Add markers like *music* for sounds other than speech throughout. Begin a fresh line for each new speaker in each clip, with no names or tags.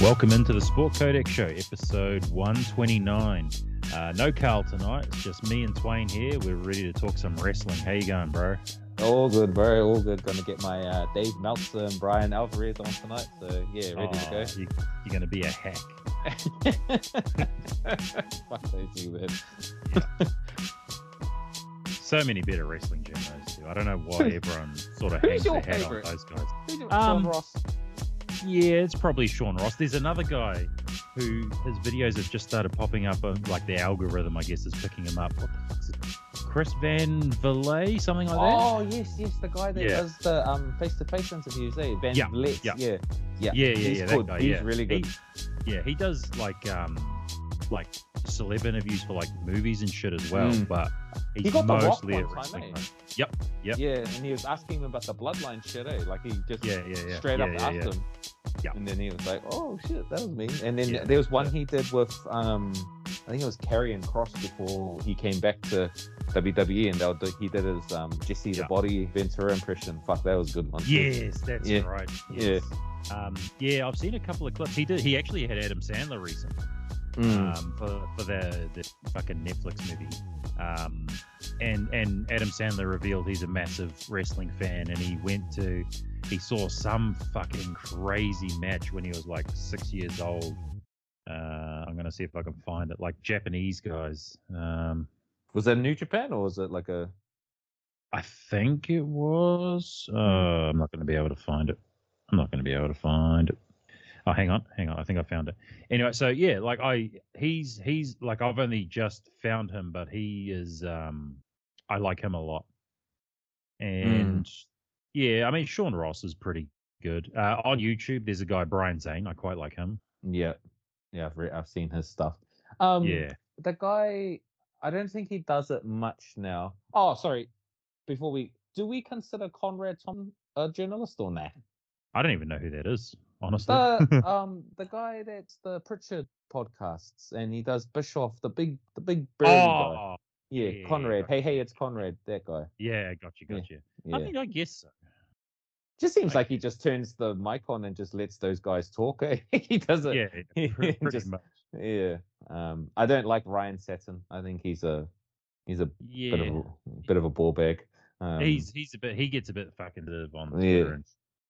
Welcome into the Sport Codex Show, episode 129. Uh, no Carl tonight. It's just me and Twain here. We're ready to talk some wrestling. How you going, bro?
All good, bro. All good. Going to get my uh, Dave Meltzer and Brian Alvarez on tonight. So yeah, ready
Aw,
to
Ah, You, are going to be a hack.
go. *laughs* Fuck those two, man.
So many better wrestling journos. Too. I don't know why everyone sort of hangs
your
their hat
favourite?
on those guys.
Who's your-
Um,
Sean Ross.
Yeah, it's probably Sean Ross. There's another guy who his videos have just started popping up. uh, Like the algorithm, I guess, is picking him up. What the fuck's it? Chris Van Valet, something like that.
Oh yes, yes, the guy that
Yeah.
does the um face-to-face interviews, eh? Ben
Yeah,
Vliet,
yeah.
yeah,
Yeah,
yeah,
yeah,
He's
yeah. That
good.
guy,
He's
yeah.
really good.
He, yeah, he does like um like celeb interviews for like movies and shit as well.
Mm.
But he's
He got The Rock
mostly
one
a
time,
wrestling.
eh?
guy. Yep, yep.
Yeah, and he was asking him about the bloodline shit, eh? Like he just
Yeah, yeah, yeah.
straight
yeah,
up
yeah,
asked
yeah.
him.
Yeah.
And then he was like, "Oh shit, that was me." And then
Yeah,
there was one
yeah.
he did with, um, I think it was Kerry and Cross before he came back to WWE, and they were, do- he did his um, Jesse
Yeah.
the Body Ventura impression. Fuck, that was a good one. too.
Yes, that's
Yeah.
right.
Yeah.
Yes. Um, yeah, I've seen a couple of clips. He did. He actually had Adam Sandler recently.
Mm.
um, for, for the, the fucking Netflix movie. Um, and and Adam Sandler revealed he's a massive wrestling fan, and he went to he saw some fucking crazy match when he was like six years old. Uh, I'm gonna see if I can find it. Like Japanese guys. Um,
Was that New Japan or was it like a?
I think it was. Uh,
Hmm.
I'm not going to be able to find it. I'm not going to be able to find it. Oh, hang on, hang on. I think I found it. Anyway, so yeah, like I, he's he's like I've only just found him, but he is. um I like him a lot.
Hmm.
And yeah, I mean Sean Ross is pretty good uh, on YouTube. There's a guy Brian Zane. I quite like him.
Yeah, yeah, I've, re- I've seen his stuff. Um,
yeah,
the guy i don't think he does it much now oh sorry before we do we consider conrad tom a journalist or not
I don't even know who that is honestly. *laughs*
the um the guy that's the pritchard podcasts and he does bischoff the big the big
oh,
bird guy yeah,
yeah,
conrad
yeah.
hey hey it's conrad that guy
yeah, gotcha,
Yeah,
gotcha.
yeah
I mean, I guess so.
just seems
I-
like he just turns the mic on and just lets those guys talk *laughs* eh? he does it
yeah,
*laughs*
yeah, pre- pretty
Just-
much.
yeah. um i don't like ryan Satin. i think he's a he's a
Yeah.
bit of a bit of a ball bag um,
he's he's a bit he gets a bit fucking live on
Yeah.
Twitter and-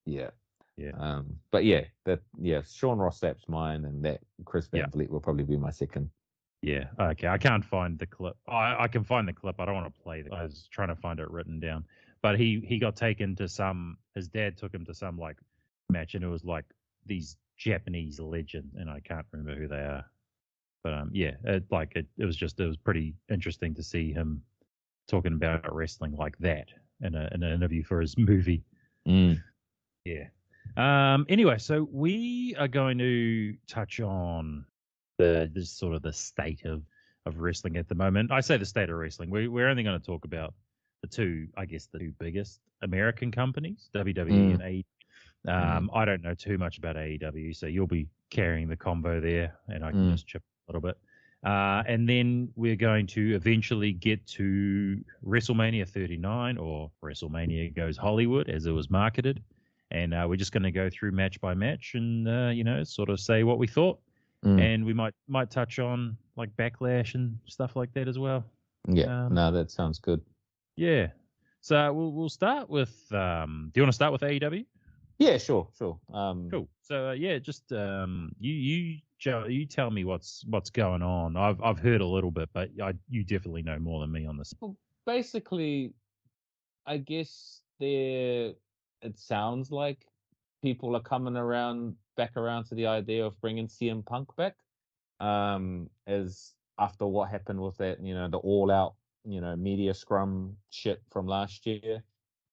Yeah.
Yeah.
Um, but yeah, that yeah, Sean Ross Sapp's mine and that Chris Van
Yeah.
Vliet will probably be my second.
yeah. Okay, I can't find the clip. I, I can find the clip. I don't want to play. The, I was trying to find it written down, but he he got taken to some. His dad took him to some like match, and it was like these Japanese legends, and I can't remember who they are. But um, yeah, it, like it, it was just it was pretty interesting to see him talking about wrestling like that in, a, in an interview for his *laughs* movie. Mm. Yeah. Um, anyway, so we are going to touch on the this sort of the state of, of wrestling at the moment. I say the state of wrestling. We, we're only going to talk about the two, I guess, the two biggest American companies, WWE and AEW.
Mm.
Um, I don't know too much about AEW, so you'll be carrying the combo there, and I can
Mm.
just chip a little bit. Uh, and then we're going to eventually get to WrestleMania 39 or WrestleMania Goes Hollywood as it was marketed and uh, we're just going to go through match by match and uh, you know sort of say what we thought
Mm.
and we might might touch on like backlash and stuff like that as well
Yeah.
um,
no, that sounds good.
yeah so we'll we'll start with um do you want to start with AEW
Yeah, sure, sure. Um
cool so uh, yeah just um you you Joe you tell me what's what's going on I've I've heard a little bit but I you definitely know more than me on this
basically I guess there it sounds like people are coming around back around to the idea of bringing CM Punk back. Um as after what happened with that, you know, the all out, you know, media scrum shit from last year.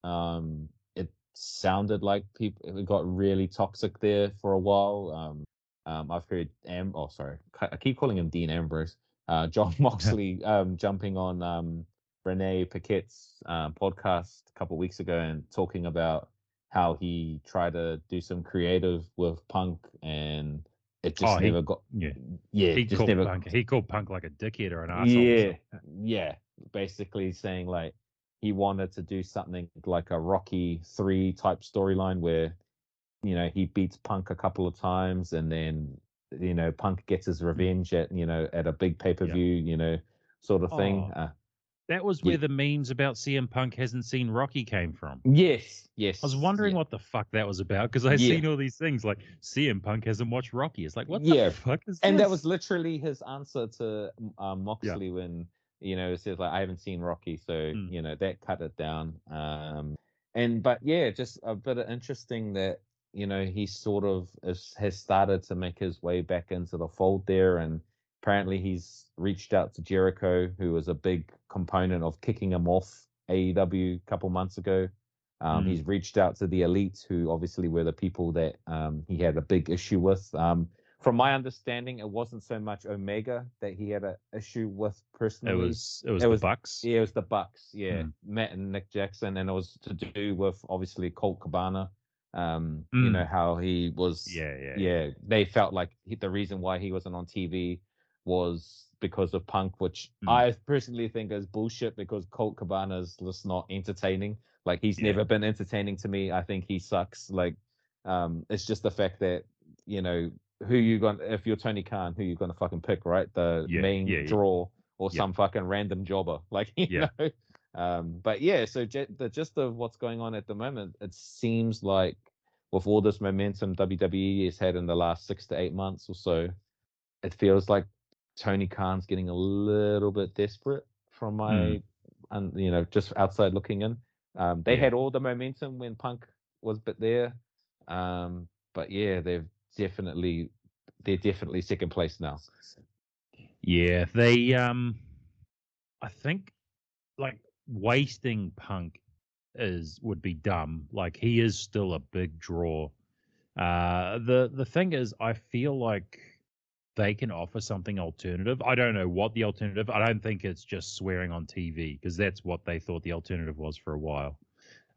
Um it sounded like people it got really toxic there for a while. Um um, I've heard Am oh sorry, I keep calling him Dean Ambrose. Uh, John *laughs* Moxley um, jumping on um, Renee Paquette's uh, podcast a couple weeks ago and talking about how he tried to do some creative with Punk and it just
Oh, he-
never got.
yeah
Yeah,
he
just
called
never.
punk he called punk like a dickhead or an asshole
yeah, yeah. Basically saying like he wanted to do something like a Rocky three type storyline where you know he beats Punk a couple of times, and then you know Punk gets
Hmm.
his revenge at you know at a big pay per view, you know, sort of thing.
Oh.
Uh,
That was
Yeah.
where the memes about CM Punk hasn't seen Rocky came from.
yes, yes.
I was wondering
yeah.
what the fuck that was about because I
Yeah.
seen all these things like CM Punk hasn't watched Rocky. It's like what
Yeah.
the fuck is
and that
this?
was literally his answer to uh, Moxley when you know it says like I haven't seen Rocky, so
Mm.
you know that cut it down. Um, and but yeah, just a bit of interesting that you know he sort of is, has started to make his way back into the fold there, and apparently he's reached out to Jericho, who was a big component of kicking him off AEW a couple months ago. Um,
Mm.
He's reached out to the elite, who obviously were the people that um, he had a big issue with. Um, from my understanding, it wasn't so much Omega that he had an issue with
it
personally.
was it was
it
the
was-
Bucks.
yeah, it was the Bucks. Yeah,
Mm.
Matt and Nick Jackson, and it was to do with obviously Colt Cabana. Um, you
Mm.
know how he was.
Yeah, yeah,
yeah. They felt like he, the reason why he wasn't on TV was because of Punk, which
Mm.
I personally think is bullshit because Colt Cabana is just not entertaining. Like he's
Yeah.
never been entertaining to me. I think he sucks. Like, um, it's just the fact that you know who you going to if you're Tony Khan, who you gonna fucking pick, right? The
Yeah,
main
yeah, yeah.
draw or
Yeah.
some fucking random jobber, *laughs* like you
Yeah.
know. Um, but yeah, so j- the gist of what's going on at the moment, it seems like with all this momentum WWE has had in the last six to eight months or so, it feels like Tony Khan's getting a little bit desperate from my,
Hmm.
and you know, just outside looking in. Um, they
Yeah.
had all the momentum when Punk was but there, um, but yeah, they've definitely they're definitely second place now.
Yeah, they um I think like wasting Punk is would be dumb. Like he is still a big draw. Uh the the thing is I feel like they can offer something alternative. I don't know what the alternative. I don't think it's just swearing on TV because that's what they thought the alternative was for a while.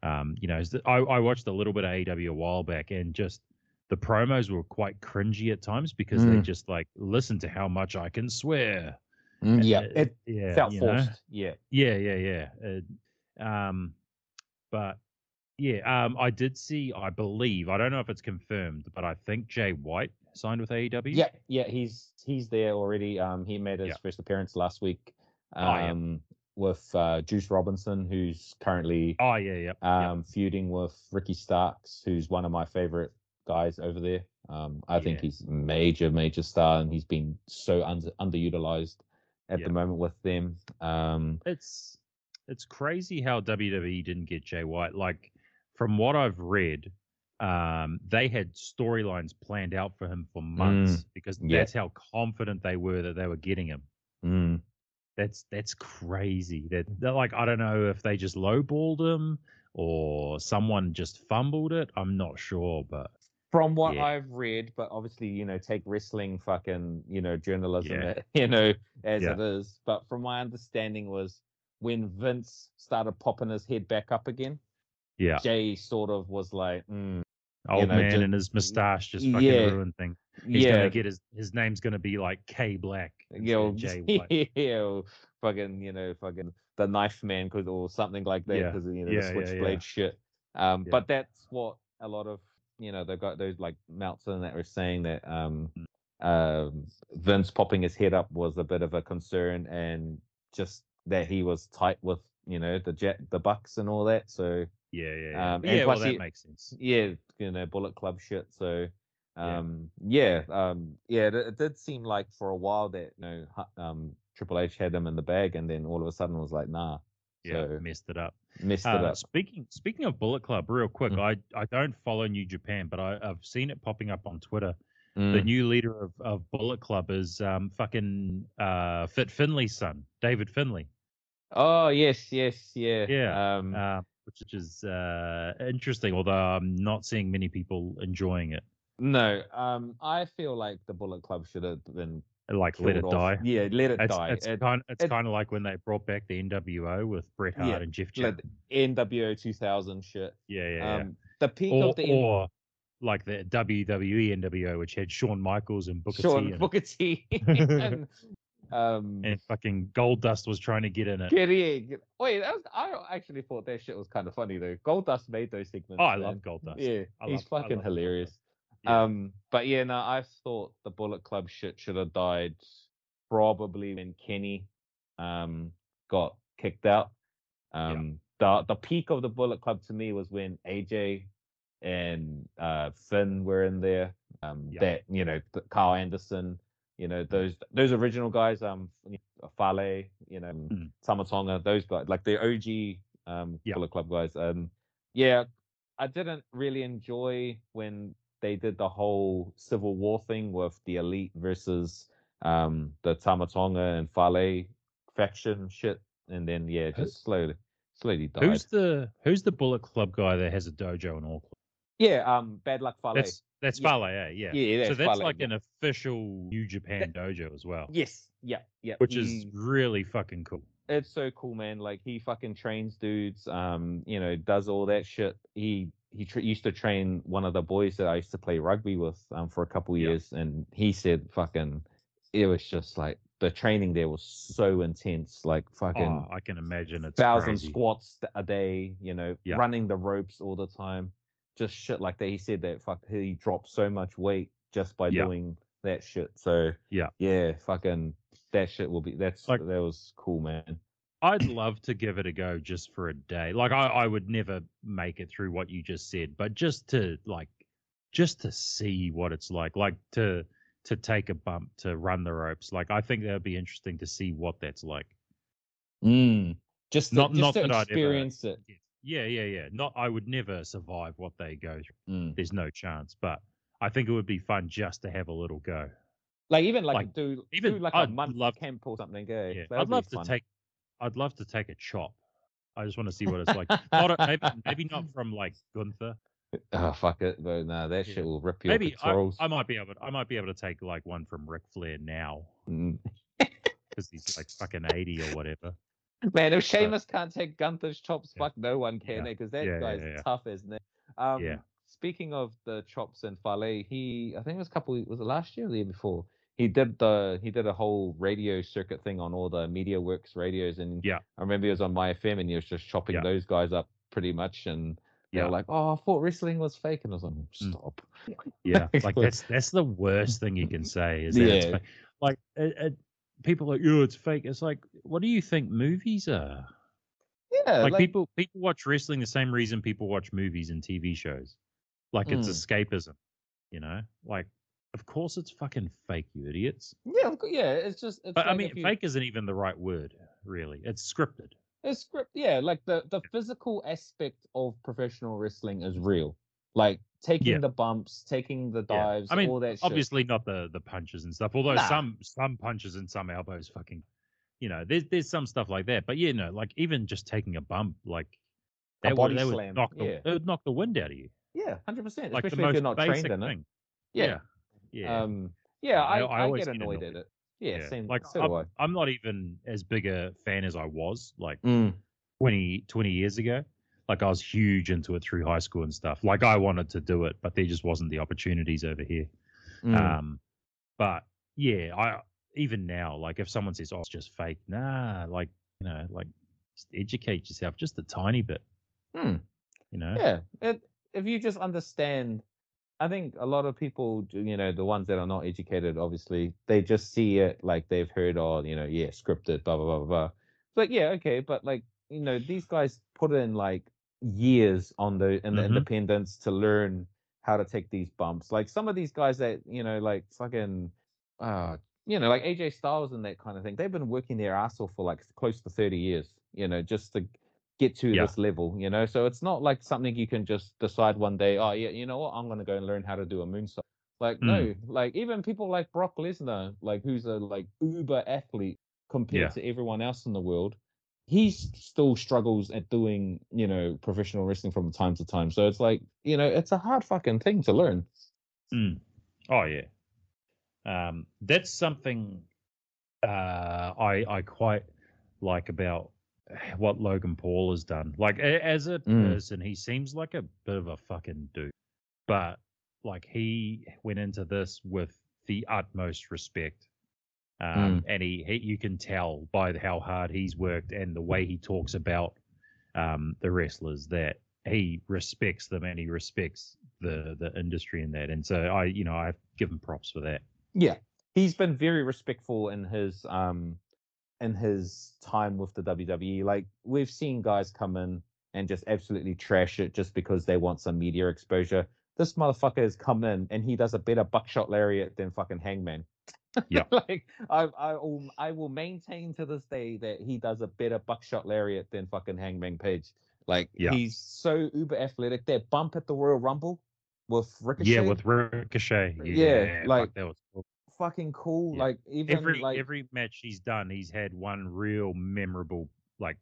Um, you know, is that- I, I watched a little bit of AEW a while back, and just the promos were quite cringy at times because they
Mm.
just like listen to how much I can swear.
Mm, yeah,
Uh,
it
yeah,
felt
you know?
forced. Yeah.
Yeah, yeah, yeah. Uh, um, but yeah, um, I did see. I believe I don't know if it's confirmed, but I think Jay White signed with E AEW.
Yeah, yeah, he's he's there already. Um, he made his
Yeah. Oh,
first appearance last week.
yeah.
Um, with uh, Juice Robinson, who's currently
Oh yeah, yeah. yeah.
um feuding with Ricky Starks, who's one of my favorite guys over there. Um, I think
Yeah.
he's a major, major star, and he's been so under underutilized at
Yeah.
the moment with them. Um,
it's it's crazy how WWE didn't get Jay White. Like from what I've read, um, they had storylines planned out for him for months because
Mm. yeah.
that's how confident they were that they were getting him.
mm,
That's that's crazy. That they're like I don't know if they just lowballed him or someone just fumbled it. I'm not sure, but
from what
Yeah.
I've read, but obviously, you know, take wrestling fucking, you know, journalism,
Yeah.
at- *laughs* you know, as
Yeah.
it is. But from my understanding was when Vince started popping his head back up again,
yeah,
Jay sort of was like, mm,
old
know,
man
just-
and his mustache just fucking
Yeah.
ruined things. He's
yeah,
gonna get his his name's gonna be like K Black. instead
yeah,
of
well,
Jay
*laughs*
White.
yeah, well, fucking, you know, fucking the knife man could or something like that
Yeah,
because you know
yeah,
the
yeah,
switchblade
yeah.
shit. Um,
Yeah.
but that's what a lot of you know they got those like melts and that were saying that um,
Mm.
um Vince popping his head up was a bit of a concern and just that he was tight with you know the jet the bucks and all that. So
Yeah, yeah, yeah.
Um, and
yeah, well,
plus
that
he-
makes sense.
yeah, you know, Bullet Club shit. So,
Yeah.
um, yeah, um, yeah, it, it did seem like for a while that you know, Hu- um, Triple H had him in the bag, and then all of a sudden was like, nah,
Yeah,
so-
messed it up.
messed it
Um,
up.
Speaking speaking of Bullet Club, real quick,
Mm.
I, I don't follow New Japan, but I, I've seen it popping up on Twitter. The
Mm.
new leader of, of Bullet Club is um fucking uh Fit Finley's son, David Finley,
Oh yes, yes, yeah,
Yeah,
Um,
uh, which is uh interesting. Although I'm not seeing many people enjoying it.
no, um, I feel like the Bullet Club should have been
Like let it
killed off.
die.
Yeah, let it
It's,
die.
it's
It-
kind it's
it-
kind of like when they brought back the NWO with Bret
Yeah,
Hart and Jeff
let-
Jarrett.
NWO two thousand shit.
Yeah, yeah, yeah.
Um, the peak
or,
of the
or like the E, WWE NWO, which had Shawn Michaels and Booker
Sean
T. in it. *laughs*
Booker T. *laughs* and, Um,
and fucking Gold Dust was trying to get in it.
kidding. Wait, that was, I actually thought that shit was kind of funny though. Goldust made those segments.
Oh, I
man.
love Gold Dust.
Yeah,
I
he's
love- I
fucking
love Gold
hilarious.
Dust. Yeah.
Um, but yeah, no, I thought the Bullet Club shit should have died probably when Kenny um got kicked out. Um, the the peak of the Bullet Club to me was when AJ and uh Finn were in there. Um,
Yeah. Mm-hmm.
that you know th- Carl Anderson, you know those those original guys. Um, Fale, you know
Mm.
Samatonga, those guys like the OG um
Yeah.
Bullet Club guys. Um, yeah, I didn't really enjoy when they did the whole civil war thing with the elite versus um the Tamatonga and Fale faction shit, and then yeah,
Who-
just slowly, slowly died.
Who's the Who's the Bullet Club guy that has a dojo in Auckland?
Yeah, um, bad luck Fale.
That's that's
Yeah.
Fale, eh? yeah.
yeah,
so that's
Fale,
like
yeah.
an official New Japan dojo as well,
yes, yeah, yeah,
which is
he-
really fucking cool.
it's so cool, man. Like he fucking trains dudes. Um, you know, does all that shit. He he tr used to train one of the boys that I used to play rugby with um for a couple
Yeah.
years, and he said fucking it was just like the training there was so intense, like fucking
Oh, I can imagine it's
thousand
crazy.
squats th- a day. You know,
Yeah.
running the ropes all the time, just shit like that. He said that fuck he dropped so much weight just by
Yeah.
doing that shit. So
Yeah.
yeah, fucking that shit will be that's
Like-
that was cool, man.
I'd love to give it a go just for a day. Like I, I would never make it through what you just said, but just to like just to see what it's like. Like to to take a bump, to run the ropes. Like I think that'd be interesting to see what that's like.
Mm. Just to,
Not-
just
not
to
that I'd ever-
experience it.
Yeah, yeah, yeah. Not I would never survive what they go through.
Mm.
There's no chance. But I think it would be fun just to have a little go.
Like even like,
Like,
do
even
do like
I'd
a month
love-
camp or something. Yeah,
Yeah.
that would
I'd
be
love to
fun. *laughs*
take I'd love to take a chop. I just want to see what
*laughs*
it's like. not a, maybe, maybe not from like Gunther.
Oh fuck it, though. No, that
Yeah.
shit will rip your
Maybe I,
pectorals.
I might be able to, I might be able to take like one from Ric Flair now
Mm.
because he's like fucking eighty or whatever. *laughs*
Man, if Seamus can't take Gunther's chops,
Yeah.
fuck no one can
Yeah.
because that
Yeah, yeah,
guy's
yeah, yeah.
tough as nails. Um,
Yeah.
Speaking of the chops and Fale, he I think it was a couple was it last year or the year before? He did the he did a whole radio circuit thing on all the Media Works radios and
Yeah.
I remember he was on my FM and he was just chopping
Yeah.
those guys up pretty much and they
Yeah. Mm.
were like, oh, I thought wrestling was fake and I was like, "Mm, stop.
Yeah, *laughs* like that's that's the worst thing you can say is that it's
Yeah.
fake. like it, it, people are like, oh, it's fake. It's like, what do you think movies are?
Yeah,
like, people people watch wrestling the same reason people watch movies and TV shows. Like it's
Mm.
escapism, you know. Like, of course it's fucking fake, you idiots.
yeah, of cour- yeah. It's just it's
But I
like
mean,
if you-
fake isn't even the right word, really. It's scripted.
It's script, yeah. Like the the physical aspect of professional wrestling is real. Like taking
Yeah.
the bumps, taking the
Yeah.
dives,
I mean,
all that shit.
obviously not the the punches and stuff. Although
Nah.
some some punches and some elbows, fucking, you know, there's there's some stuff like that. But you know, like even just taking a bump, like
A
that
body
would, that
slam,
would knock the
yeah.
it would knock the wind out of you.
yeah, hundred percent.
Like
Especially
the most
if you're
basic
not trained in it.
thing.
Yeah,
yeah.
yeah. Um, yeah,
I-
I,
I
I,
always
get
get
annoyed
annoyed.
at it. Yeah,
Yeah,
same.
like,
so do I.
I'm not even as big a fan as I was like
Mm,
20 20 years ago. Like I was huge into it through high school and stuff. Like I wanted to do it, but there just wasn't the opportunities over here.
mm.
Um, but yeah, I even now, like if someone says, "Oh, it's just fake," nah, like you know, like just educate yourself just a tiny bit.
Hmm.
You know,
Yeah, it, if you just understand, I think a lot of people, do- you know, the ones that are not educated, obviously, they just see it like they've heard, oh, you know, yeah, scripted, blah blah blah blah. blah. It's like, yeah, okay, but like, you know, these guys put in like years on the in the
Mhm.
independence to learn how to take these bumps. Like some of these guys that you know, like fucking, uh, you know, like AJ Styles and that kind of thing. They've been working their ass off for like close to thirty years. You know, just to get to
Yeah.
this level, you know. So it's not like something you can just decide one day, oh yeah, you know what, I'm gonna go and learn how to do a moonsault. Like
Mm.
no, like even people like Brock Lesnar, like who's a like uber athlete compared
Yeah.
to everyone else in the world, he s- still struggles at doing you know professional wrestling from time to time. So it's like you know it's a hard fucking thing to learn.
Mm. Oh yeah. Um, that's something uh, I I quite like about *sighs* what Logan Paul has done. Like a- as a
Mm.
person, he seems like a bit of a fucking dude, but like he went into this with the utmost respect
Mm.
Um, And he, he, you can tell by how hard he's worked and the way he talks about um, the wrestlers that he respects them and he respects the the industry and that. And so I, you know, I give him props for that.
Yeah, he's been very respectful in his um in his time with the WWE. Like we've seen guys come in and just absolutely trash it just because they want some media exposure. This motherfucker has come in and he does a better buckshot lariat than fucking Hangman.
Yeah.
*laughs* like I I will I will maintain to this day that he does a better buckshot lariat than fucking Hangman Page. Like
Yeah.
he's so uber athletic. That bump at the Royal Rumble with Ricochet.
Yeah, with Ricochet.
Yeah,
Yeah, fuck,
like,
that was cool.
fucking cool.
Yeah.
Like even
every
like
every match he's done, he's had one real memorable like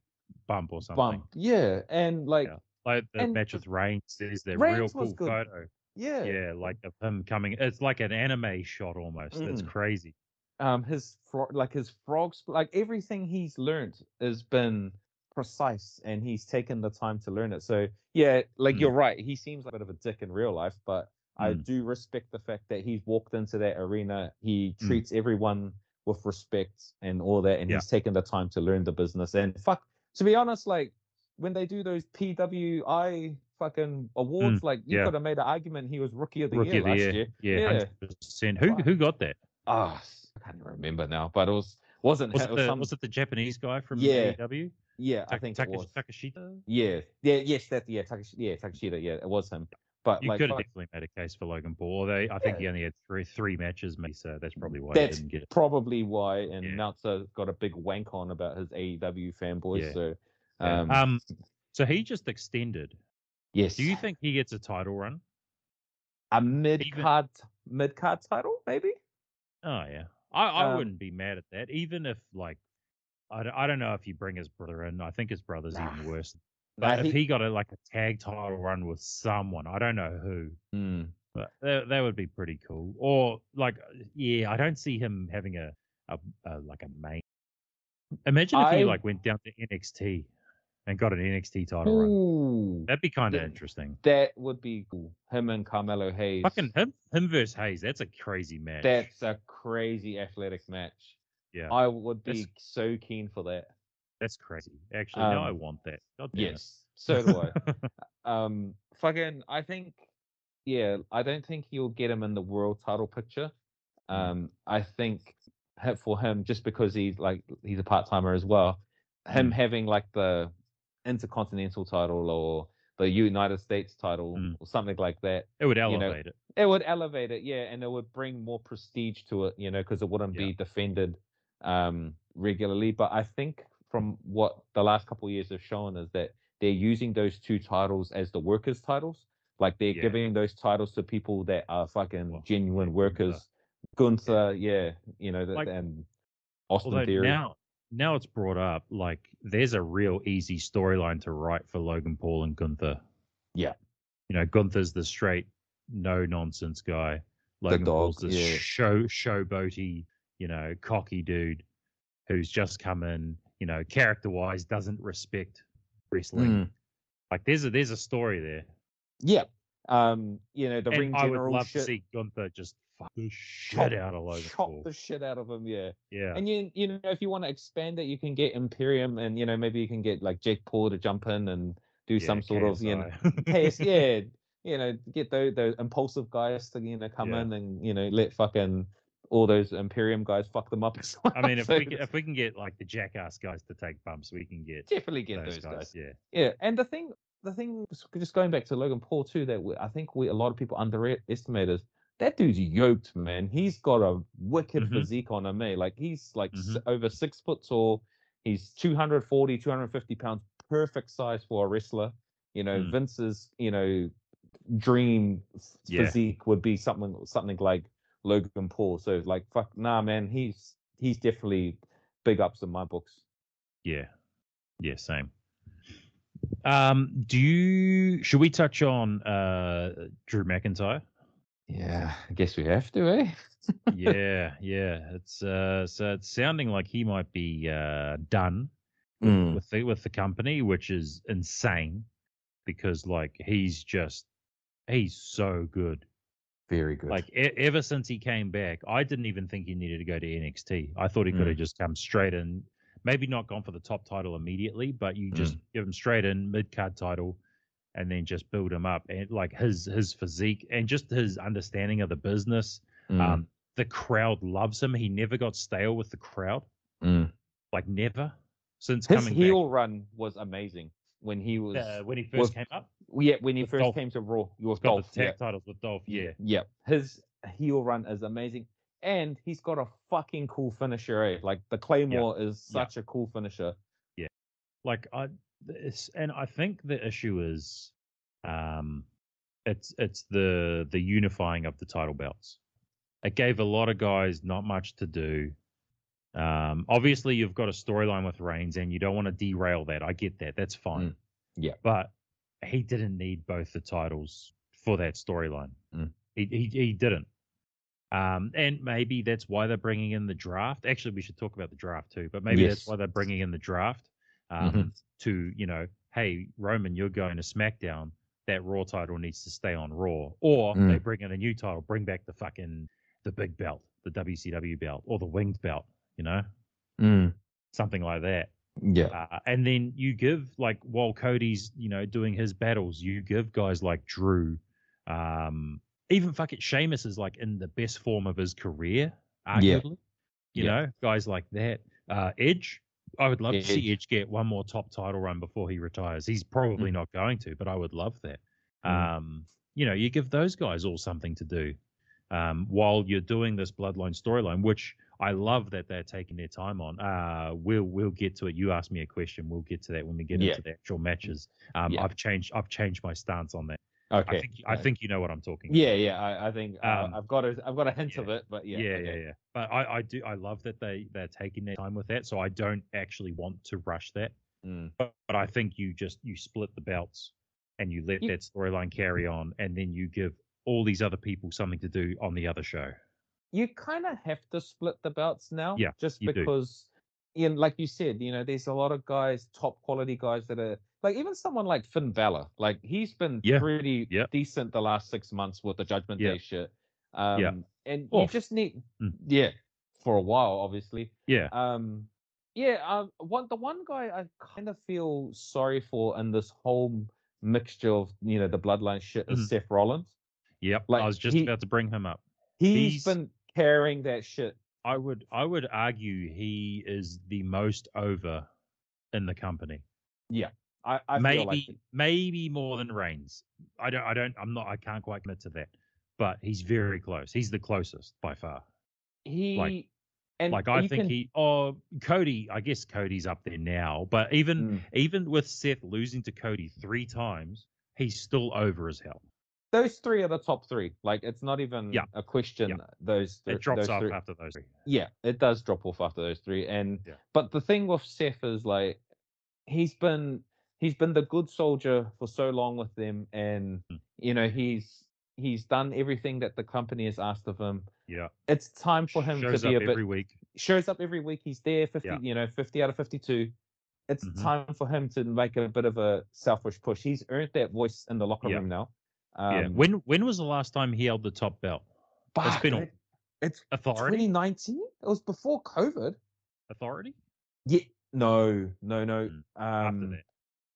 bump or something.
bump. Yeah, and like
Yeah. Like the
And-
match with Reigns, there's that real
Reigns
cool
was good.
photo.
yeah.
Yeah, like of him coming. It's like an anime shot almost. That's
Mm.
crazy.
um his fro- like his frogs like everything he's learned has been precise and he's taken the time to learn it so yeah like
Mm.
you're right he seems like a bit of a dick in real life but i
Mm.
do respect the fact that he's walked into that arena he
Mm.
treats everyone with respect and all that and
Yeah.
he's taken the time to learn the business and fuck to be honest like when they do those pwi fucking awards like you
Hmm. yeah.
could have made an argument he was rookie of the
Rookie
year
of the
last
year.
year
Yeah,
Yeah.
hundred percent. Who
Fuck.
who got that?
ah i can't even remember now but it was wasn't
Was
him,
it,
it was
the,
some-
was it the Japanese guy from
Yeah.
AEW?
Yeah, I
Tak-
think it
Taka-
was.
Takashita.
Yeah, yeah, yes, that yeah, Takashi, yeah, Takashita, yeah, it was him. But
You
Uh, like,
could have
fuck,
definitely made a case for Logan Paul. Although I think
Yeah.
he only had three three matches, mate. So that's probably why
That's
he didn't get it.
probably why. And
Yeah.
Meltzer got a big wank on about his AEW fanboys.
Yeah.
So,
Yeah.
*laughs* um,
um, so he just extended.
yes,
Do you think he gets a title run?
a mid card mid card title maybe?
Oh yeah, I, I
Um,
wouldn't be mad at that. Even if like, I, don't- I don't know if you bring his brother in. I think his brother's
Nah.
even worse.
Nah,
But if he got a like a tag title run with someone, I don't know who,
Hmm.
but that, that would be pretty cool. Or like, yeah, I don't see him having a a, a like a main. Imagine if
I-
he like went down to NXT and got an NXT title run.
Ooh,
That'd be kind of
Yeah.
interesting.
that would be cool. Him and Carmelo Hayes.
Fucking him, him versus Hayes. That's a crazy match.
that's a crazy athletic match.
yeah,
I would be
That's-
so keen for that.
that's crazy. Actually, no, I
Um,
want that. God damn it.
Yes, so do I.
*laughs*
um fucking i think yeah i don't think you'll get him in the world title picture
Mm.
um i think ha- for him just because he's like he's a part-timer as well him
Mm.
having like the intercontinental title or the united states title
Mm.
or something like that
It would
know,
elevate it.
it would elevate it yeah and it would bring more prestige to it you know because it wouldn't
Yeah.
be defended um regularly but i think from what the last couple of years have shown is that they're using those two titles as the workers titles like they're
Yeah.
giving those titles to people that are fucking
Well,
genuine
Gunther.
workers gunther yeah, you know that
Like-
and austin
Although
theory
now, now it's brought up, like there's a real easy storyline to write for Logan Paul and Gunther.
Yeah.
you know, Gunther's the straight, no nonsense guy. Logan Paul's
dog,
the
yeah.
show showboaty, you know, cocky dude who's just come in. You know, character wise, doesn't respect wrestling.
Mm.
Like there's a there's a story there.
yeah um you know the ring
and I would
general
love
shit
to see Gunther just fuck the shit
Chop-
out of Logan
chop
Paul.
the shit out of him yeah
yeah.
And you you know if you want to expand it, you can get Imperium, and you know maybe you can get like Jake Paul to jump in and do
yeah,
some sort of you know
KSI.
pace,
*laughs*
yeah, you know get those those impulsive guys to you know come
Yeah.
in and you know let fucking all those Imperium guys fuck them up. as well.
I mean, if
*laughs* So
we can, if we can get like the jackass guys to take bumps, we can get,
definitely get
those,
those
guys.
guys.
Yeah,
Yeah, and the thing, the thing, just going back to Logan Paul too, that we, I think we a lot of people underestimate is that dude's yoked, man. He's got a wicked
Mhm.
physique on him, eh? Like he's like s- over six foot tall. He's 240, 250 pounds, perfect size for a wrestler. You know,
Mm.
Vince's, you know, dream f-
Yeah.
physique would be something something like Logan Paul. So like, fuck, nah, man. He's he's definitely big ups in my books.
yeah, yeah. Same. Um, do you? Should we touch on uh Drew McIntyre?
Yeah, I guess we have to, eh? *laughs*
yeah, yeah. It's uh, so it's sounding like he might be uh done
Mm.
with the with the company, which is insane because like he's just he's so good.
Very good.
Like e- ever since he came back, I didn't even think he needed to go to NXT. I thought he could
Mm.
have just come straight in, maybe not gone for the top title immediately, but you just
Mm.
give him straight in mid card title, and then just build him up and like his his physique and just his understanding of the business.
Mm,
Um, the crowd loves him. He never got stale with the crowd,
mm.
like never since
His
coming
heel run was amazing when he was
back uh, when he first
was-
came up.
yeah when he
with
first
Dolph.
came to Raw. He was
Got
Dolph,
the
yeah.
tag titles with Dolph. Yeah,
Yeah, his heel run is amazing, and he's got a fucking cool finisher. Eh? Like the claymore is
Yeah.
such a cool finisher.
like I, it's, and I think the issue is, um, it's it's the the unifying of the title belts. It gave a lot of guys not much to do. Um, obviously, you've got a storyline with Reigns, and you don't want to derail that. I get that. That's fine.
Mm.
Yeah.
but he didn't need both the titles for that storyline.
Mm.
He, he he didn't. Um, and maybe that's why they're bringing in the draft. Actually, we should talk about the draft too. But maybe
Yes.
that's why they're bringing in the draft um, to you know, hey Roman, you're going to SmackDown. That Raw title needs to stay on Raw, or
Mm.
they bring in a new title, bring back the fucking the big belt, the WCW belt, or the winged belt. You know,
Mm.
something like that.
Yeah.
Uh, and then you give like while Cody's you know doing his battles, you give guys like Drew, um, even fucking Sheamus is like in the best form of his career, arguably.
Yeah.
You
Yeah.
know, guys like that. Uh, Edge, I would love to see
Edge.
Edge get one more top title run before he retires. He's probably not going to, but I would love that.
Mm.
Um, you know, you give those guys all something to do um, while you're doing this bloodline storyline, which I love that they're taking their time on. Uh, we'll we'll get to it. You asked me a question. We'll get to that when we get
Yeah.
into the actual matches. Um,
Yeah.
I've changed I've changed my stance on that.
Okay.
I think I
okay.
think you know what I'm talking.
Yeah, yeah. I, I think uh,
Um,
I've got a I've got a hint
yeah.
of it, but yeah.
yeah,
okay.
yeah, yeah. But I, I do I love that they they're taking their time with that. So I don't actually want to rush that.
Mm.
But, but I think you just you split the belts and you let
You-
that storyline carry on, and then you give all these other people something to do on the other show.
You kind of have to split the belts now.
Yeah,
Just
you do.
because, you know, like you said, you know, there's a lot of guys, top quality guys that are like even someone like Finn Balor. Like he's been
Yeah,
pretty
yeah.
decent the last six months with the Judgment
Yeah.
Day shit. Um, And you
Off.
just need,
Mm.
yeah, for a while, obviously.
Yeah,
Um, yeah, um, one the one guy I kind of feel sorry for in this whole mixture of you know the bloodline shit is
Mhm.
Seth Rollins.
yep.
Like,
I was just
he-
about to bring him up. He's-
He's been carrying that shit.
I would I would argue he is the most over in the company.
I, I
maybe
feel like it.
maybe more than Reigns. I don't I don't I'm not I can't quite commit to that. But he's very close. He's the closest by far.
he
like-
and
like I
you
think
can-
he oh Cody, I guess Cody's up there now, but even
Mm.
even with Seth losing to Cody 3 times, he's still over as hell.
those three are the top three. Like it's not even
Yeah.
a question.
Yeah.
Those thr-
It drops
those
off
three.
after those. three.
Yeah, it does drop off after those three. And
Yeah.
but the thing with Seth is like he's been he's been the good soldier for so long with them, and
Mm.
you know he's he's done everything that the company has asked of him.
Yeah.
It's time for him
Shows
to be a
up
bit
every week.
shows up every week. He's there, fifty,
Yeah.
you know, fifty out of fifty-two. It's
Mhm.
time for him to make a bit of a selfish push. He's earned that voice in the locker
Yeah.
room now.
yeah.
Um,
When when was the last time he held the top belt? It's
fuck,
been a
it- it's
authority.
2019. It was before COVID.
Authority?
Yeah. No, no, no.
Mm, after
Um,
that.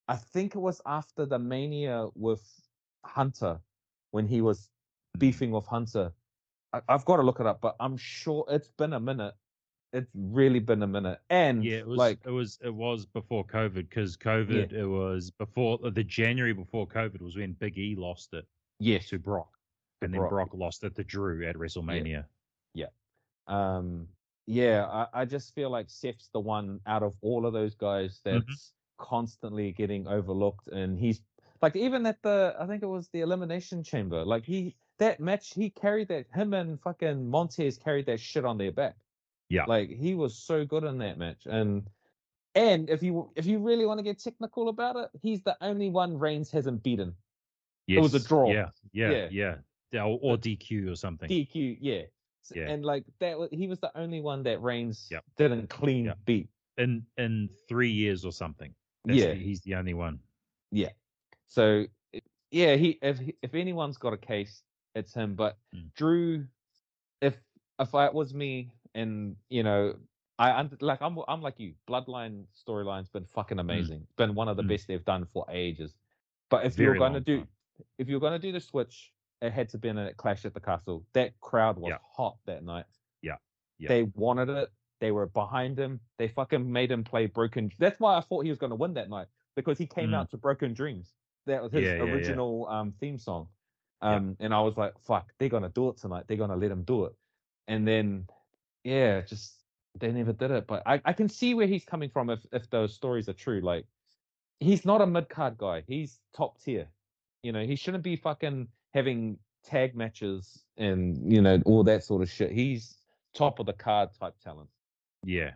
I think it was after the mania with Hunter when he was
Mm-hmm.
beefing with Hunter. I, I've got to look it up, but I'm sure it's been a minute. It's really been a minute. And
Yeah, it was
Mm. like,
it was it was before COVID because COVID it was before the January before COVID was when Big E lost it
yes,
to Brock, and then
Brock.
Brock lost it to Drew at WrestleMania.
um yeah I, I just feel like Seth's the one out of all of those guys that's
Mhm.
constantly getting overlooked and he's like even at the I think it was the elimination chamber like he that match he carried that him and fucking Montez carried that shit on their back
Yeah.
like he was so good in that match and and if you if you really want to get technical about it he's the only one Reigns hasn't beaten
Yes,
was a draw.
Yeah, yeah,
Yeah.
yeah, Yeah, Or, or DQ or something.
DQ yeah S-
Yeah.
and like that wa- he was the only one that Reigns
Yep.
didn't clean
Yep.
beat
in in three years or something. That's
yeah
the- he's the only one.
So i- yeah, he if he- if anyone's got a case, it's him. But
Mm.
Drew, if if I, it was me, and you know, I I'm- like I'm I'm like you. Bloodline storyline's been fucking amazing. It's been one of the
Mm.
best they've done for ages. But if
Very
you're gonna
long
do
time.
if you're gonna do the switch, it had to be in a clash at the castle. That crowd was
Yeah.
hot that night.
Yeah. Yeah.
They wanted it. They were behind him. They fucking made him play Broken. That's why I thought he was gonna win that night because he came
Mm.
out to Broken Dreams. That was his
Yeah, yeah, yeah.
original um theme song.
Yeah.
Um, and I was like, fuck, they're gonna do it tonight. They're gonna let him do it. And then, yeah, just they never did it. But I, I can see where he's coming from if if those stories are true. Like, he's not a mid card guy. He's top tier. You know, he shouldn't be fucking having tag matches and you know all that sort of shit. He's top of the card type talent.
Yeah.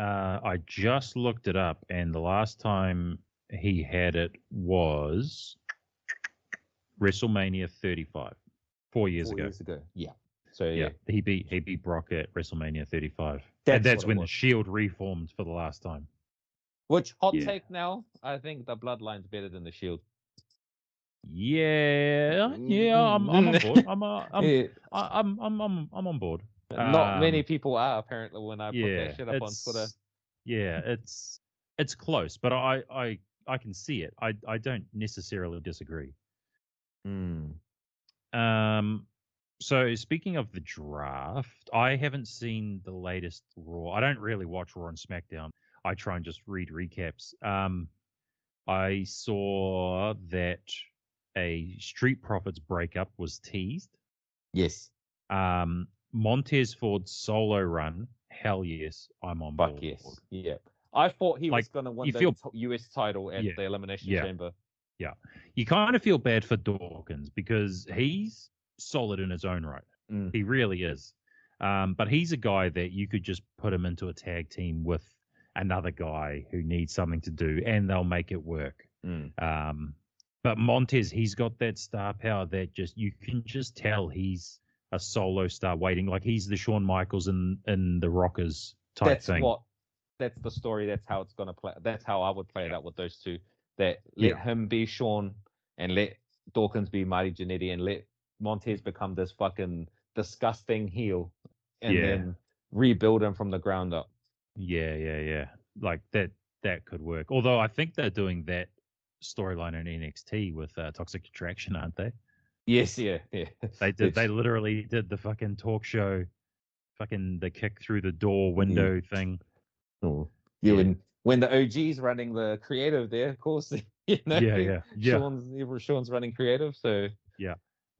Uh, I just looked it up, and the last time he had it was WrestleMania 35, four years
four
ago.
years ago. Yeah. So
Yeah.
yeah,
he beat he beat Brock at WrestleMania 35.
That's
and that's
what it
when the
was.
Shield reformed for the last time.
Which hot
Yeah.
take now? I think the bloodline's better than the shield.
Yeah,
Mm,
yeah, I'm, I'm on
mm.
board. I'm
*laughs*
uh, I'm,
Yeah,
I- I'm I'm I'm I'm on board.
Not many
um,
people are apparently when I put that shit up on
it's-
Twitter.
Yeah, it's it's close, but I I I can see it. I I don't necessarily disagree.
Mm,
Um, so speaking of the draft, I haven't seen the latest Raw. I don't really watch Raw and SmackDown. I try and just read recaps. Um, I saw that a Street Profits breakup was teased.
Yes.
Um, Montez Ford's solo run. Hell yes, I'm on
Fuck
board.
yes. Yeah. I thought he was
Like,
going to win
you
the
feel-
t- US title at
Yeah.
the Elimination
Yeah.
Chamber.
You kind of feel bad for Dawkins because he's solid in his own right.
Mm.
He really is. Um, but he's a guy that you could just put him into a tag team with another guy who needs something to do and they'll make it work.
Mm.
Um, but Montez, he's got that star power that just you can just tell he's a solo star waiting. Like he's the Shawn Michaels in, in the Rockers type
That's
thing.
what. That's the story. That's how it's going to play. That's how I would play it out with those two. That let
Yeah.
him be Sean and let Dawkins be Marty Jannetty and let Montez become this fucking disgusting heel and
Yeah.
then rebuild him from the ground up.
Yeah, yeah, yeah. Like that that could work. Although I think they're doing that storyline in NXT with uh, Toxic Attraction, aren't they?
Yes. Yeah. Yeah. *laughs*
They did. They
It's-
literally did the fucking talk show, fucking the kick through the
Mm.
door window
*laughs*
thing.
Oh, you
Yeah.
and when the OG's running the creative there, of course, *laughs* you know,
Yeah, yeah, yeah.
Sean's Sean's running creative, so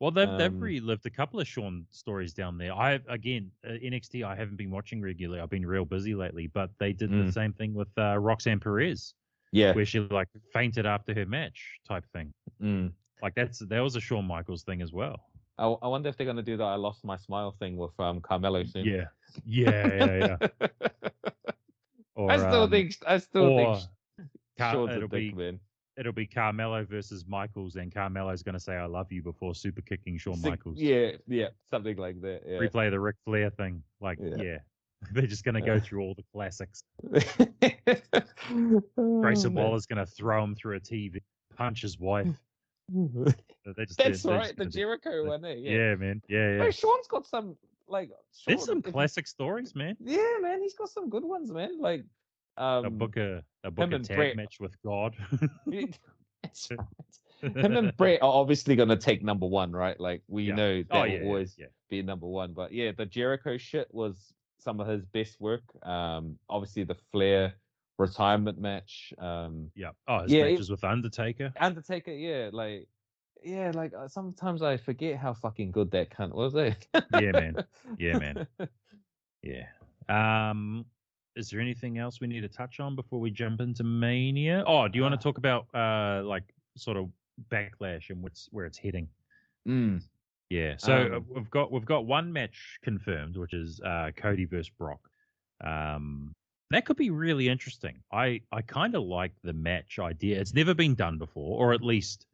Well, they've they've
Um,
relived a couple of Sean stories down there. I again uh, NXT. I haven't been watching regularly. I've been real busy lately. But they did the
Mm.
same thing with uh, Roxanne Perez,
yeah,
where she like fainted after her match type thing.
mm.
Like that's that was a Shawn Michaels thing as well.
I, I wonder if they're gonna do that. I lost my smile thing with um Carmelo soon.
Yeah, yeah, yeah, yeah.
*laughs*
Or,
I still
um,
think I still
or
think
Car-
Sean's a
it'll
dick
be
man.
it'll be Carmelo versus Michaels, and Carmelo's going to say "I love you" before super kicking Shawn
So-
Michaels.
Yeah, yeah, something like that. Yeah.
replay the Ric Flair thing. Like, yeah, *laughs*
Yeah.
they're just gonna go
Yeah.
through all the
*laughs*
classics.
Oh,
Grayson
man.
Waller's gonna throw him through a TV, punch his wife. They're just,
*laughs* Mm. That's
they're
right,
just
the
gonna do-
Jericho one, eh?
yeah. man. Yeah, yeah.
Bro, Sean's got some like. Sean,
There's some
if you-
classic stories, man.
Yeah, man, he's got some good ones, man. Like,
A
um,
book a a book a
and
tag
Brett-
match with God. *laughs*
that's right. him and Brett are obviously going to take number one, right? Like, we
Yeah.
know that
oh
will
yeah, yeah,
always
yeah.
be number one. But yeah, the Jericho shit was some of his best work. Um, obviously the Flair retirement match. Um,
yeah. Oh, his
Yeah, it-
matches with Undertaker.
Undertaker, yeah, like, yeah, like uh, sometimes I forget how fucking good that cunt was. Eh? *laughs*
Yeah, man. Yeah, man. Yeah. Um, is there anything else we need to touch on before we jump into Mania? Oh, do you want
Uh.
to talk about uh like sort of backlash and what's where it's heading?
Mm,
Yeah. So uh,
Um,
we've got we've got one match confirmed, which is uh, Cody versus Brock. Um, that could be really interesting. I I kind of like the match idea. It's never been done before, or at least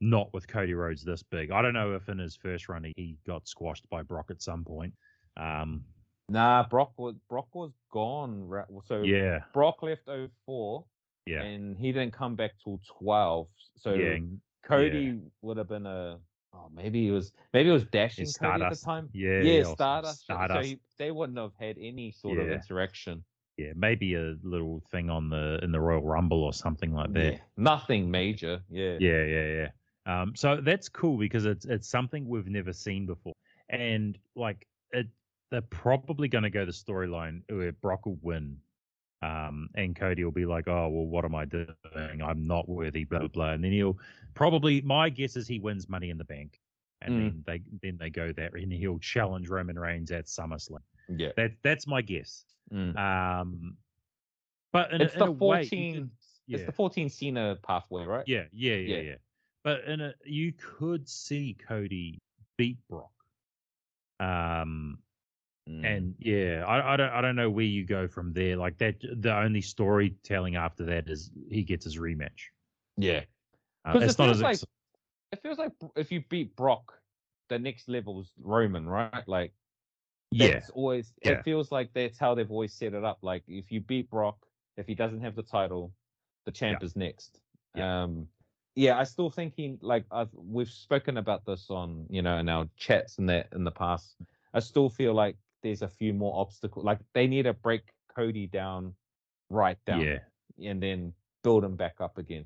not with Cody Rhodes this big. I don't know if in his first run he, he got squashed by Brock at some point. Um,
Nah, Brock was Brock was gone. ra- So
yeah.
Brock left 04
Yeah.
and he didn't come back till 12. So
yeah. and-
Cody would have been a Oh, maybe it was maybe it was Dash
Yeah,
and Cody at the
Stardust.
time.
Yeah,
yeah,
or some
Stardust. So
Stardust.
he, they wouldn't have had any sort of
Yeah.
interaction.
yeah, maybe a little thing on the in the Royal Rumble or something like that.
Yeah, Nothing major. Yeah.
Yeah, yeah, yeah. Um, so that's cool because it's it's something we've never seen before, and like it, they're probably going to go the storyline where Brock will win, um, and Cody will be like, "Oh well, what am I doing? I'm not worthy." Blah blah blah, and then he'll probably my guess is he wins Money in the Bank, and
Mm.
then they then they go there and he'll challenge Roman Reigns at SummerSlam.
Yeah.
That that's my guess.
Mm.
Um, but in, a-
it's
in
the
a way, you
fourteen.
could-
It's
yeah.
the fourteen Cena pathway, right?
Yeah, yeah, yeah,
Yeah.
yeah. But in a, you could see Cody beat Brock. Um
Mm.
and yeah, I, I don't I don't know where you go from there. Like that, the only storytelling after that is he gets his rematch.
yeah,
Uh,
'Cause
it's
it
not
feels
as
like-
ex-
it feels like if you beat Brock, the next level's Roman, right? Like
yeah,
that's always
Yeah.
it feels like that's how they've always set it up. Like if you beat Brock, if he doesn't have the title, the champ is next.
Yeah.
Um yeah, I still think he like I've we've spoken about this on, you know, in our chats and that in the past. I still feel like there's a few more obstacles. Like they need to break Cody down right down
yeah.
and then build him back up again.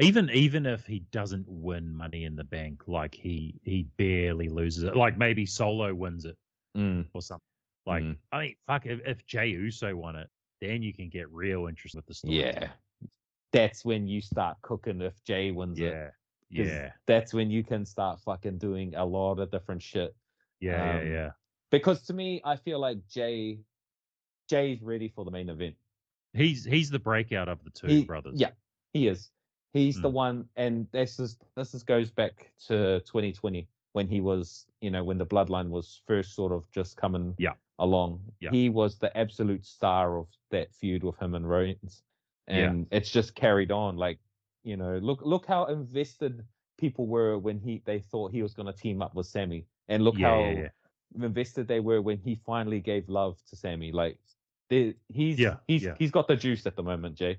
Even even if he doesn't win Money in the Bank, like he he barely loses it. Like maybe Solo wins it
Mm.
or something. Like
Mhm.
I mean, fuck, if, if Jey Uso won it, then you can get real interested with the story.
Yeah. That's when you start cooking if Jay wins it.
yeah,
'Cause
yeah.
That's when you can start fucking doing a lot of different shit.
Yeah,
Um,
yeah, yeah.
Because to me, I feel like Jay Jay's ready for the main event.
He's he's the breakout of the two
He-
brothers.
Yeah, he is. He's the
Mm.
one and this is this is goes back to twenty twenty when he was, you know, when the bloodline was first sort of just coming
Yeah.
along.
Yeah.
He was the absolute star of that feud with him and Reigns.
Yeah.
And it's just carried on. Like, you know, look look how invested people were when he they thought he was gonna team up with Sammy. And look
yeah,
how
yeah, yeah.
invested they were when he finally gave love to Sammy. Like they, he's
Yeah,
he's
yeah.
he's got the juice at the moment, Jay.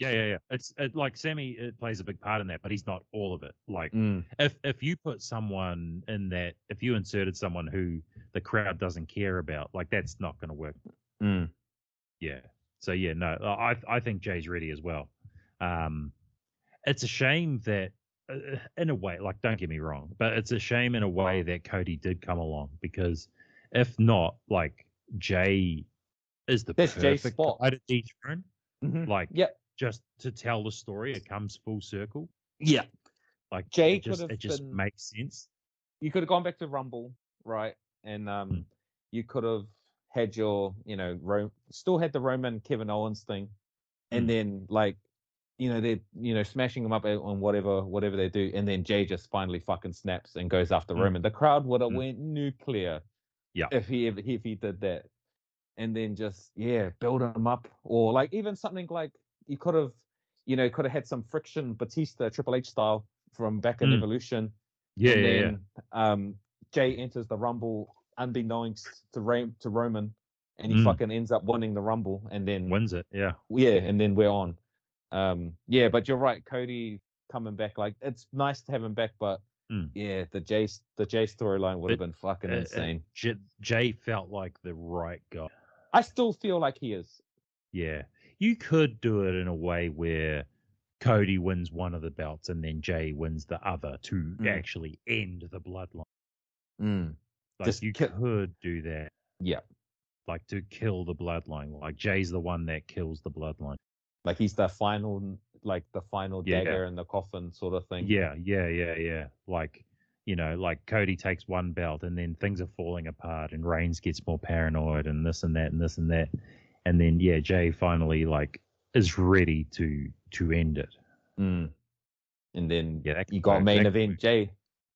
Yeah, yeah, yeah. It's it, like Sammy it plays a big part in that, but he's not all of it. Like
Mm.
if if you put someone in that, if you inserted someone who the crowd doesn't care about, like that's not going to work. Mm. Yeah. So yeah, no, I I think Jay's ready as well. Um, it's a shame that, uh, in a way, like don't get me wrong, but it's a shame in a way that Cody did come along because if not, like Jay is the
That's Jay's
perfect
spot.
guy to teach Aaron,
Mhm.
like
Yep.
just to tell the story. It comes full circle.
Yeah.
Like
Jay
it
could
just
have
it just
been-
makes sense.
You could have gone back to Rumble, right? And um,
Mm.
you could have had your, you know, Ro- still had the Roman Kevin Owens thing, and
Mm.
then like, you know, they're you know smashing him up a- on whatever whatever they do, and then Jay just finally fucking snaps and goes after
Mm.
Roman. The crowd would have
Mm.
went nuclear.
Yeah.
If he if, if he did that, and then just yeah build him up or like even something like you could have you know could have had some friction batista triple h style from back in
Mm.
evolution
Yeah,
and
yeah, yeah.
then um jay enters the rumble unbeknownst to Ra- to roman and he
Mm.
fucking ends up winning the rumble and then
Wins it. Yeah.
yeah and then we're on um yeah but you're right cody coming back like it's nice to have him back but
Mm.
yeah the jay the jay storyline would have
It-
been fucking
Uh, uh,
insane
J- Jay felt like the right guy.
i still feel like he is
Yeah. You could do it in a way where Cody wins one of the belts and then Jay wins the other to
Mm.
actually end the bloodline.
Mm.
Like
Just
you
kill-
could do that.
Yeah.
Like to kill the bloodline. Like Jay's the one that kills the bloodline.
like he's the final like the final
Yeah.
dagger in the coffin sort of thing
Yeah, yeah, yeah, yeah. Like you know, like Cody takes one belt and then things are falling apart and Reigns gets more paranoid and this and that and this and that. And then yeah, Jay finally like is ready to to end it.
Mm. and then
Yeah, that
you
could
got
work,
main
that could
event
work.
jay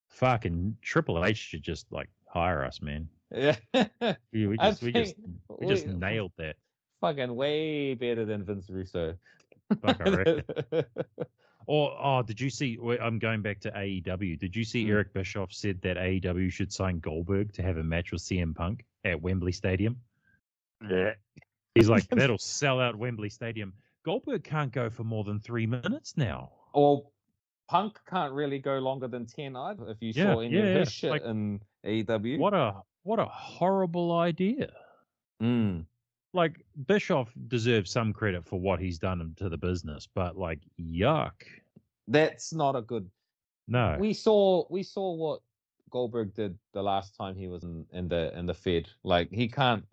fucking Triple H should just like hire us, man.
yeah *laughs*
Yeah, we
I
just, we just,
think-
we just
wait,
nailed
*laughs*
that.
fucking way better than vince russo *laughs*
Fuck, I reckon. Or oh, did you see? wait, I'm going back to AEW. Did you see
Hmm.
Eric Bischoff said that AEW should sign Goldberg to have a match with CM Punk at Wembley Stadium?
yeah
He's
*laughs*
like, that'll sell out Wembley Stadium. Goldberg can't go for more than three minutes now.
or Punk can't really go longer than ten either. If you
Yeah,
saw any
yeah,
of
yeah.
his shit
Like,
in E AEW,
What a what a horrible idea.
Mm.
Like Bischoff deserves some credit for what he's done to the business, but like yuck.
That's not a good.
No.
We saw we saw what Goldberg did the last time he was in, in the in the Fed. Like he can't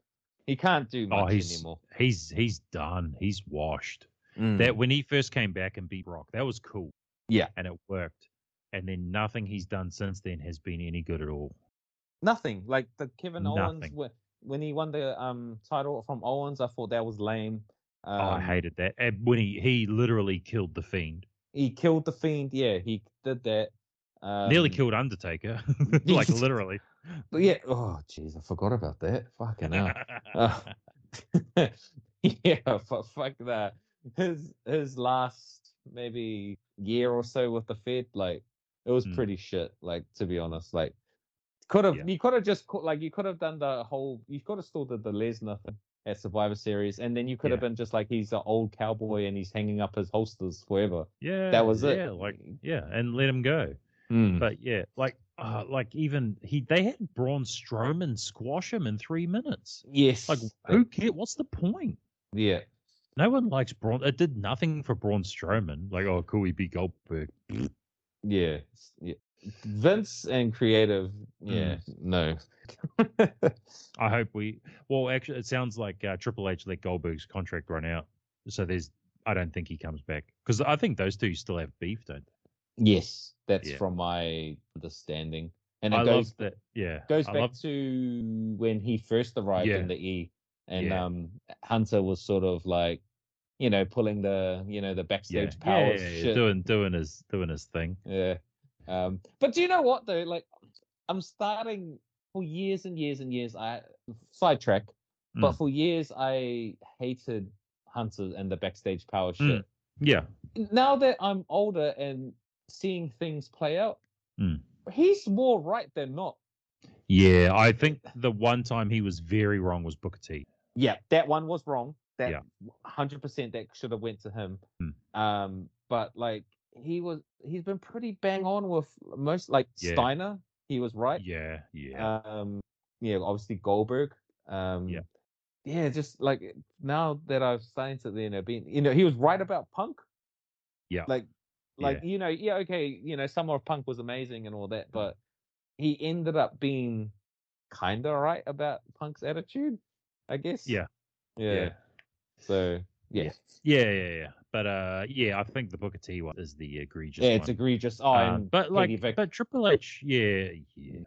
he can't do
Oh,
much
he's-
anymore.
he's he's done. He's washed.
Mm.
That when he first came back and beat Rock, that was cool.
Yeah.
And it worked. And then nothing he's done since then has been any good at all.
nothing like the Kevin Owens
Nothing.
when, when he won the um title from Owens. I thought that was lame. Um,
oh, I hated that. And when he he literally killed the fiend.
He killed the fiend. Yeah, he did that. Um,
Nearly killed
*laughs*
Undertaker. *laughs* like literally.
But yeah. Oh, jeez, I forgot about that.
*laughs*
Fucking hell. Uh, *laughs* yeah, but fuck that. His his last maybe year or so with the Fed, like it was
Mm.
pretty shit. Like to be honest, like could have
Yeah.
you could have just co- like you could have done the whole you could have still did the Lesnar thing at Survivor Series, and then you could have been just like he's an old cowboy and he's hanging up his holsters forever.
yeah.
That was
yeah,
it. Mm.
Like yeah, and let him go. But yeah, like uh, like even he they had Braun Strowman squash him in three minutes.
yes,
Like
that-
who cares? What's the point?
yeah,
No one likes Braun. It did nothing for Braun Strowman. Like, oh, cool, he beat Goldberg.
yeah, yeah. Vince and creative, yeah,
Mm.
no.
*laughs* I hope we. Well, actually, it sounds like uh, Triple H let Goldberg's contract run out, so there's. I don't think he comes back because I think those two still have beef, don't they?
Yes, that's
Yeah.
from my understanding. And it
I
goes
love that. Yeah,
goes
I
back
love-
to when he first arrived
Yeah.
in the E, and
Yeah.
um, Hunter was sort of like, you know, pulling the you know the
yeah,
backstage
yeah,
powers
yeah, yeah,
shit.
doing doing his doing his thing.
Yeah. Um, but do you know what though? Like, I'm starting for years and years and years. I sidetrack, but
Mm.
for years I hated Hunter and the backstage power
Mm.
shit.
Yeah,
now that I'm older and seeing things play out,
Mm.
he's more right than not.
yeah. I think the one time he was very wrong was Booker T.
Yeah, that one was wrong.
Yeah.
That hundred percent that should have went to him.
Mm.
Um, but like he was, he's been pretty bang on with most. Like
Yeah.
Steiner, he was right.
Yeah, yeah.
Um, yeah, obviously Goldberg. Um,
Yeah.
yeah, just like eh, now that I've seen it, you know, being you know, he was right about Punk.
Yeah.
like, like
Yeah. Mm.
you know, yeah, okay, you know, Summer of Punk was amazing and all that, but he ended up being kind of right about Punk's attitude, I guess.
Yeah.
yeah.
Yeah.
So yeah, yeah,
Yeah. Yeah, yeah, yeah. But uh, yeah, I think the Booker T one is the egregious one.
it's egregious. Oh,
Um,
and
but
Katie
like,
Vick.
but Triple H, yeah, yeah.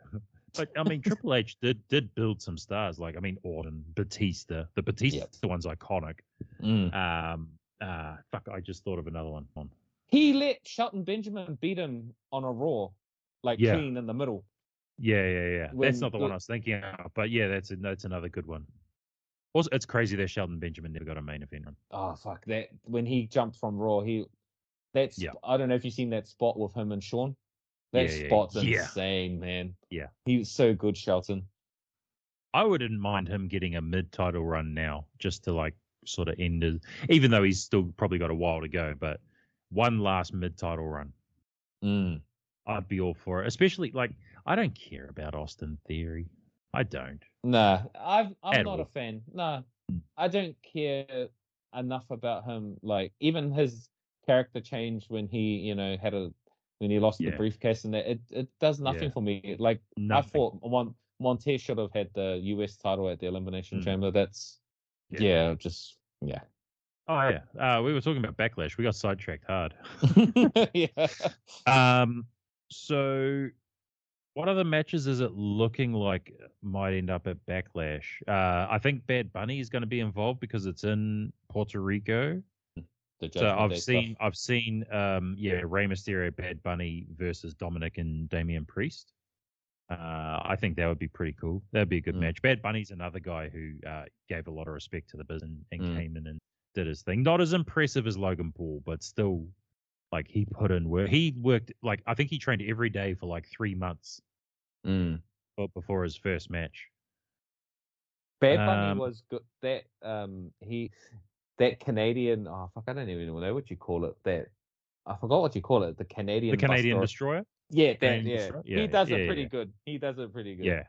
But I mean, Triple H did did build some stars. Like, I mean, Orton, Batista. The Batista one's iconic.
Mm.
Um, uh, fuck, I just thought of another one. Hold on.
he let Shelton Benjamin beat him on a Raw, like
Yeah.
clean in the middle.
Yeah, yeah, yeah.
When
that's not the
the-
one I was thinking of, but yeah, that's a, that's another good one. Also, it's crazy that Sheldon Benjamin never got a main event run.
oh fuck that when he jumped from Raw, he that's
Yeah.
I don't know if you've seen that spot with him and Sean. That
Yeah, yeah,
spot's
yeah.
insane, man.
Yeah.
He was so good, Shelton.
I wouldn't mind him getting a mid-title run now, just to like sort of end his. Even though he's still probably got a while to go, but one last mid-title run,
Mm.
I'd be all for it. Especially like I don't care about Austin Theory. I don't.
Nah. I've I'm
At
not
all. Mm.
a fan. Nah. I don't care enough about him. Like even his character change when he, you know, had a when he lost the
Yeah.
briefcase and that it, it does nothing
Yeah.
for me. Like
Nothing.
I thought Mon- Montez should have had the US title at the Elimination
Mm.
Chamber. That's
Yeah.
yeah just yeah.
Oh yeah, uh, we were talking about backlash. We got sidetracked hard. *laughs*
*laughs* yeah.
um, so what other matches is it looking like uh, might end up at backlash? Uh, I think Bad Bunny is going to be involved because it's in Puerto Rico.
The
So
Judgment Day
I've
stuff.
seen, I've seen, um, yeah, Rey Mysterio, Bad Bunny versus Dominic and Damian Priest. Uh, I think that would be pretty cool. That'd be a good
Mm.
match. Bad Bunny's another guy who uh, gave a lot of respect to the business and
Mm.
came in and did his thing. Not as impressive as Logan Paul, but still, like he put in work. He worked like I think he trained every day for like three months
Mm.
be- before his first match.
Bad Bunny
Um,
was good. That um he that Canadian oh fuck I don't even know what you call it that I forgot what you call it. The Canadian.
the Canadian
Buster.
Destroyer.
Yeah, that,
Canadian
yeah.
Destroyer?
He
Yeah,
does
yeah,
it
yeah,
pretty
yeah.
good. He does it pretty good.
Yeah,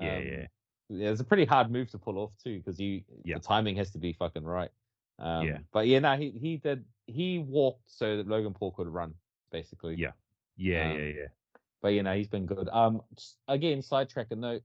yeah,
Um,
yeah.
yeah, it's a pretty hard move to pull off too, because you
Yeah.
the timing has to be fucking right. Um,
Yeah.
But yeah, no, he he did he walked so that Logan Paul could run basically.
Yeah. Yeah,
Um,
yeah, yeah.
But you know he's been good. Um, s- again, sidetrack a note.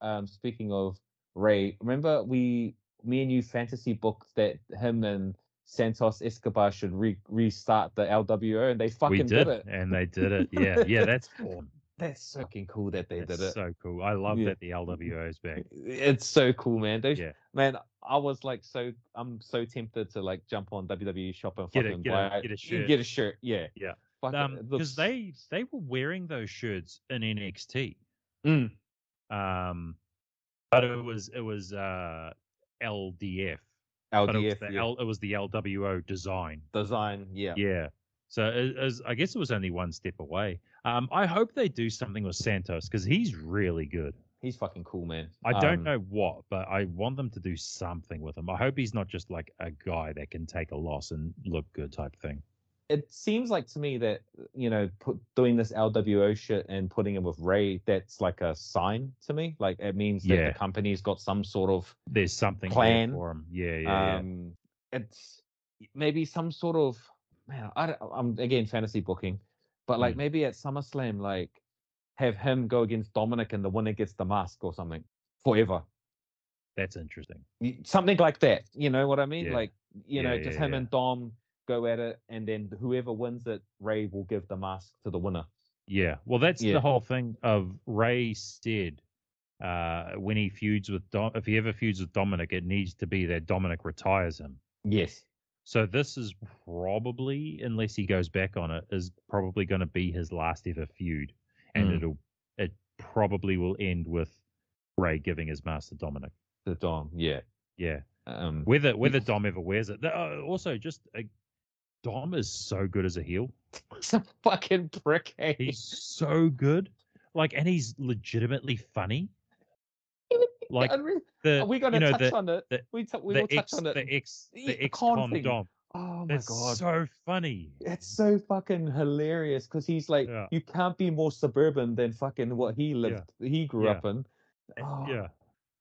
Um, speaking of Ray, remember we me and you fantasy booked that him and Santos Escobar should re- restart the LWO, and they fucking
We
did.
did,
it.
and they did
*laughs*
it. Yeah, yeah. That's awesome.
That's fucking cool that they
That's
did it.
so cool. I love
Yeah.
that the LWO is back.
It's so cool, man. Those
Yeah.
man, I was like so I'm so tempted to like jump on WWE shop and
Get a-
fucking
get a-
buy
get a
you
shirt.
Get a shirt, yeah.
Yeah.
Fuck it,
Um,
it
because
looks-
they they were wearing those shirts in NXT.
Mm.
Um, but it was it was uh LDF. But it was
LDF
the
yeah.
L, it was the LWO design.
design, yeah.
Yeah. So it, it was- I guess it was only one step away. Um, I hope they do something with Santos because he's really good.
He's fucking cool, man.
I don't
Um,
know what, but I want them to do something with him. I hope he's not just like a guy that can take a loss and look good type thing.
It seems like to me that uh, you know, put, doing this LWO shit and putting it with Ray, that's like a sign to me. Like it means that
Yeah.
the company's got some sort of
There's something there
Plan.
for him. Yeah, yeah,
um it's maybe some sort of man I don't, i'm again fantasy booking but like
Mm.
maybe at summerslam like have him go against dominic and the winner gets the mask or something forever
That's interesting.
Y- something like that you know what i mean
Yeah.
like you know
Yeah,
just
yeah,
him
yeah.
and dom go at it and then whoever wins it ray will give the mask to the winner
Yeah. Well, that's
Yeah.
the whole thing of Ray said uh, when he feuds with Dom, if he ever feuds with Dominic, it needs to be that Dominic retires him.
yes
So this is probably, unless he goes back on it, is probably going to be his last ever feud, and
Mm.
it'll it probably will end with Ray giving his master Dominic.
to dom yeah
Yeah,
um *laughs*
whether whether Dom ever wears it. Th- uh, also, just uh, Dom is so good as a heel.
he's a fucking prick eh?
He's so good, like, and he's legitimately funny. *laughs* Like
Unreal.
the
we're gonna
you know
touch
the
on it
the-
we, t- we will
the
touch
ex
on it
the ex
Yeah,
the ex
con
con
thing.
Dom.
oh my
That's
god
so funny.
It's so fucking hilarious because he's like,
Yeah.
you can't be more suburban than fucking what he lived, he grew
Yeah.
up in. Oh,
Yeah.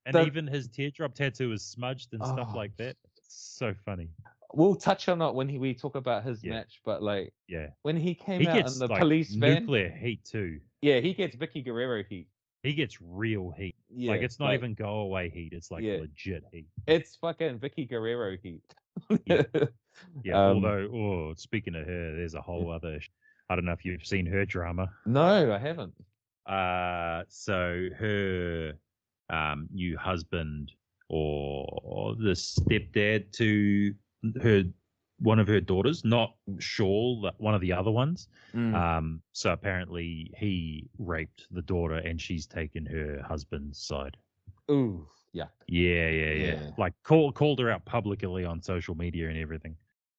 And
the-
even his teardrop tattoo is smudged and stuff
Oh.
like that. It's so funny.
We'll touch on it when he, we talk about his
Yeah.
match, but like,
Yeah.
when he came
He
out
gets
in the
like
police van,
nuclear heat too.
yeah, he gets Vicky Guerrero heat.
He gets real heat.
Yeah,
like it's not
like,
even go away heat. It's like
Yeah.
legit heat.
It's fucking Vicky Guerrero heat.
Yeah. Yeah.
Um,
although, oh, speaking of her, there's a whole other. sh- I don't know if you've seen her drama.
*laughs* no, I haven't.
Uh, so her um, new husband or the stepdad to her one of her daughters, not Shawl, but one of the other ones.
Mm.
Um, so apparently he raped the daughter and she's taken her husband's side.
Ooh, yeah.
Yeah, yeah, yeah.
Yeah.
Like call, called her out publicly on social media and everything.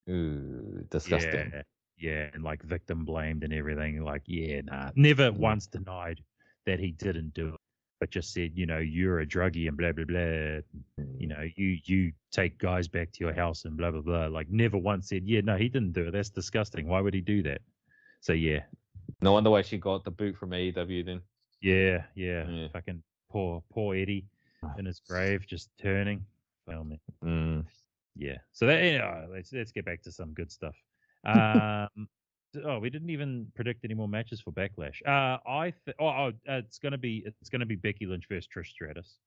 Ooh, disgusting.
Yeah. Yeah, and like victim blamed and everything. Like, yeah, nah. Never
Mm.
once denied that he didn't do it, but just said, you know, you're a druggie and blah blah blah. You know, you you take guys back to your house and blah blah blah. Like never once said, yeah, no, he didn't do it. That's disgusting. Why would he do that? So yeah,
Mm. No wonder why she got the boot from AEW then.
Yeah, yeah.
Yeah.
Fucking poor, poor Eddie in his grave, just turning. Fail me.
Mm.
Yeah. So that, you know, let's let's get back to some good
*laughs*
stuff. Um, d- oh, we didn't even predict any more matches for Backlash. Uh, I th- oh, oh, uh, it's gonna be it's gonna be Becky Lynch versus Trish Stratus.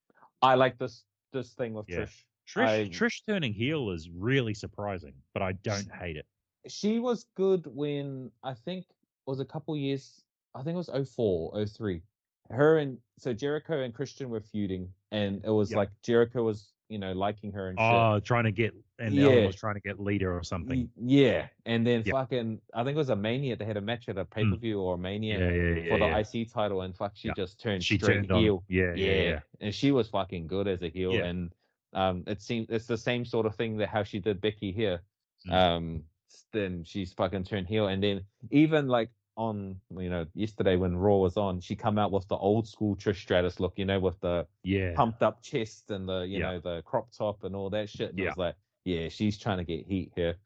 I like this this thing with
Yeah.
Trish.
Trish
I-
Trish turning heel is really surprising, but I don't hate it.
she was good when I think it was a couple years. I think it was 04, 03. Her and so Jericho and Christian were feuding, and it was
Yep.
like Jericho was you know liking her and shit.
Oh, trying to get and the other
Yeah.
was trying to get leader or something.
Y- Yeah, and then
Yep.
fucking I think it was a Mania. They had a match at a pay per view or a Mania
Yeah, yeah, yeah.
for the
yeah.
IC title, and fuck, she
Yeah.
just turned
She
straight
turned on.
heel.
Yeah, yeah,
yeah.
yeah.
and she was fucking good as a heel,
Yeah.
and um, it seems it's the same sort of thing that how she did Becky here.
Mm.
Um, s- then she's fucking turned heel, and then even like on you know yesterday when Raw was on, she come out with the old school Trish Stratus look, you know, with the
Yeah.
pumped up chest and the you
Yeah.
know the crop top and all that shit. And
Yeah.
I was like, yeah, she's trying to get heat here.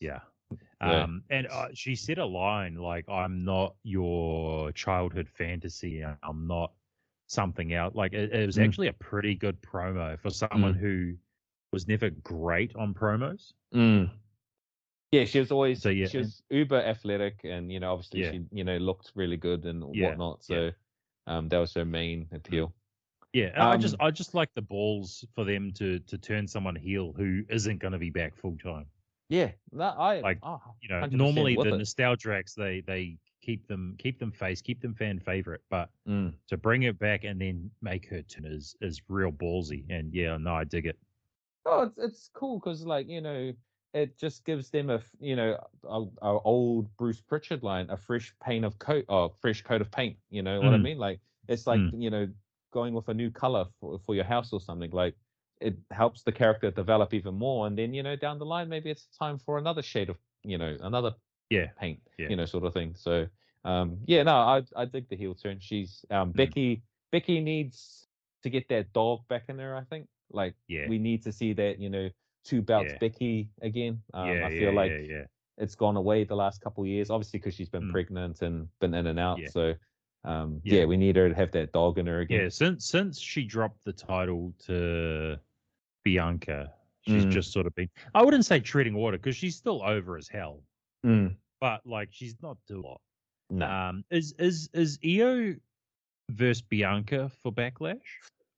Yeah.
Yeah.
Um, and uh, she said a line like, "I'm not your childhood fantasy. I- I'm not something else." Like it, it was
Mm.
actually a pretty good promo for someone who was never great on promos.
Mm. Yeah, she was always
So, yeah.
she was uber athletic, and you know, obviously
Yeah.
she you know looked really good and
Yeah, Mm.
whatnot. So, um, that was her main appeal.
Yeah, and I just
Um,
I just like the balls for them to to turn someone heel who isn't going to be back full time.
Yeah, that I
Like,
oh,
You know,
100%
normally
with
the
it.
nostalgia acts they they keep them keep them face keep them fan favorite, but
Mm.
to bring it back and then make her turn is is real ballsy. And yeah, no, I dig it.
Oh, it's it's cool because like you know, it just gives them a f- you know a, a old Bruce Pritchard line, a fresh paint of coat, or fresh coat of paint. You know what I
Mm.
mean? Like it's like you know going with a new color for, for your house or something. Like it helps the character develop even more, and then you know down the line maybe it's time for another shade of you know another
Yeah.
paint,
Yeah.
you know sort of thing. So um yeah, no, I I dig the heel turn. She's um
Mm.
Becky Becky needs to get that dog back in there. I think like
Yeah.
we need to see that you know two bouts
Yeah.
Becky again. Um,
yeah,
I
yeah,
feel like
yeah, yeah.
it's gone away the last couple of years, obviously because she's been
Mm.
pregnant and been in and out.
Yeah.
So um, yeah.
Yeah.
we need her to have that dog in her
Yeah,
again.
since since she dropped the title to Bianca, she's
Mm.
just sort of been I wouldn't say treating water because she's still over as hell.
Mm.
But like she's not doing a lot.
No,
Um is is is Io versus Bianca for backlash?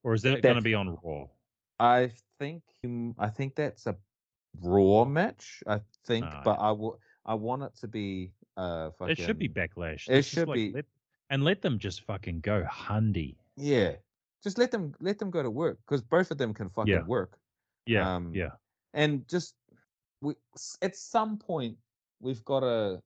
Or is that gonna
That's-
be on Raw?
I think um, I think that's a raw match. I think,
Ah,
but I will. I want it to be. Uh, fucking,
It should be backlash.
it
Let's just,
should
like,
be-
let- and let them just fucking go hundy.
Yeah, just let them let them go to work because both of them can fucking
Yeah.
work.
Yeah.
Um,
yeah.
and just we s- at some point we've got to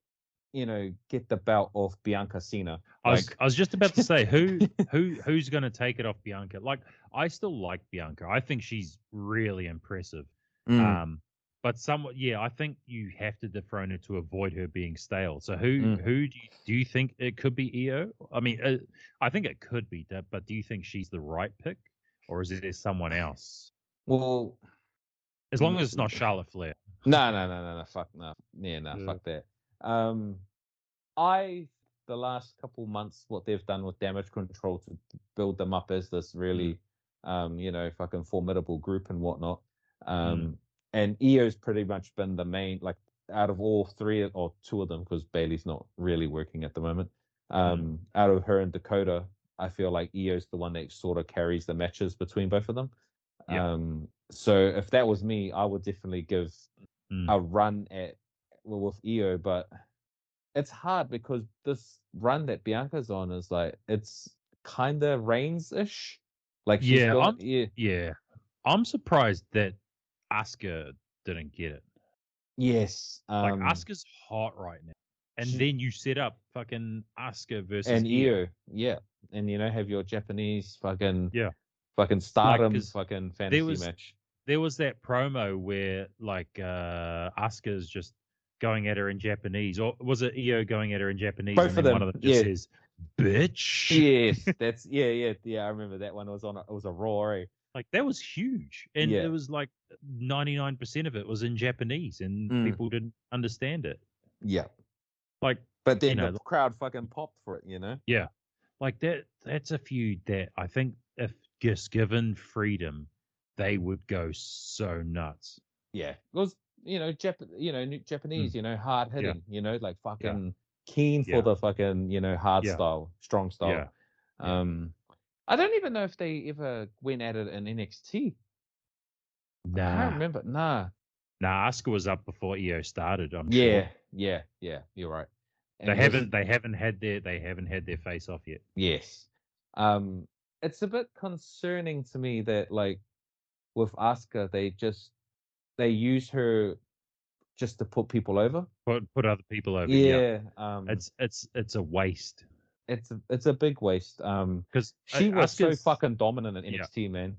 you know get the belt off Bianca Cena.
I was,
Like
I was just about
*laughs*
to say who who who's going to take it off Bianca. Like I still like Bianca. I think she's really impressive.
mm,
Um, but somewhat, yeah, I think you have to dethrone her to avoid her being stale. So who
Mm.
who do you, do you think it could be? Io? I mean, uh, I think it could be, that- but do you think she's the right pick, or is it someone else?
well,
As long as it's not Charlotte Flair.
no, no, no, no, no, fuck no, yeah, no,
Yeah.
fuck that. Um, I the last couple months what they've done with Damage Control to build them up as this really, um, you know, fucking formidable group and whatnot. Um, and EO's pretty much been the main like out of all three or two of them because Bailey's not really working at the moment.
Mm-hmm.
Um, out of her and Dakota, I feel like EO's the one that sort of carries the matches between both of them.
Yeah.
Um, so if that was me, I would definitely give
Mm.
a run at well, with EO, but it's hard because this run that Bianca's on is like it's kind of Reigns ish. Like she's
Yeah,
got-
I'm-
yeah,
Yeah, I'm surprised that Asuka didn't get it.
yes.
Like
Um,
Asuka's hot right now. And
she-
then you set up fucking Asuka versus
and
Io.
Io, yeah, and you know have your Japanese fucking
Yeah.
fucking stardom
'cause
fucking fantasy
was-
*laughs* match.
There was that promo where like uh Asuka's just going at her in Japanese, or was it Io going at her in Japanese?
Both
and
of
then one
them,
of them just
yeah.
says, "Bitch."
Yes, that's yeah, yeah, yeah. I remember that one was on. A, it was a raw. Eh?
Like that was huge, and
Yeah.
it was like ninety nine percent of it was in Japanese, and
Mm.
people didn't understand it.
Yeah,
Like
but then
know,
the crowd fucking popped for it. You know.
like that that's a feud that I think if just given freedom, they would go so nuts.
yeah, it was you know Jap- you know new- Japanese, you know hard hitting, you know like fucking keen for
Yeah.
the fucking you know hard
Yeah.
style, strong style.
Yeah. Yeah.
Um, I don't even know if they ever went at it in NXT. I
Nah.
can't remember. Nah.
Nah, Asuka was up before EO started. I'm
Yeah,
sure.
yeah, yeah. You're right. And
they
it was-
haven't. They haven't had their. They haven't had their face off yet.
Yes. Um, it's a bit concerning to me that like with Asuka, they just they use her just to put people over.
Put put other people over.
yeah. Um,
it's it's it's a waste
it's a, it's a big waste. Um,
because
she was so fucking dominant at
yeah.
NXT, man.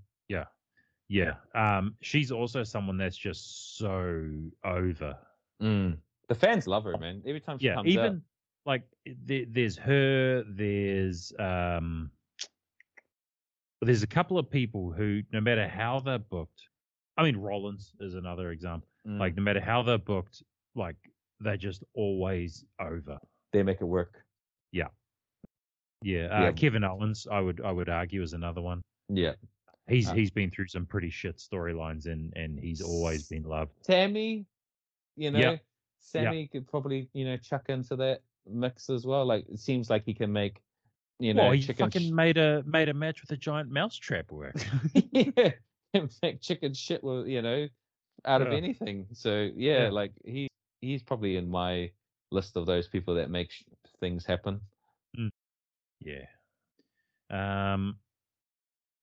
Yeah. Um. She's also someone that's just so over.
The fans love her, man. Every time she
Mm. yeah
comes
even
out,
like there, there's her there's um there's a couple of people who no matter how they're booked i mean rollins is another example
Mm,
like no matter how they're booked like they're just always over.
mm, They make it work.
Yeah, uh,
Yeah.
Kevin Owens, I would I would argue is another one.
Yeah.
He's
Uh,
he's been through some pretty shit storylines and and he's always been loved.
Sammy, you know,
Yeah.
Sammy could probably, you know, chuck into that mix as well. Like it seems like he can make, you know,
well, he
chicken
fucking made a made a match with a giant mousetrap work.
*laughs* yeah, can make chicken shit with, you know, out of
Yeah.
anything. So yeah,
Yeah.
like he he's probably in my list of those people that make sh- things happen.
*laughs* yeah. Um.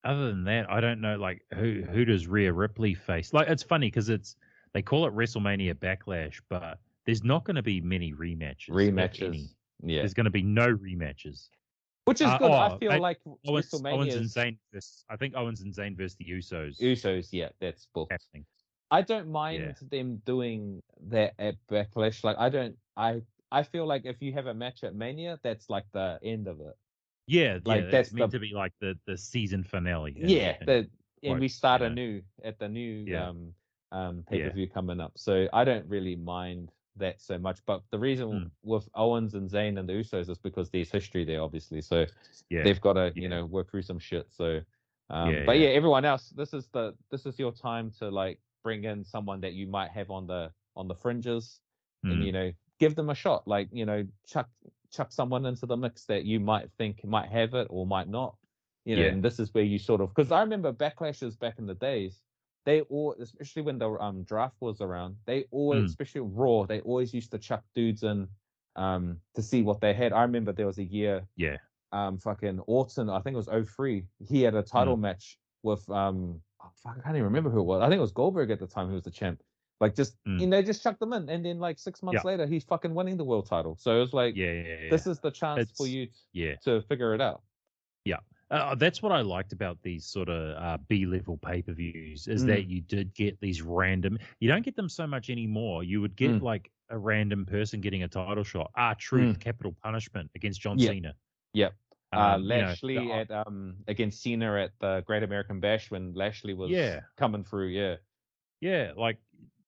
Other than that, I don't know. Like, who who does Rhea Ripley face? Like, it's funny because it's they call it WrestleMania Backlash, but there's not going to be many rematches. if any.
Rematches. Yeah.
There's going to be no rematches.
Which is
Uh,
good. I
oh,
feel
I-
like
Owens, Owens
WrestleMania
and
is
Zayn versus I think Owens and Zayn versus the Usos
Usos, yeah, that's booked.
happening.
I don't mind them doing that at Backlash. Like I don't I I feel like if you have a match at Mania, that's like the end of it.
Yeah,
Like,
yeah,
that's
that's meant
the-
to be like the the season finale. and-
yeah,
*laughs* and-
the, and
quite,
we start
you know.
anew at the new
Yeah.
um um pay
Yeah.
per view coming up. So I don't really mind that so much. But the reason
Mm.
with Owens and Zayn and the Usos is because there's history there, obviously. So
yeah,
they've got to
Yeah.
you know work through some shit. So, um,
Yeah,
but yeah.
yeah.
everyone else, this is the this is your time to like bring in someone that you might have on the on the fringes, and
mm,
you know give them a shot. Like you know chuck chuck someone into the mix that you might think might have it or might not. You know,
Yeah.
and this is where you sort of because I remember backlashes back in the days. They all, especially when the um, draft was around, they always,
Mm.
especially Raw, they always used to chuck dudes in um, to see what they had. I remember there was a year
yeah,
um fucking Orton, I think it was 03, he had a
Hmm.
title match with um oh, fuck, I can't even remember who it was. I think it was Goldberg at the time who was the champ. Like just
Mm.
you know, just chucked them in. And then like six months later he's fucking winning the world title. So it was like
yeah, yeah, yeah.
this is the chance for
It's-
you t-
yeah.
to figure it out.
Uh, that's what I liked about these sort of uh, B level pay per views is
Mm.
that you did get these random. You don't get them so much anymore. You would get
Mm.
like a random person getting a title shot. Ah, truth, capital punishment against John
Yeah.
Cena.
Yep. Uh,
Um, you know, the
Lashley at um against Cena at the Great American Bash when Lashley was
Yeah.
coming through, yeah.
yeah, like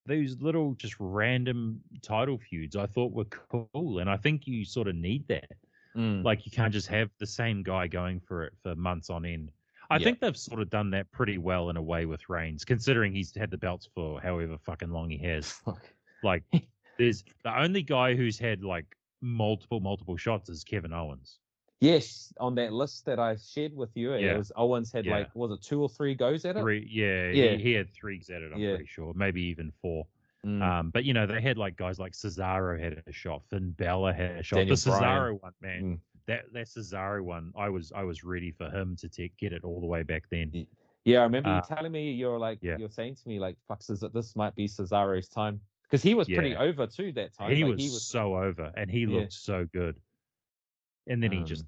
those little just random title feuds I thought were cool. And I think you sort of need that.
Mm.
Like you can't just have the same guy going for it for months on end. I
Yeah.
think they've sort of done that pretty well in a way with Reigns, considering he's had the belts for however fucking long he has.
*laughs* Fuck. *laughs*
Like there's the only guy who's had like multiple, multiple shots is Kevin Owens.
Yes, on that list that I shared with you, it
Yeah.
was Owens had
Yeah.
like was it two or three goes at it?
Three yeah,
Yeah.
He, he had three at it, I'm
Yeah.
pretty sure. Maybe even four.
Mm.
Um, but you know, they had like guys like Cesaro had a shot, Finn Balor had a shot.
Daniel
the
Bryan.
Cesaro one, man,
Mm.
that that Cesaro one, I was I was ready for him to take, get it all the way back then.
Yeah. Yeah, I remember
Uh,
you telling me you're like
yeah.
you're saying to me like fuck is that this might be Cesaro's time because he was pretty
Yeah.
over too that time.
He,
like,
was so over, and he
Yeah.
looked so good. And then he just,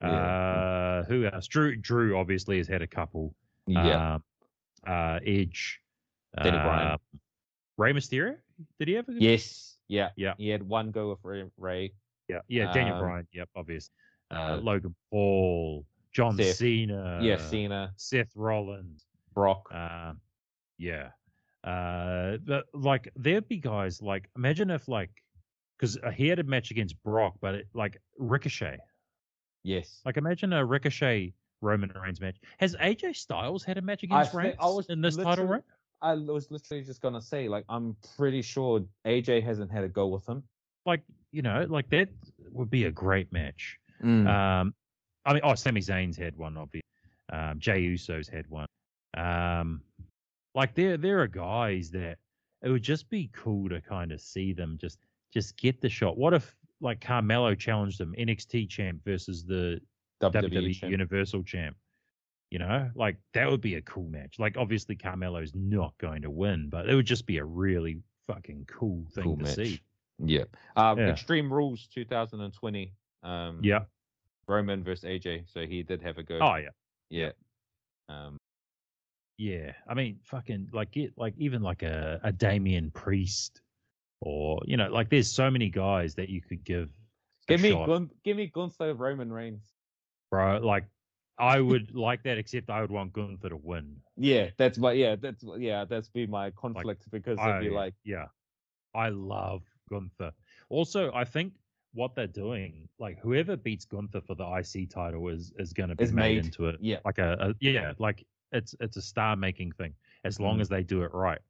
Um, Mm.
uh, who else? Drew Drew obviously has had a couple.
yeah.
Um, uh, Edge,
Danny Bryan.
um, Rey Mysterio. Did he ever?
yes, yeah,
Yeah.
He had one go with Ray, Ray
Yeah, yeah. Daniel
Um,
Bryan. Yep, obviously. Uh,
uh,
Logan Paul, John
Seth.
Cena.
yeah, Cena,
Seth Rollins.
Brock.
Uh, yeah. Uh, but like there'd be guys like imagine if like because he had a match against Brock, but it, like Ricochet.
yes,
Like imagine a Ricochet Roman Reigns match. Has AJ Styles had a match
I
against
think-
Reigns
I was
in this title
literally-
run?
I was literally just gonna say like I'm pretty sure AJ hasn't had a go with him.
Like you know, like that would be a great match.
Uh,
Um, I mean, oh, Sami Zayn's had one, obviously. Um, Jay Uso's had one. Um, like there, there are guys that it would just be cool to kind of see them just, just get the shot. What if like Carmelo challenged them NXT champ versus the WWE,
E champ.
E Universal champ? You know, like that would be a cool match. Like obviously Carmelo's not going to win, but it would just be a really fucking cool thing
Cool
to
match.
see.
Yeah. Um,
Yeah.
Extreme Rules 2020. Um,
Yeah.
Roman versus AJ. So he did have a go.
Oh yeah.
yeah. Um,
Yeah, I mean, fucking like get like even like a a Damien Priest, or you know, like there's so many guys that you could give. a
give me
shot,
Gun- give me Gunther Roman Reigns.
bro. Like, I would like that, except I would want Gunther to win.
Yeah, that's my yeah, that's yeah, that's be my conflict because it'd be
I-
like
yeah, I love Gunther. Also, I think what they're doing, like whoever beats Gunther for the IC title is is going to be
Is
made,
made.
into it.
Yeah.
Like a, a yeah, like it's it's a star making thing as long
Mm.
as they do it right.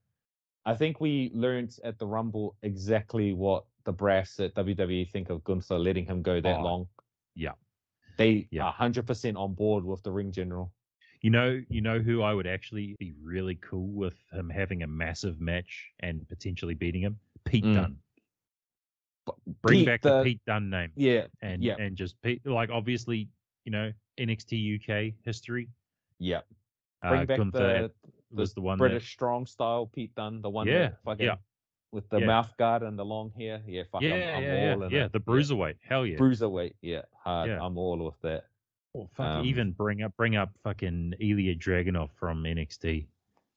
I think we learned at the Rumble exactly what the brass at WWE think of Gunther letting him go that
Oh,
long.
yeah.
They
Yeah.
are 100% on board with the ring general.
You know, you know who I would actually be really cool with him having a massive match and potentially beating him? Pete
Mm.
Dunne. Bring
Pete,
back the Pete Dunne name.
Yeah.
and
Yeah.
and just pe- like obviously you know NXT UK history.
Yeah.
Uh,
Bring back the
was the one
British strong style Pete Dunne, the one
Yeah,
that fucking
yeah.
with the
Yeah.
mouth guard and the long hair. Yeah, fuck,
that, yeah,
I'm,
yeah,
I'm
yeah,
all in
yeah,
it.
the bruiserweight. Hell yeah!
Bruiserweight, yeah, hard.
Yeah.
I'm all with that.
Or fuck,
um,
even bring up bring up fucking Ilya Dragunov from NXT.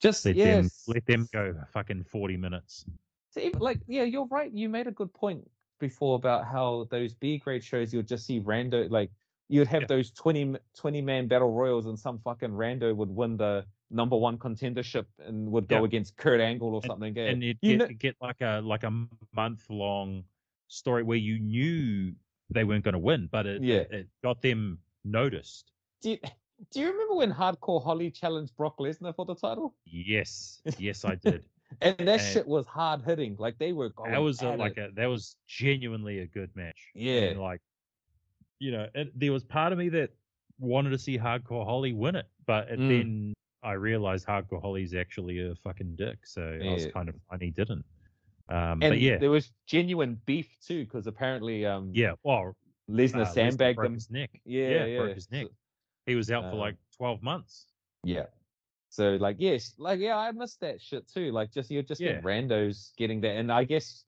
Just
Let
yes.
them let them go fucking forty minutes.
See, but, like, yeah, you're right. You made a good point before about how those B grade shows you'll just see rando like you'd have
Yeah.
those 20, 20 man battle royals and some fucking rando would win the number one contendership and would go
Yeah.
against Kurt Angle or something. yeah.
and it
you
get,
know-
it'd get like a like a month long story where you knew they weren't going to win, but it,
Yeah.
it got them noticed.
do, you, *laughs* do you remember when Hardcore Holly challenged Brock Lesnar for the title?
Yes, yes, I did.
And that
And-
shit was hard hitting. Like they were going.
that was a,
at
like
it.
a that was genuinely a good match.
Yeah.
and like you know, it, there was part of me that wanted to see Hardcore Holly win it, but it,
Mm.
then I realized Hardcore Holly's actually a fucking dick, so I was
Yeah.
kind of funny didn't. Um,
and
but yeah,
there was genuine beef too, because apparently um
yeah. Well,
Lesnar
uh, Lesnar
sandbagged
broke
them.
his neck.
Yeah, yeah.
broke his neck. He was out for
Um,
like twelve months.
Yeah. So like yes, like yeah, I miss that shit too. Like just you're just
Yeah.
getting randos getting that, and I guess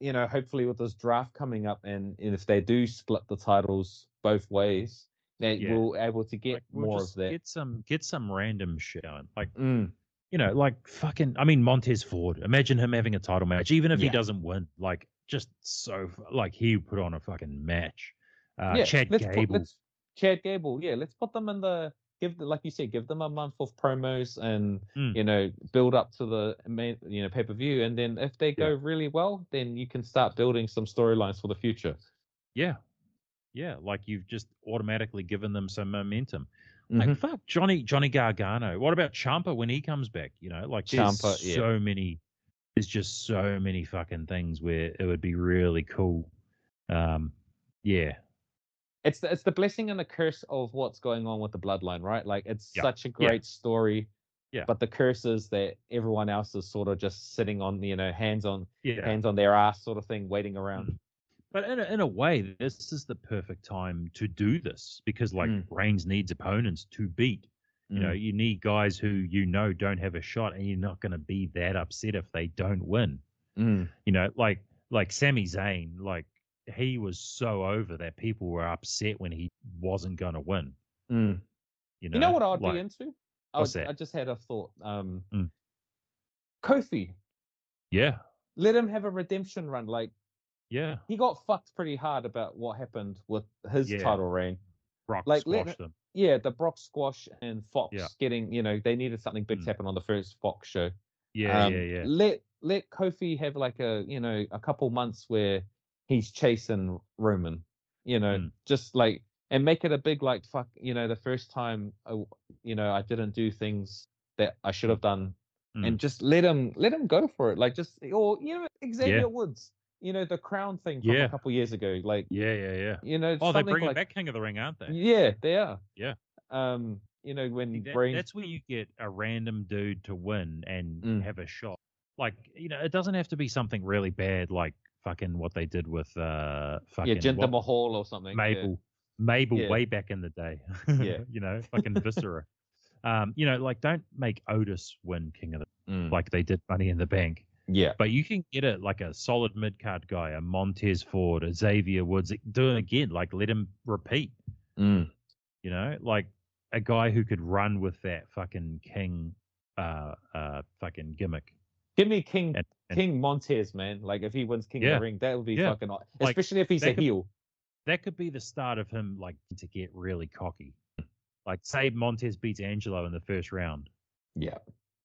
you know hopefully with this draft coming up, and, and if they do split the titles both ways, they
Yeah.
will able to get
Like, we'll
more
just
of that.
Get some get some random shit going. Like
Mm,
you know, like fucking. I mean, Montez Ford. Imagine him having a title match, even if he
Yeah.
doesn't win. Like, just so f- like he put on a fucking match. Uh,
yeah,
Chad
let's Put,
Gable.
let's, Chad Gable. Yeah, let's put them in the give the, like you said, give them a month of promos and
Mm.
you know build up to the main you know pay per view, and then if they go really well, then you can start building some storylines for the future.
yeah, yeah. Like you've just automatically given them some momentum.
Mm-hmm.
Like fuck Johnny Johnny Gargano. What about Champa when he comes back? You know, like there's
Ciampa, yeah.
so many. There's just so many fucking things where it would be really cool. Um, yeah,
it's the, it's the blessing and the curse of what's going on with the bloodline, right? Like it's
Yeah.
such a great story.
Yeah.
But the curse is that everyone else is sort of just sitting on, you know, hands on
yeah.
hands on their ass sort of thing, waiting around.
Mm. But in a, in a way, this is the perfect time to do this because, like,
Mm.
Reigns needs opponents to beat. You know,
Mm.
you need guys who you know don't have a shot, and you're not going to be that upset if they don't win.
Mm.
You know, like like Sami Zayn, like he was so over that people were upset when he wasn't going to win.
Mm.
You know,
You know what I'd
like,
be into? I,
what's
would-
that?
I just had a thought. Um,
Mm.
Kofi,
Yeah,
let him have a redemption run. Like
yeah.
he got fucked pretty hard about what happened with his
Yeah.
title reign.
Brock
Like, let-
squashed them.
Yeah, the Brock squash and Fox
Yeah.
getting, you know, they needed something big
Mm.
to happen on the first Fox show.
Yeah,
Um,
yeah, yeah.
Let let Kofi have like a you know a couple months where he's chasing Roman, you know,
Mm.
just like and make it a big like fuck, you know, the first time I, w- you know I didn't do things that I should have done, and
Mm.
just let him let him go for it, like just or you know Xavier Woods, you know the crown thing from
Yeah.
a couple years ago, like
Yeah, yeah, yeah.
you know
Oh, they're
something
bringing
like,
back King of the Ring, aren't they?
yeah they are
Yeah.
um you know when
See, that-
Brain
that's where you get a random dude to win and
Mm.
have a shot. Like you know, it doesn't have to be something really bad, like fucking what they did with uh
yeah
fucking
Jinder
what-
Mahal or something yeah.
Mabel, Mabel
Yeah.
way back in the day. *laughs*
Yeah.
you
*laughs*
know, fucking Viscera. Um, you know, like don't make Otis win King of the
Mm,
like they did Money in the Bank,
yeah
but you can get it like a solid mid card guy, a Montez Ford, a Xavier Woods. Do it again, like let him repeat
Mm.
you know, like a guy who could run with that fucking king, uh, uh, fucking gimmick.
Give me King
And- and-
King Montez, man. Like if he wins King
Yeah.
of the Ring, that would be
Yeah.
fucking. aw-
Like,
Especially if he's
they
a
could-
heel.
That could be the start of him, like, to get really cocky. Like, say Montez beats Angelo in the first round,
Yeah.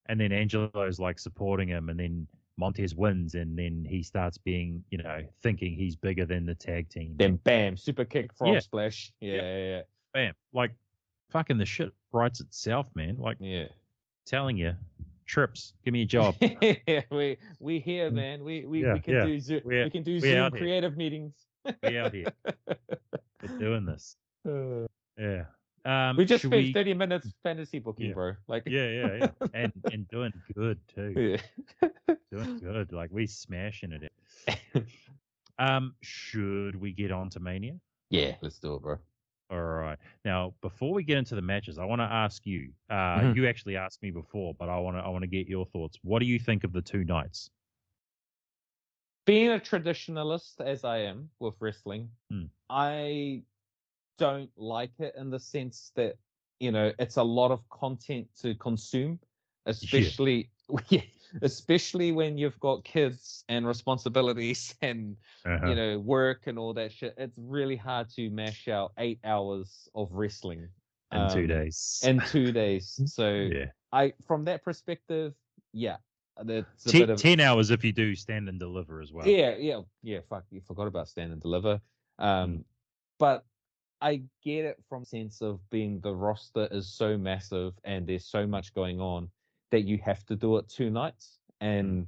and then Angelo's like supporting him, and then Montez wins, and then he starts being, you know, thinking he's bigger than the tag team.
Then bam, super kick, frog
Yeah.
splash. Yeah,
Yeah.
yeah,
Bam, like fucking the shit writes itself, man. Like
yeah.
telling you, trips, give me a job.
*laughs* Yeah, we we here, man. We we,
Mm. Yeah,
we can
yeah.
do Zoom.
We're-
we can do
we're
Zoom
out here.
creative meetings.
we out here, we're doing this.
*laughs* Uh,
Yeah. Um,
we just
should
finished
we- Mm.
thirty minutes fantasy booking,
Yeah.
bro. Like,
Yeah, yeah, yeah, and and doing good too.
*laughs* yeah.
doing good. Like we smashing it.
*laughs*
in. um, should we get on to Mania?
Yeah, let's do it, bro.
All right. Now, before we get into the matches, I want to ask you. Uh,
Mhm.
You actually asked me before, but I want to. I want to get your thoughts. What do you think of the two nights?
being a traditionalist as I am with wrestling,
Hmm.
I don't like it in the sense that you know it's a lot of content to consume, especially *laughs* yeah, especially when you've got kids and responsibilities *laughs* and
uh-huh,
you know work and all that shit. It's really hard to mash out eight hours of wrestling
in two
um, uh,
days. *laughs*
in two days. So
yeah,
I, from that perspective, yeah, that's a
Ten-
bit of
ten hours if you do stand and deliver as well. Mm.
yeah, yeah, yeah. Fuck, you forgot about stand and deliver. Um, but I get it from sense of being the roster is so massive and there's so much going on that you have to do it two nights
Mm.
and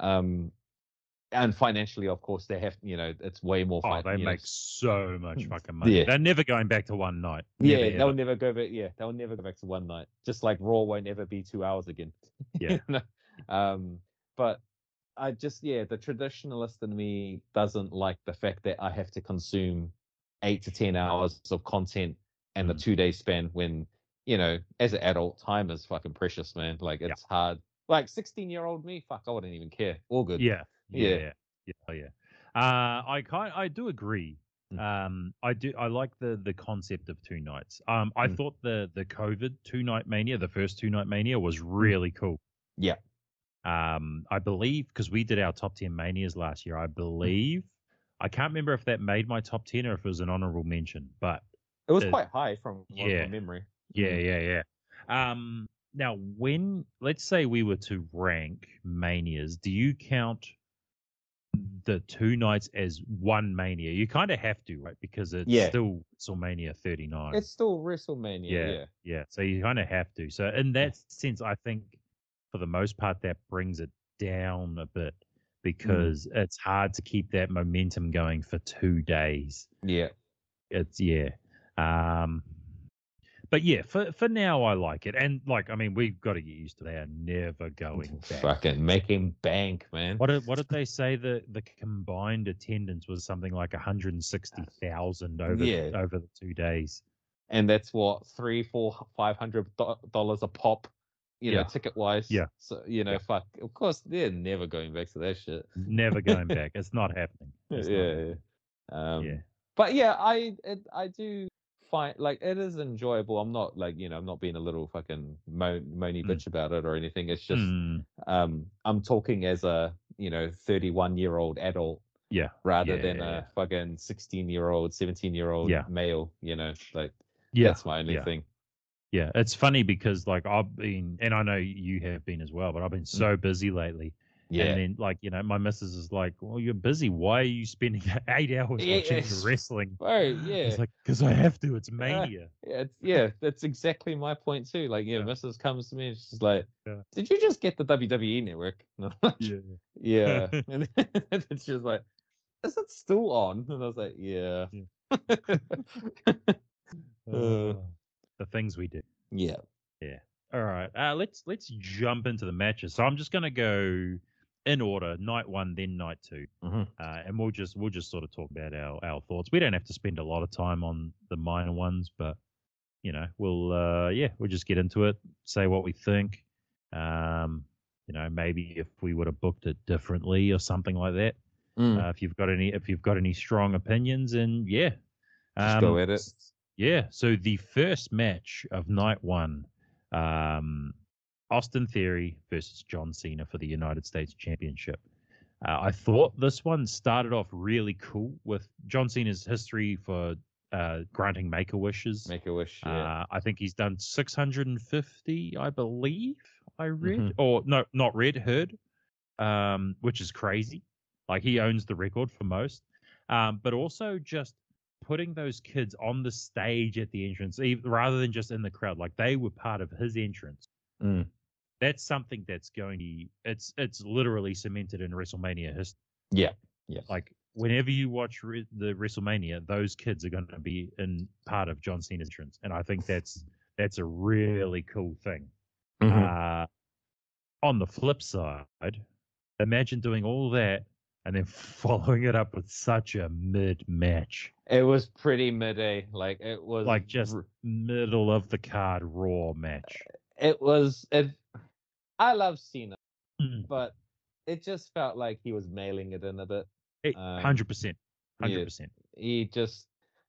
um and financially, of course, they have you know it's way more.
Oh,
fin-
they
you know,
make
s-
so much fucking money.
Hmm. Yeah.
They're never going back to one night.
yeah,
Never,
they'll
ever.
never go back. Yeah, they'll never go back to one night. Just like Raw won't ever be two hours again. *laughs*
Yeah.
You know? um, but I just yeah, the traditionalist in me doesn't like the fact that I have to consume eight to ten hours of content and the
Mm.
two day span when you know as an adult time is fucking precious, man. Like
Yeah.
it's hard. Like sixteen year old me, fuck, I wouldn't even care. All good.
Yeah,
Yeah.
yeah, yeah, yeah. Oh, yeah. Uh, I kind, I do agree.
Mm.
Um, I do, I like the the concept of two nights. Um, I
Mm.
thought the the COVID two night mania, the first two night mania, was really cool.
Hmm. Yeah.
Um, I believe because we did our top ten manias last year. I
Hmm.
believe I can't remember if that made my top ten or if it was an honorable mention, but
It was
Uh,
quite high from, from
yeah.
memory.
yeah, yeah, yeah. Um, now, when let's say we were to rank manias, do you count the two nights as one mania? You kind of have to, right? Because it's
Yeah.
still WrestleMania 39.
It's still WrestleMania.
Yeah.
yeah.
Yeah, so you kind of have to. So in that sense, I think for the most part that brings it down a bit
Mm.
because it's hard to keep that momentum going for two days
yeah.
it's yeah um but yeah for for now i like it and like i mean we've got to get used to they are never going back
Fucking making bank, man.
what did, what did they say the the combined attendance was something like 160,000 over
Uh, Yeah.
over the 2
*laughs*
days
And that's what three, four, five hundred do- dollars a pop, you know,
Yeah.
ticket wise.
Yeah.
So you know,
Yeah.
fuck. Of course, they're never going back to that shit.
never going back it's not happening It's not
yeah.
happening.
yeah. Um,
Yeah.
But yeah, I it, I do find like it is enjoyable. I'm not like you know, I'm not being a little fucking moan, moany
Mm.
bitch about it or anything. It's just
Mm,
um, I'm talking as a you know 31 year old adult
yeah
rather
Yeah,
than
yeah, yeah.
a fucking 16 year old, 17 year old
Yeah.
male. You know, like
yeah
that's my only
yeah.
thing.
yeah it's funny because like i've been and i know you have been as well but i've been so busy lately
Mm. Yeah.
And then, like, you know, my missus is like, Well, you're busy. Why are you spending *laughs* eight hours
Yeah,
watching
yes.
wrestling?
Bro, yeah.
It's like, Because I have to. It's mania. *laughs*
yeah, it's, yeah, that's exactly my point too. Like, yeah,
Yeah.
Mrs. comes to me and she's like,
Yeah.
"Did you just get the WWE network?" *laughs* No,
*laughs*
yeah, *laughs* and then she was like, "Is it still on?" And I was like, "Yeah, Uh.
Uh, the things we do.
yeah."
All right. Uh, let's let's jump into the matches. So I'm just gonna go in order, night one, then night two.
Mhm.
Uh, and we'll just we'll just sort of talk about our, our thoughts. We don't have to spend a lot of time on the minor ones, but you know, we'll uh yeah, we'll just get into it, say what we think. Um, you know, maybe if we would have booked it differently or something like that.
Mm,
Uh, if you've got any if you've got any strong opinions and yeah.
just
Um,
go at it.
yeah. So the first match of night one, um, Austin Theory versus John Cena for the United States Championship. Uh, I thought this one started off really cool with John Cena's history for uh, granting make a wishes.
Make a wish. Yeah.
Uh, I think he's done 650, I believe. I read,
Mhm.
or no, not read, heard. um, which is crazy. Like he owns the record for most, um, but also just putting those kids on the stage at the entrance ev rather than just in the crowd. Like they were part of his entrance.
Mm.
That's something that's going to it's it's literally cemented in WrestleMania history.
Yes.
Like whenever you watch re- the WrestleMania, those kids are going to be in part of John Cena's entrance, and I think that's that's a really cool thing.
Mhm.
Uh, on the flip side, imagine doing all that and then *laughs* following it up with such a mid match,
it was pretty midday. Like it was
like just
r-
middle of the card Raw match.
it was it. I love Cena,
Mm.
but it just felt like he was mailing it in a bit.
It-
Um,
100%.
yeah.
100%.
he just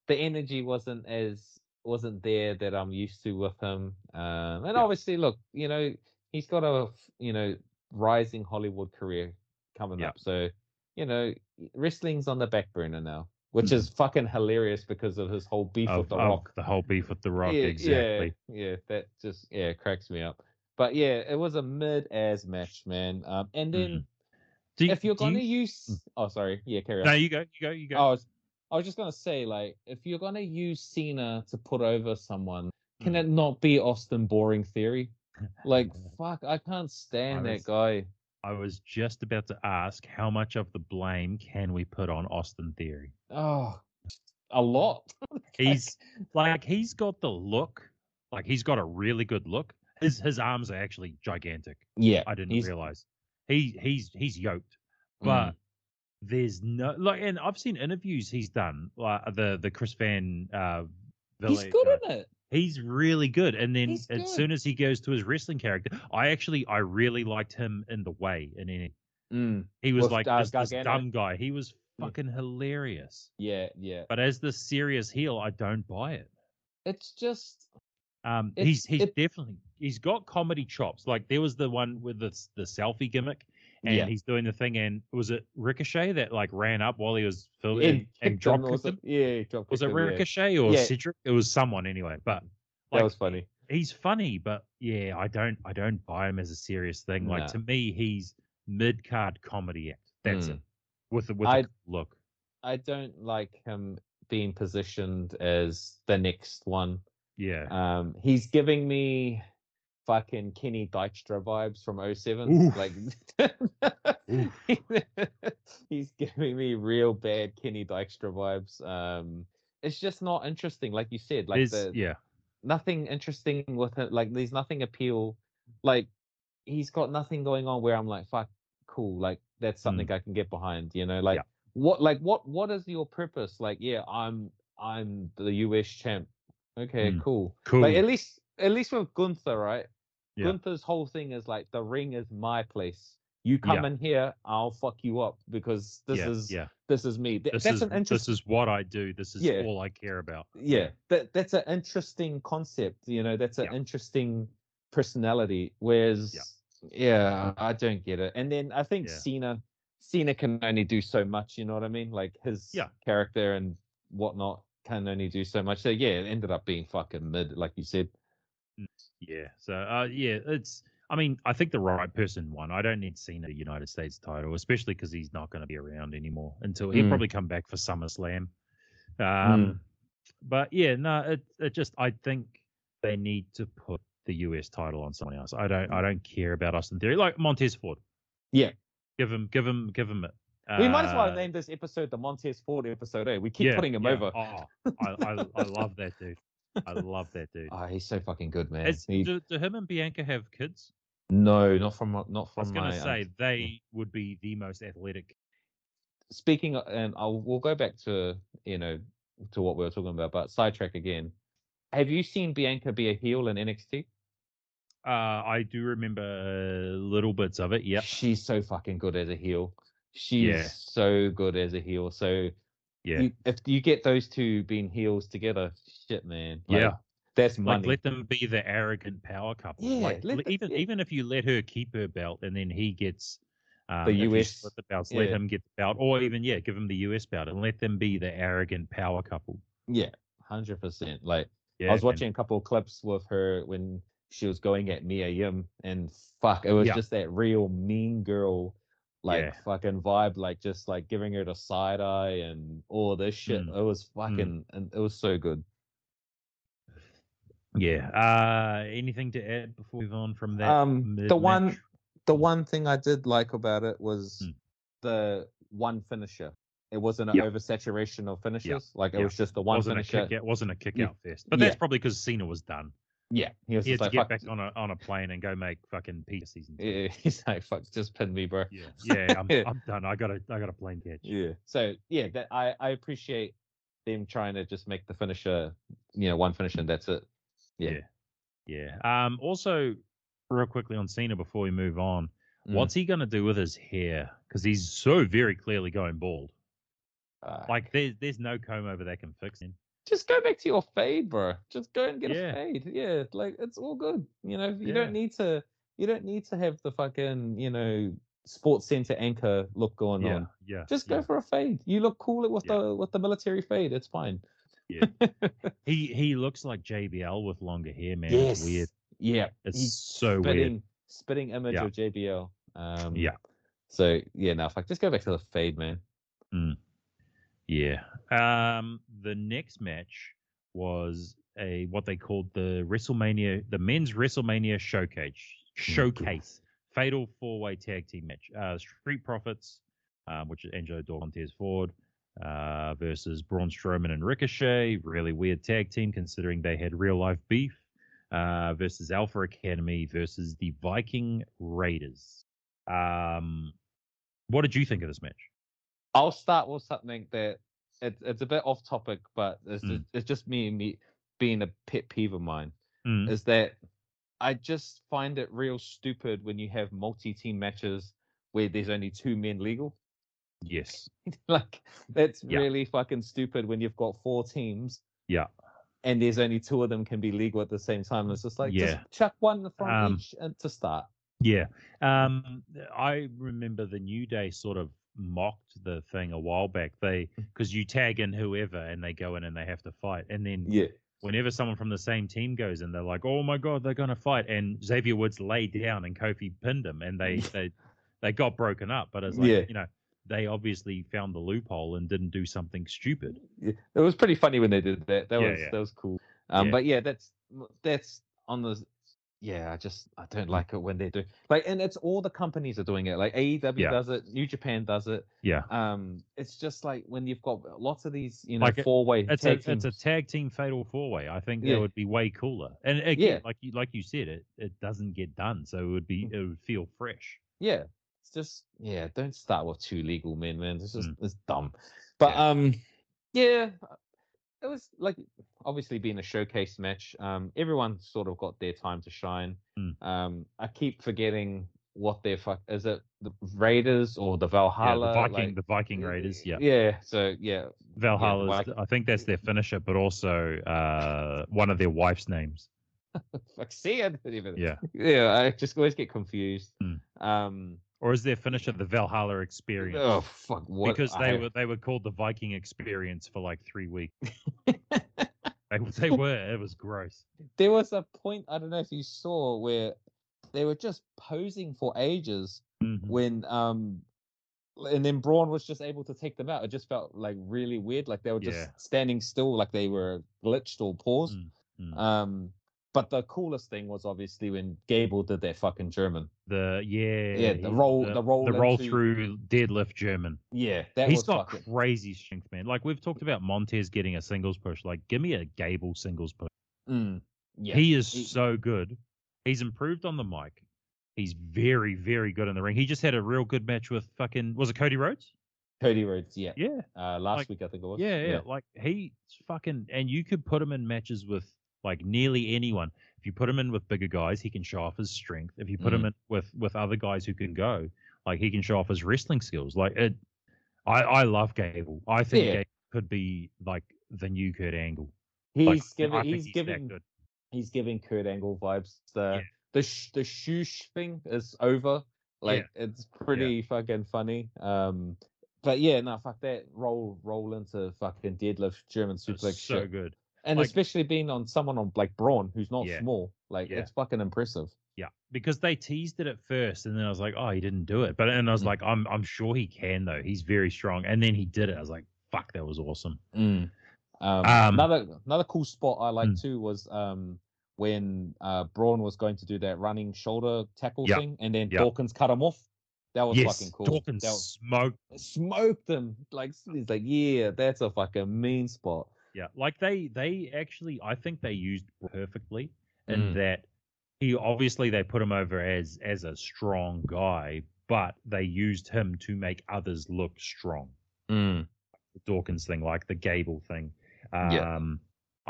the energy wasn't as wasn't there that I'm used to with him. Um, and
Yeah.
obviously, look, you know, he's got a you know rising Hollywood career coming
Yeah.
up, so you know, wrestling's on the back burner now, which
Mm.
is fucking hilarious because of his whole beef with
Of,
the
of
Rock.
the whole beef with The Rock,
yeah,
exactly.
Yeah, yeah, that just yeah cracks me up. But yeah, it was a mid ass match, man. Um, and then
Mm-hmm. Do you-
if you're
do you- Mm.
gonna use, oh sorry, yeah, carry on.
No, you go, you go, you go.
I was, I was just gonna say, like, if you're gonna use Cena to put over someone, can
Mm.
it not be Austin Boring Theory?
*laughs*
Like, fuck, I can't stand
I
that
was-
guy.
I was just about to ask how much of the blame can we put on Austin Theory?
Oh, a lot.
He's like he's got the look, like he's got a really good look. His his arms are actually gigantic.
Yeah,
I didn't
he's-
realize he he's he's yoked,
mm,
but there's no like. And I've seen interviews he's done, like the the Chris Van. Uh,
he's
Ville-
good
uh,
in it.
He's really good. And then
He's good.
as soon as he goes to his wrestling character, I actually I really liked him in the way in any.
Mm,
He was
With,
like
uh,
just this
Gargano. Hmm.
dumb guy. He was
Yeah.
fucking hilarious.
yeah, yeah.
But as the serious heel, I don't buy it.
It's just
Um,
It's-
he's he's
it-
definitely he's got comedy chops. Like there was the one with the s- the selfie gimmick, and
Yeah.
he's doing the thing. And was it Ricochet that like ran up while he was filming
it *laughs*
and, and
kicked him,
drop
was
kicked
it-
him?
Yeah, drop
Was it
kicked him, yeah.
Ricochet or
Yeah.
Cedric? It was someone anyway. But
that
like,
was funny.
he's funny, but yeah, I don't I don't buy him as a serious thing. Like
No.
to me, he's mid card comedy act. That's
Mm.
it. With a- with
I-
a look.
I don't like him being positioned as the next one.
Yeah.
Um, he's giving me fucking Kenny Dykstra vibes from 07.
Oof.
*laughs* Like, he's giving me real bad Kenny Dykstra vibes. Um, it's just not interesting, like you said. Like
There's-
the,
yeah.
nothing interesting with it. Like there's nothing appeal. Like he's got nothing going on where I'm like, fuck, cool. Like that's something I can get behind. You know, like
Mm. Yeah.
what, like what, what is your purpose? Like, yeah, I'm, I'm the US champ. Okay,
Mm.
cool.
Cool.
Like at least, at least with Gunther, right?
Yeah.
Gunther's whole thing is like the ring is my place. You come
Yeah.
in here, I'll fuck you up because this
yeah,
is
yeah.
this is me. Th-
This
that's
is
an interesting.
this is what I do. This is
Yeah.
all I care about.
yeah that that's an interesting concept you know that's an
Yeah.
interesting personality whereas yeah. i don't get it and then i think
Yeah.
cena cena can only do so much you know what i mean like his
Yeah.
character and whatnot can only do so much so yeah it ended up being fucking mid like you said
Yeah. So uh yeah, it's I mean, I think the right person won. I don't need Cena the United States title, especially because he's not going to be around anymore until he'll
Mm.
probably come back for SummerSlam. Um,
Mm.
But yeah, no, it, it just I think they need to put the US title on someone else. I don't I don't care about Austin Theory like Montez Ford.
Yeah.
give him give him give him it.
we might as well
Uh,
name this episode the montez ford episode eh? we keep
yeah,
putting him
yeah.
over
Oh, I, I I love that dude. I love that dude.
oh he's so fucking good man
Is,
He-
do, do him and Bianca have kids?
no not from not
I
from
was going
my um,
to say they would be the most athletic.
speaking of- and I'll we'll go back to you know to what we were talking about, but sidetrack again. Have you seen Bianca be a heel in NXT?
Uh, I do remember uh, little bits of it. Yep.
She's so fucking good as a heel. She's
Yeah.
so good as a heel. So
Yeah.
you, if you get those two being heels together, shit man.
Yeah.
That's
like
money.
let them be the arrogant power couple.
Yeah,
like
let
le-
the-
even
yeah.
even if you let her keep her belt and then he gets um,
The
if you
US
split the belts, let
yeah.
him get the belt, or even yeah, give him the US belt and let them be the arrogant power couple.
yeah. Hundred percent. Like
Yeah,
I was
and-
watching a couple of clips with her when she was going at Mia Yim, and fuck, it was
Yeah.
just that real mean girl, like
Yeah.
fucking vibe, like just like giving it a side eye and all this shit.
Mm.
It was fucking, and it was so good.
Yeah. Uh, anything to add before we move on from that?
Um, the
mid-match?
one, the one thing I did like about it was
Mm.
the one finisher. It wasn't an
Yep.
oversaturation of finishes. Like it
Yeah.
was just the one
wasn't
finisher.
a kick out, wasn't a kick
Yeah.
out fest, but that's
Yeah.
probably because Cena was done.
Yeah, he was
He had
just
to
like,
get
fuck,
back on a on a plane and go make fucking Peter season. two.
yeah, *laughs* he's like, fuck, just pin me, bro.
Yeah, yeah, I'm,
*laughs* Yeah.
I'm done. I got a I got a plane catch.
Yeah. So yeah, that I I appreciate them trying to just make the finisher, you know, one finisher. and That's it. Yeah.
Yeah. Um. Also, real quickly on Cena before we move on,
Mm.
what's he gonna do with his hair? Because he's so very clearly going bald.
Uh,
Like there's there's no comb over that can fix him.
just go back to your fade, bro. Just go and get
Yeah.
a fade. Yeah, like it's all good. You know, you
Yeah.
don't need to. You don't need to have the fucking you know sports center anchor look going
yeah.
on.
Yeah.
Just
yeah.
go for a fade. You look cool with
Yeah.
the with the military fade. It's fine.
He he looks like JBL with longer hair, man. It's weird.
Yeah.
It's
He's
so
spitting
weird.
spitting image
Yeah.
of JBL. Um,
Yeah.
So yeah, no, fuck. Just go back to the fade, man.
Yeah. Um. The next match was a what they called the WrestleMania, the men's WrestleMania showcase showcase fatal four way tag team match. Uh, Street Profits, um, which is Angelo Dantes Ford. Uh, versus Braun Strowman and Ricochet, really weird tag team considering they had real life beef. Uh, versus Alpha Academy versus the Viking Raiders. Um, what did you think of this match?
I'll start with something that it's it's a bit off topic, but it's
Mm.
just, it's just me me being a pet peeve of mine
Mm.
is that I just find it real stupid when you have multi team matches where there's only two men legal. *laughs*
Yes.
like that's
Yeah.
really fucking stupid when you've got four teams.
Yeah.
And there's only two of them can be legal at the same time. It's just like
Yeah.
just chuck one from
Um,
each and to start.
Yeah. Um, I remember the New Day sort of mocked the thing a while back. They because you tag in whoever and they go in and they have to fight, and then
Yeah.
whenever someone from the same team goes in, they're like, "Oh my god, they're gonna fight!" And Xavier Woods laid down and Kofi pinned him, and they they they got broken up. But it's like
Yeah.
you know they obviously found the loophole and didn't do something stupid.
yeah, it was pretty funny when they did that. That
Yeah,
was
yeah.
that was cool. Um,
Yeah.
but yeah, that's that's on the. Yeah, I just I don't like it when they do like, and it's all the companies are doing it. Like AEW
Yeah.
does it, New Japan does it.
Yeah.
Um, it's just like when you've got lots of these, you know,
Like it-
four way.
It's a it's a tag team fatal four way. I think
Yeah.
that would be way cooler. And uh, again,
Yeah. Mm.
like you like you said, it it doesn't get done, so it would be it would feel fresh.
yeah. It's just yeah. Don't start with two legal men, man. It's just
Mm.
it's dumb. But
Yeah.
um, yeah, uh, it was like obviously being a showcase match. Um, everyone sort of got their time to shine.
Mm.
Um, I keep forgetting what their fuck is it the Raiders or the Valhalla?
yeah, the Viking
like-
the Viking Raiders. Yeah,
Yeah. So yeah,
Valhalla's.
Viking-
I think that's their
*laughs*
finisher, but also uh, one of their wife's names.
fuck, see it. Even.
Yeah.
*laughs* Yeah. I just always get confused.
Mm.
Um.
Or is their finisher the Valhalla Experience?
Oh fuck! What?
because
I
they
have-
were they were called the Viking Experience for like three
*laughs*
weeks. they, they were. It was gross.
there was a point I don't know if you saw where they were just posing for ages
Mhm.
when um and then Braun was just able to take them out. It just felt like really weird, like they were just
Yeah.
standing still, like they were glitched or paused.
Mm, mm.
Um, but the coolest thing was obviously when Gable did that fucking German.
The yeah
Yeah, the roll- the roll
the roll
into-
through deadlift German.
Yeah, that
He's
was
got
fucking
crazy strength, man. Like we've talked about Montez getting a singles push. Like, give me a Gable singles push.
mm, yeah.
He is
He-
so good. He's improved on the mic. He's very, very good in the ring. He just had a real good match with fucking was it Cody Rhodes?
Cody Rhodes, yeah.
Yeah,
Uh, last
Like-
week I think it was.
yeah, yeah. Like he's fucking, and you could put him in matches with like nearly anyone. If you put him in with bigger guys, he can show off his strength. If you put
Mm.
him in with with other guys who can go, like he can show off his wrestling skills. Like it, I I love Gable. I think
Yeah.
Gable could be like the new Kurt Angle.
He's
Like, I
giving
think
he's,
that
giving
good.
he's giving Kurt Angle vibes. The
Yeah.
the sh- the shoosh thing is over. Like it's pretty fucking funny. Um, but yeah, no, fuck that. Roll roll into fucking deadlift German
It's
suplex
so
shit,
good.
and
like-
especially being on someone on like Braun who's not
Yeah.
small. Like
Yeah.
it's fucking impressive.
Yeah, because they teased it at first, and then I was like, oh, he didn't do it. But and I was
Mm.
like, I'm I'm sure he can though. He's very strong. And then he did it. I was like, fuck, that was awesome.
Mm. Um,
Um,
another another cool spot I like
Mm.
too was um, when uh, Braun was going to do that running shoulder tackle
Yeah.
thing, and then
Yeah.
Dawkins cut him off. That was fucking cool.
Dawkins
That was,
smoked
smoked him like he's like, yeah, that's a fucking mean spot.
Yeah, like they they actually I think they used perfectly in
Mm.
that he obviously they put him over as as a strong guy, but they used him to make others look strong. Mm. The Dawkins thing, like the Gable thing. Um
Yeah.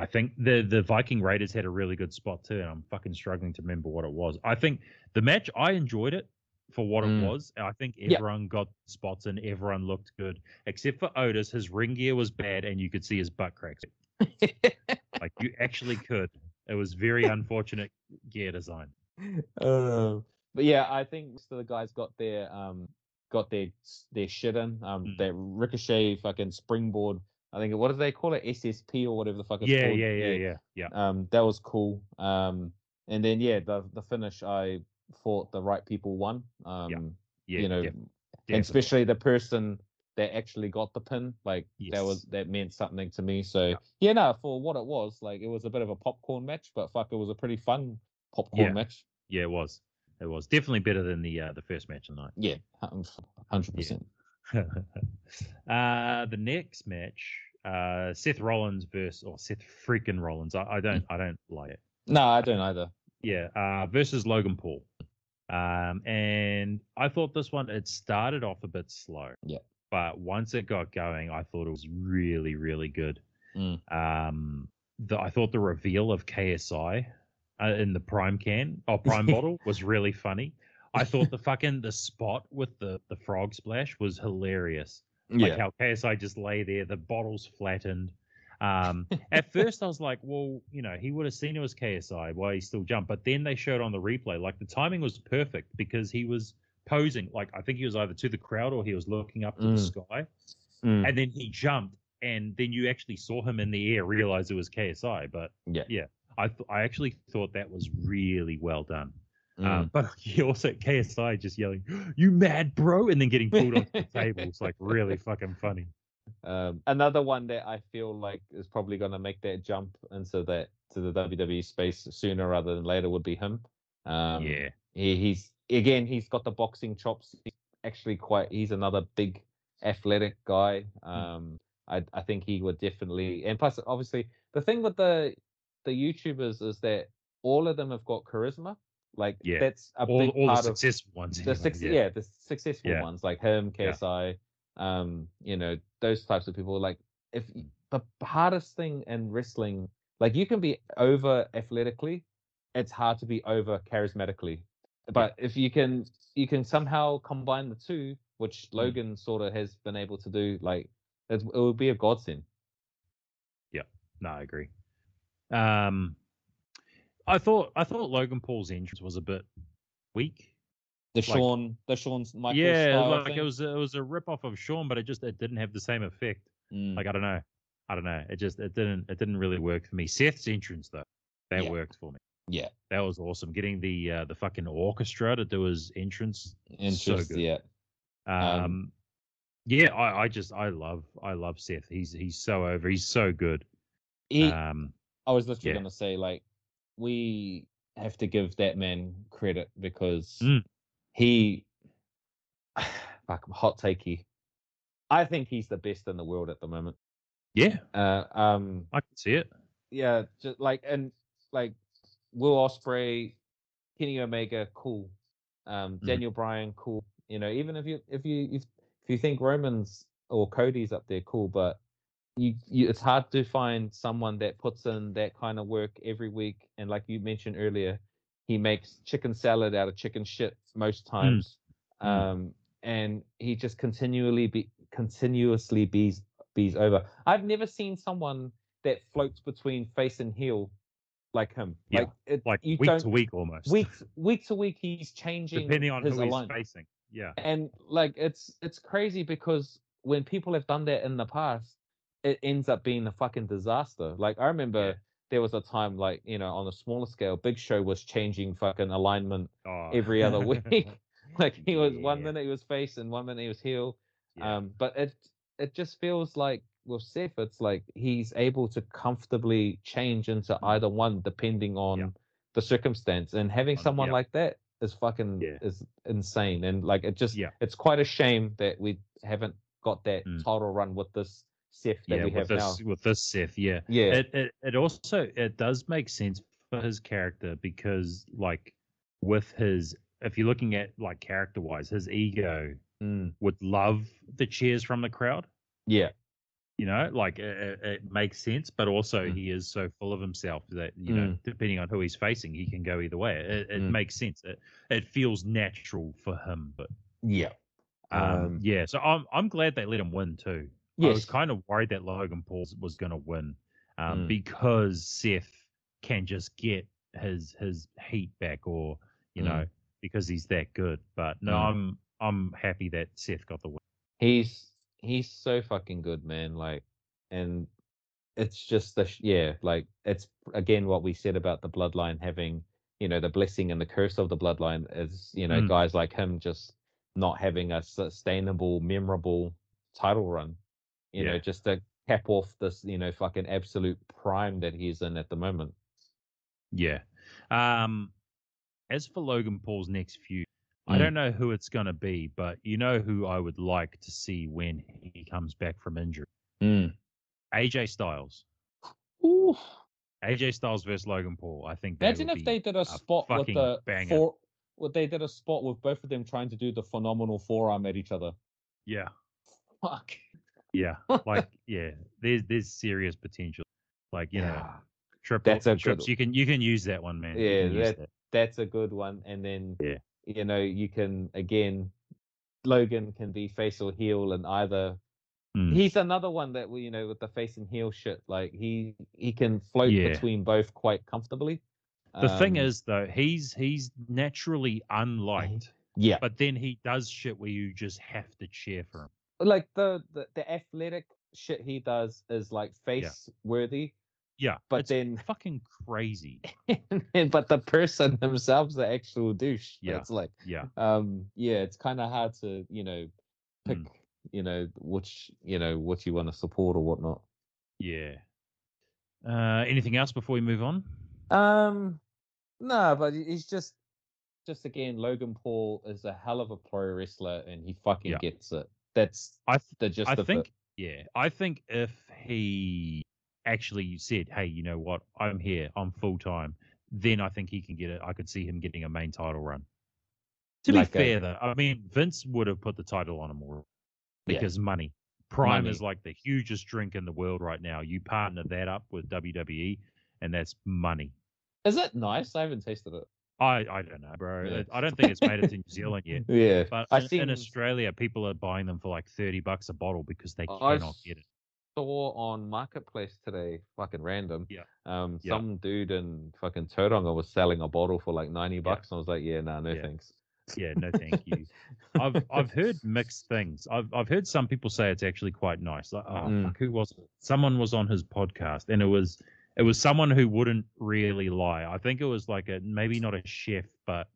I think the the Viking Raiders had a really good spot too, and I'm fucking struggling to remember what it was. I think the match I enjoyed it for what
Mm.
it was. and I think
Yeah.
everyone got spots and everyone looked good, except for Otis. His ring gear was bad, and you could see his butt
*laughs*
cracks like you actually could. It was very unfortunate gear design.
*laughs* Uh, but yeah, I think most of the guys got their um got their their shit in. Um,
Mm.
that ricochet fucking springboard. I think what do they call it? SSP or whatever the fuck it's
Yeah,
called.
yeah, yeah, yeah, yeah.
Um, that was cool. Um, and then yeah, the the finish I thought the right people won. Um,
yeah
you know,
def-
and
definitely.
especially the person that actually got the pin, like that was
Yes.
that meant something to me. So yeah.
Yeah.
no, for what it was, like it was a bit of a popcorn match, but fuck, it was a pretty fun popcorn
Yeah.
match.
yeah, it was. It was definitely better than the uh, the first match of the night.
Yeah, hundred percent.
*laughs* uh, the next match, uh, Seth Rollins versus or Seth freaking Rollins. I, I
Mm.
don't I don't like it.
No, I don't either.
Yeah, uh, versus Logan Paul. Um, and I thought this one it started off a bit slow.
Yeah.
But once it got going, I thought it was really really good.
Mm.
Um, the, I thought the reveal of KSI uh, in the prime can or
*laughs*
prime bottle was really funny. I thought the fucking the spot with the the frog splash was hilarious. Like how KSI just lay there, the bottle's flattened.
*laughs*
Um, at first, I was like, well, you know, he would have seen it was KSI. Why he still jumped? But then they showed on the replay, like the timing was perfect because he was posing. Like I think he was either to the crowd or he was looking up to
Mm.
the sky
Mm.
and then he jumped, and then you actually saw him in the air, realize it was KSI. But
Yeah.
I th- I actually thought that was really well done.
Mm.
Um, but *laughs* he also KSI just yelling, "You mad, bro!" and then getting pulled off
*laughs*
the table. It's like really fucking funny.
Um, another one that I feel like is probably going to make that jump into that to the WWE space sooner rather than later would be him. Um,
yeah,
he, he's again, he's got the boxing chops. He's actually quite. He's another big athletic guy.
Mm.
Um, I I think he would definitely. And plus, obviously, the thing with the the YouTubers is that all of them have got charisma. Like
Yeah.
that's a
all
big
all the
part of
successful ones.
the
anyway,
six, yeah. the successful
Yeah.
ones like him,
Yeah.
KSI, um, you know, those types of people. Like, if y- the hardest thing in wrestling, like, you can be over athletically, it's hard to be over charismatically. But if you can, you can somehow combine the two, which Logan sort of has been able to do. Like, it's, it would be a godsend.
No, I agree. Um, I thought I thought Logan Paul's entrance was a bit weak.
The
Like-
Sean, the Sean's Michael
yeah,
style
like
thing.
it was it was a rip off of Sean, but it just it didn't have the same effect.
Mm.
Like I don't know, I don't know. It just it didn't it didn't really work for me. Seth's entrance though, that
Yeah.
worked for me.
Yeah.
that was awesome. Getting the uh, the fucking orchestra to do his entrance.
Interest,
good.
yeah.
Um,
Um,
yeah, I, I just I love I love Seth. He's he's so over. He's so good.
He,
um,
I was literally
Yeah.
gonna say like we have to give that man credit because
Mm.
he *sighs* fuck hot takey. I think he's the best in the world at the moment.
yeah,
Uh, um,
I can see it.
yeah, just like and like Will Osprey, Kenny Omega, cool. Um,
Mhm.
Daniel Bryan, cool. You know, even if you if you if, if you think Roman's or Cody's up there, cool. But you, you it's hard to find someone that puts in that kind of work every week. And like you mentioned earlier, he makes chicken salad out of chicken shit most times.
Mm.
Um, and he just continually be continuously bees bees over. I've never seen someone that floats between face and heel like him.
Yeah,
Like it,
Like
you
week
don't
to week almost.
week week to week he's changing
depending on
his
who he's
alignment.
facing. Yeah,
And like it's it's crazy because when people have done that in the past, it ends up being a fucking disaster. Like I remember there was a time like you know on a smaller scale, Big Show was changing fucking alignment
Oh.
every
*laughs*
other week. *laughs* like he was one
Yeah.
minute he was face and one minute he was heel.
Yeah.
Um, but it it just feels like with Seth, it's like he's able to comfortably change into either one depending on
Mm-hmm. Yeah.
the circumstance. And having
On-
someone
yeah.
like that is fucking
Yeah.
is insane. And like it just
Yeah.
it's quite a shame that we haven't got that
Mm.
title run with this Seth that
yeah,
we have
with this
now.
with this Seth, yeah.
Yeah.
It, it it also it does make sense for his character because like with his if you're looking at like character wise, his ego
Mm.
would love the cheers from the crowd.
Yeah.
You know, like it, it- it makes sense, but also
Mm.
he is so full of himself that you know, depending on who he's facing, he can go either way. It, it
Mm.
makes sense. It it feels natural for him, but
Yeah.
um,
Um,
yeah. So I'm I'm glad they let him win too. I was
Yes.
kind of worried that Logan Paul was going to win um,
Mm.
because Seth can just get his his heat back, or you
Mm.
know, because he's that good. But no,
Mm.
I'm I'm happy that Seth got the win.
he's he's so fucking good man like and it's just the sh- yeah like it's again what we said about the bloodline having you know the blessing and the curse of the bloodline is you know
Mm.
guys like him just not having a sustainable memorable title run you know
Yeah.
just to cap off this you know fucking absolute prime that he's in at the moment
Yeah. Um, as for Logan Paul's next feud, I
Mm.
don't know who it's going to be, but you know who I would like to see when he comes back from injury. Mm. AJ Styles.
Ooh,
AJ Styles versus Logan Paul. I think. that
imagine
would be-
if they did a spot with
fucking
the
banger.
four what they did a spot with both of them trying to do the phenomenal forearm at each other
Yeah.
fuck
Yeah,
*laughs*
like yeah, there's there's serious potential. Like you know, triple
That's a good
trips.
one.
You can you can use that one, man. You
Yeah,
can use that.
that's a good one. And then
Yeah.
you know, you can again Logan can be face or heel and either
Mm.
he's another one that we you know with the face and heel shit, like he he can float
Yeah.
between both quite comfortably.
The thing
Um, Mm-hmm.
is though, he's he's naturally unliked,
yeah.
but then he does shit where you just have to cheer for him.
Like the, the the athletic shit he does is like face worthy,
Yeah,
but
it's
then
fucking crazy.
Eh. *laughs* but the person themselves the actual douche.
Yeah.
It's like
Yeah,
um yeah it's kind of hard to you know pick
Mm.
you know which you know what you want to support or whatnot
yeah. Uh, anything else before we move on?
um no but he- he's just just again logan paul is a hell of a pro wrestler and he fucking
Yeah.
gets it that's
I th-
the gist
I
of
think yeah, I think if he actually said, "Hey, you know what? I'm here. I'm full time." Then I think he can get it. I could see him getting a main title run. To
Like a-
be fair, though, I mean Vince would have put the title on him already
Yeah.
because money. Prime
Money.
is like the hugest drink in the world right now. You partner that up with WWE, and that's money.
it is it nice i haven't tasted it
I I don't know, bro.
Yeah.
I don't think it's made it to New Zealand yet.
yeah
But
I
in,
seen-
in Australia, people are buying them for like thirty bucks a bottle because they
I
cannot get it.
saw on marketplace today fucking random
Yeah.
um
Yeah.
some dude in fucking Tauranga was selling a bottle for like 90 bucks and i was like yeah nah, no
Yeah.
thanks
Yeah, no, thank
*laughs*
you. I've I've heard mixed things. I've I've heard some people say it's actually quite nice. Like, oh,
Mm.
fuck, who was it? Someone was on his podcast, and it was it was someone who wouldn't really lie. I think it was like a maybe not a chef, but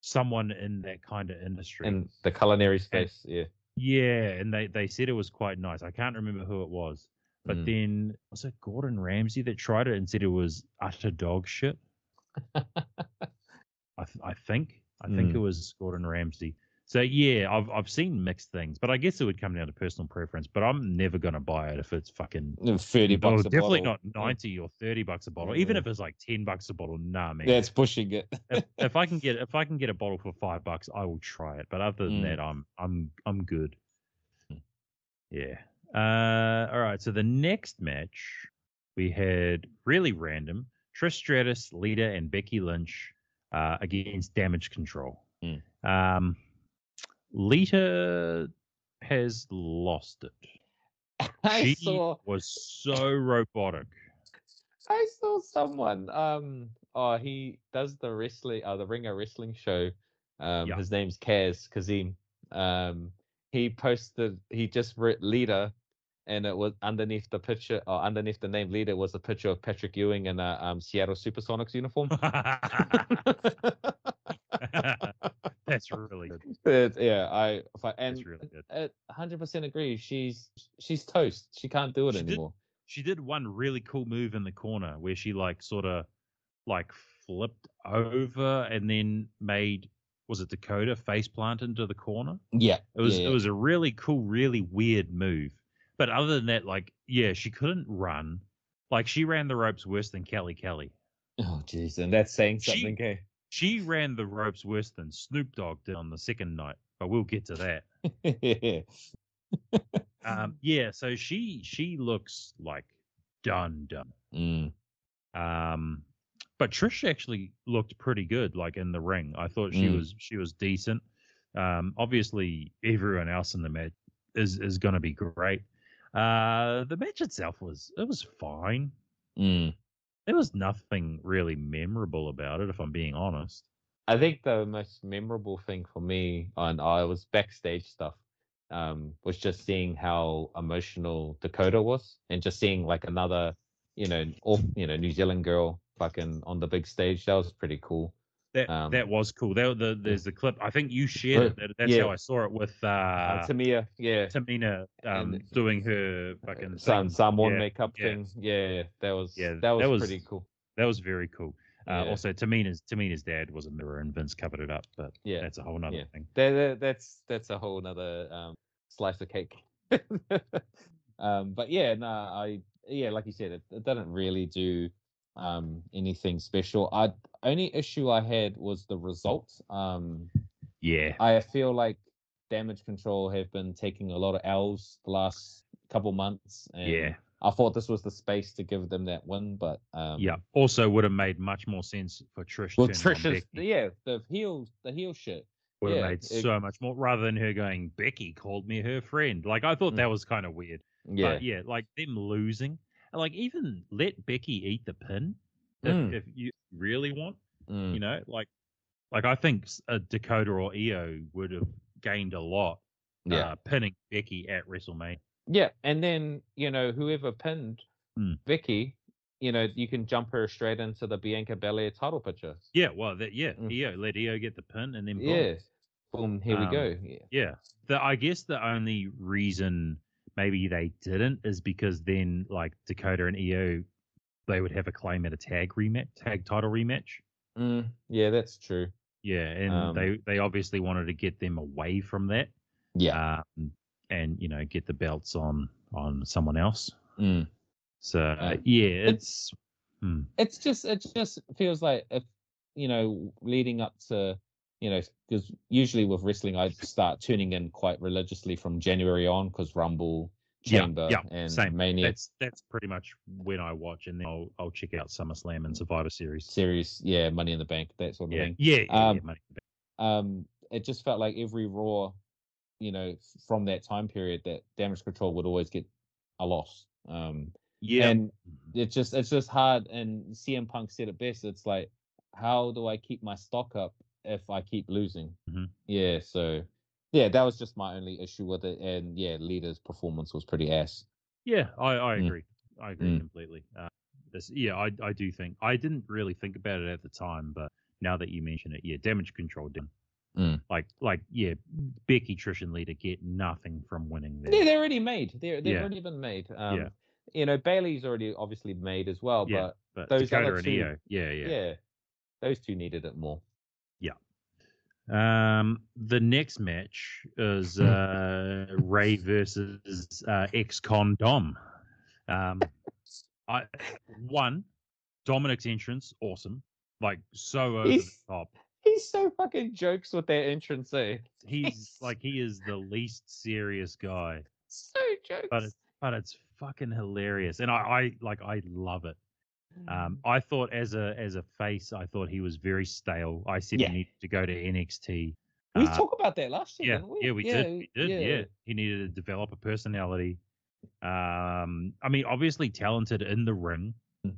someone in that kind of industry.
in the culinary space yeah
yeah, and they they said it was quite nice. I can't remember who it was, but
Mm.
then was it Gordon Ramsay that tried it and said it was utter dog
*laughs*
shit? I, th- I think I think
Mm.
it was Gordon Ramsay. So yeah, I've I've seen mixed things, but I guess it would come down to personal preference. But I'm never gonna buy it if it's fucking
Mm, thirty
no,
bucks a
definitely
bottle. Mm.
not ninety or thirty bucks a bottle. Even
Yeah.
if it's like ten bucks a bottle, nah man.
Yeah, it's pushing it. *laughs*
if, if I can get if I can get a bottle for five bucks, I will try it. But other than
Mm.
that, I'm I'm I'm good.
Hmm.
Yeah. Uh, all right. So the next match we had really random Trish Stratus, Lita, and Becky Lynch uh, against Damage Control.
Mm.
Um, Lita has lost it.
*laughs* I
she
saw
was so
*laughs*
robotic. *laughs*
I saw someone. Um oh he does the wrestling uh the ringer wrestling show. Um
Yeah.
his name's Kaz Kazim. Um he posted he just wrote leader and it was underneath the picture or underneath the name leader was a picture of Patrick Ewing in a um, Seattle
*laughs*
Supersonics uniform.
That's really good.
It- yeah, I if I- and
That's really good.
hundred percent agree. She's she's toast. She can't do it
She did-
anymore.
She did one really cool move in the corner where she like sort of like flipped over and then made was it Dakota face plant into the corner?
Yeah,
It was
yeah,
it was a really cool, really weird move. But other than that, like yeah, she couldn't run. Like she ran the ropes worse than Kelly Kelly.
Oh jeez, and that's saying
She-
something. eh?
She ran the ropes worse than Snoop Dogg did on the second night. But we'll get to that.
eh? *laughs*
Um, yeah, so she she looks like done done.
Mm,
Um, but Trish actually looked pretty good, like in the ring. I thought she
Mm.
was she was decent. Um, obviously everyone else in the match is is going to be great. Uh, the match itself was it was fine.
mm.
There was nothing really memorable about it, if I'm being honest.
I think the most memorable thing for me, and I was backstage stuff, um, was just seeing how emotional Dakota was, and just seeing like another, you know, off, you know, New Zealand girl fucking on the big stage. That was pretty cool.
That
Um,
that was cool. There, the, there's the clip. I think you shared it. That- That's
Yeah.
how I saw it with uh,
Uh, Tamia, yeah,
Tamina um,
and-
doing her fucking
some
thing.
Samoan
yeah,
makeup
yeah.
thing. Yeah, that was
Yeah,
that was
that was-
pretty cool.
That was very cool. Uh,
Yeah.
Also, Tamina's Tamina's dad was a mirror, and Vince covered it up. But
Yeah.
that's a whole nother
Yeah.
thing.
that, that- that's that's a whole nother um, slice of cake. *laughs* um, but yeah, no, I yeah, like you said, it, it doesn't really do um, anything special. I only issue I had was the result. Um,
Yeah,
I feel like Damage Control have been taking a lot of L's the last couple months, and
yeah,
I thought this was the space to give them that win, but um,
yeah. Also, would have made much more sense for Trish.
Well,
turning on
Trish is
Becky.
yeah, the heel the heel shit.
would have
yeah,
made
it-
so much more rather than her going. Becky called me her friend. Like I thought
Mm.
that was kind of weird.
Yeah,
But yeah, like them losing. and, Like even let Becky eat the pin if,
Mm.
if you really want.
Mm.
You know, like like I think s- a Dakota or Io would have gained a lot
yeah.
uh, pinning Becky at WrestleMania.
Yeah, and then you know whoever pinned
Hmm.
Vicky, you know you can jump her straight into the Bianca Belair title picture.
Yeah, well, that yeah,
Mm.
Io let Io get the pin and then boom.
Yeah, boom, here
Um,
we go. Yeah.
yeah. The, I guess the only reason maybe they didn't is because then like Dakota and Io, they would have a claim at a tag rematch, tag title rematch.
Mm, yeah, that's true.
Yeah, and
Um,
they they obviously wanted to get them away from that,
Yeah,
um, and you know get the belts on on someone else.
mm.
So
Uh,
yeah, it's hmm,
it's just it just feels like if you know leading up to you know because usually with wrestling I start tuning in quite religiously from January on because Rumble,
Yeah,
Chamber,
yeah,
and
same.
Mania.
that's that's pretty much when I watch, and then I'll I'll check out SummerSlam and Survivor Series.
Series, yeah, Money in the Bank, that sort of
Yeah,
thing.
yeah, yeah,
Um,
yeah, mate.
um, it just felt like every Raw, you know, from that time period, that Damage Control would always get a loss. Um,
yeah. Mm.
And it's just it's just hard. And CM Punk said it best. It's like, how do I keep my stock up if I keep losing?
Mhm.
Yeah. So, yeah, that was just my only issue with it. And yeah, Lita's performance was pretty ass.
Yeah, I, I
Mm.
agree. I agree
Mm.
completely. Uh, this, yeah, I, I do think I didn't really think about it at the time, but now that you mention it, yeah, damage control down.
Mm.
Like like yeah, Becky Trish and Lita get nothing from winning
Yeah,
there.
they're already made. They're they've
Yeah.
already been made. Um,
Yeah.
You know, Bailey's already obviously made as well,
Yeah.
but
But
those
Dakota
other
and
two-
Io, yeah,
yeah.
yeah,
those two needed it more.
Um, the next match is
Mm.
uh Ray versus uh, ex con Dom. Um, I one Dominic's entrance awesome, like so over the
He's-
top.
He's so fucking jokes with that entrance, eh?
he's like he is the least serious guy
So jokes.
but it's but it's fucking hilarious and i, I like i love it um i thought as a as a face i thought he was very stale i said
Yeah.
he needed to go to nxt
we
uh,
talked about that last year,
yeah
didn't we?
yeah we did we did yeah. he needed to develop a personality um i mean obviously talented in the ring
Mm.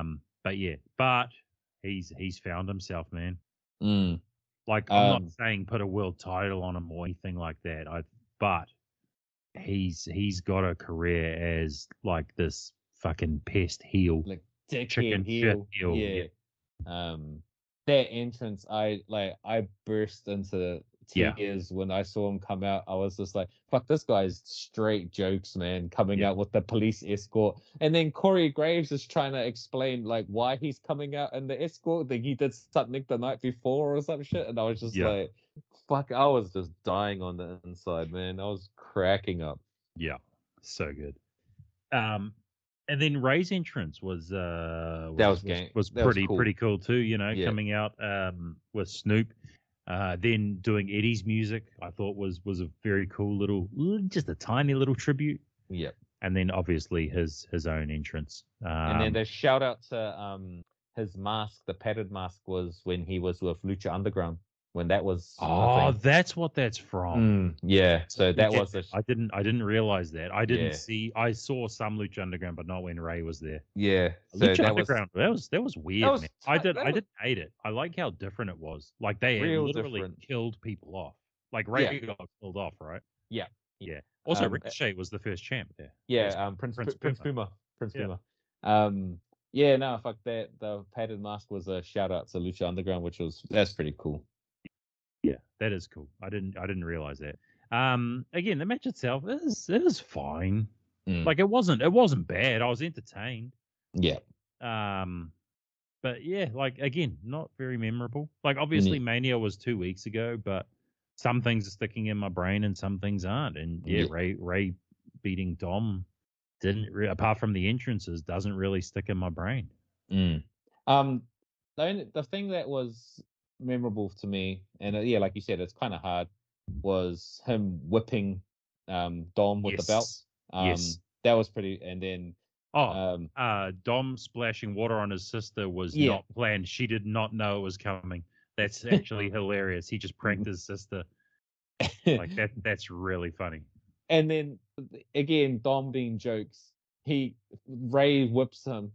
um but yeah but he's he's found himself man
Mm,
Like I'm
Um,
not saying put a world title on him or anything like that. I but he's he's got a career as like this fucking pest heel.
like dickhead
Chicken
heel.
shit heel,
Yeah. Um, their entrance, I like, I burst into
Yeah.
tears when I saw him come out. I was just like, "Fuck, this guy's straight jokes, man!" Coming
Yeah.
out with the police escort, and then Corey Graves is trying to explain like why he's coming out in the escort. That he did something the night before or some shit, and I was just
Yeah.
like, "Fuck!" I was just dying on the inside, man. I was cracking up.
Yeah, so good. Um, and then Ray's entrance was uh was
That was gang-
was
that was
pretty
cool.
pretty cool too. You know,
Yeah.
coming out um with Snoop, uh, then doing Eddie's music. I thought was was a very cool little, just a tiny little tribute.
Yeah.
And then obviously his his own entrance. Um,
And then the shout out to um his mask, the padded mask was when he was with Lucha Underground, when that was a
oh,
thing.
that's what that's from.
Mm, yeah. So that
Yeah,
was a,
I didn't. I didn't realize that. I didn't
Yeah.
see. I saw some Lucha Underground, but not when Ray was there.
yeah. So
Lucha
that was
Underground. that was that was weird.
was
man. I
ti-
did.
that
I
was-
didn't hate it. I like how different it was. Like they had
Real
literally
different.
killed people off. Like
Yeah.
Ray got killed off, right?
Yeah.
Yeah. Also,
Um, uh,
Ricochet was the first champ there.
yeah,
Yes,
um, Prince
Prince
Prince, Prince
Puma.
Puma. Prince
Yeah.
Puma. Um, yeah, no, fuck that. The padded mask was a shout out to Lucha Underground, which was that's pretty cool.
That is cool. I didn't. I didn't realize that. Um. Again, the match itself is it is fine.
Mm.
Like it wasn't. It wasn't bad. I was entertained.
Yeah,
Um, but yeah, like again, not very memorable. Like
Mm-hmm.
obviously, Mania was two weeks ago, but some things are sticking in my brain and some things aren't. And yeah,
Yeah.
Ray Ray beating Dom didn't re- apart from the entrances doesn't really stick in my brain.
Mm. Um, the only, the thing that was memorable to me, and uh, yeah, like you said, it's kind of hard, was him whipping um Dom with the belt.
Yes.
Um,
yes.
that was pretty. And then
Oh,
um,
uh, Dom splashing water on his sister was
Yeah.
not planned. She did not know it was coming.
*laughs*
That's actually hilarious. He just pranked his sister. Like that. That's really funny.
*laughs* and then again, Dom being jokes. He Ray whips him,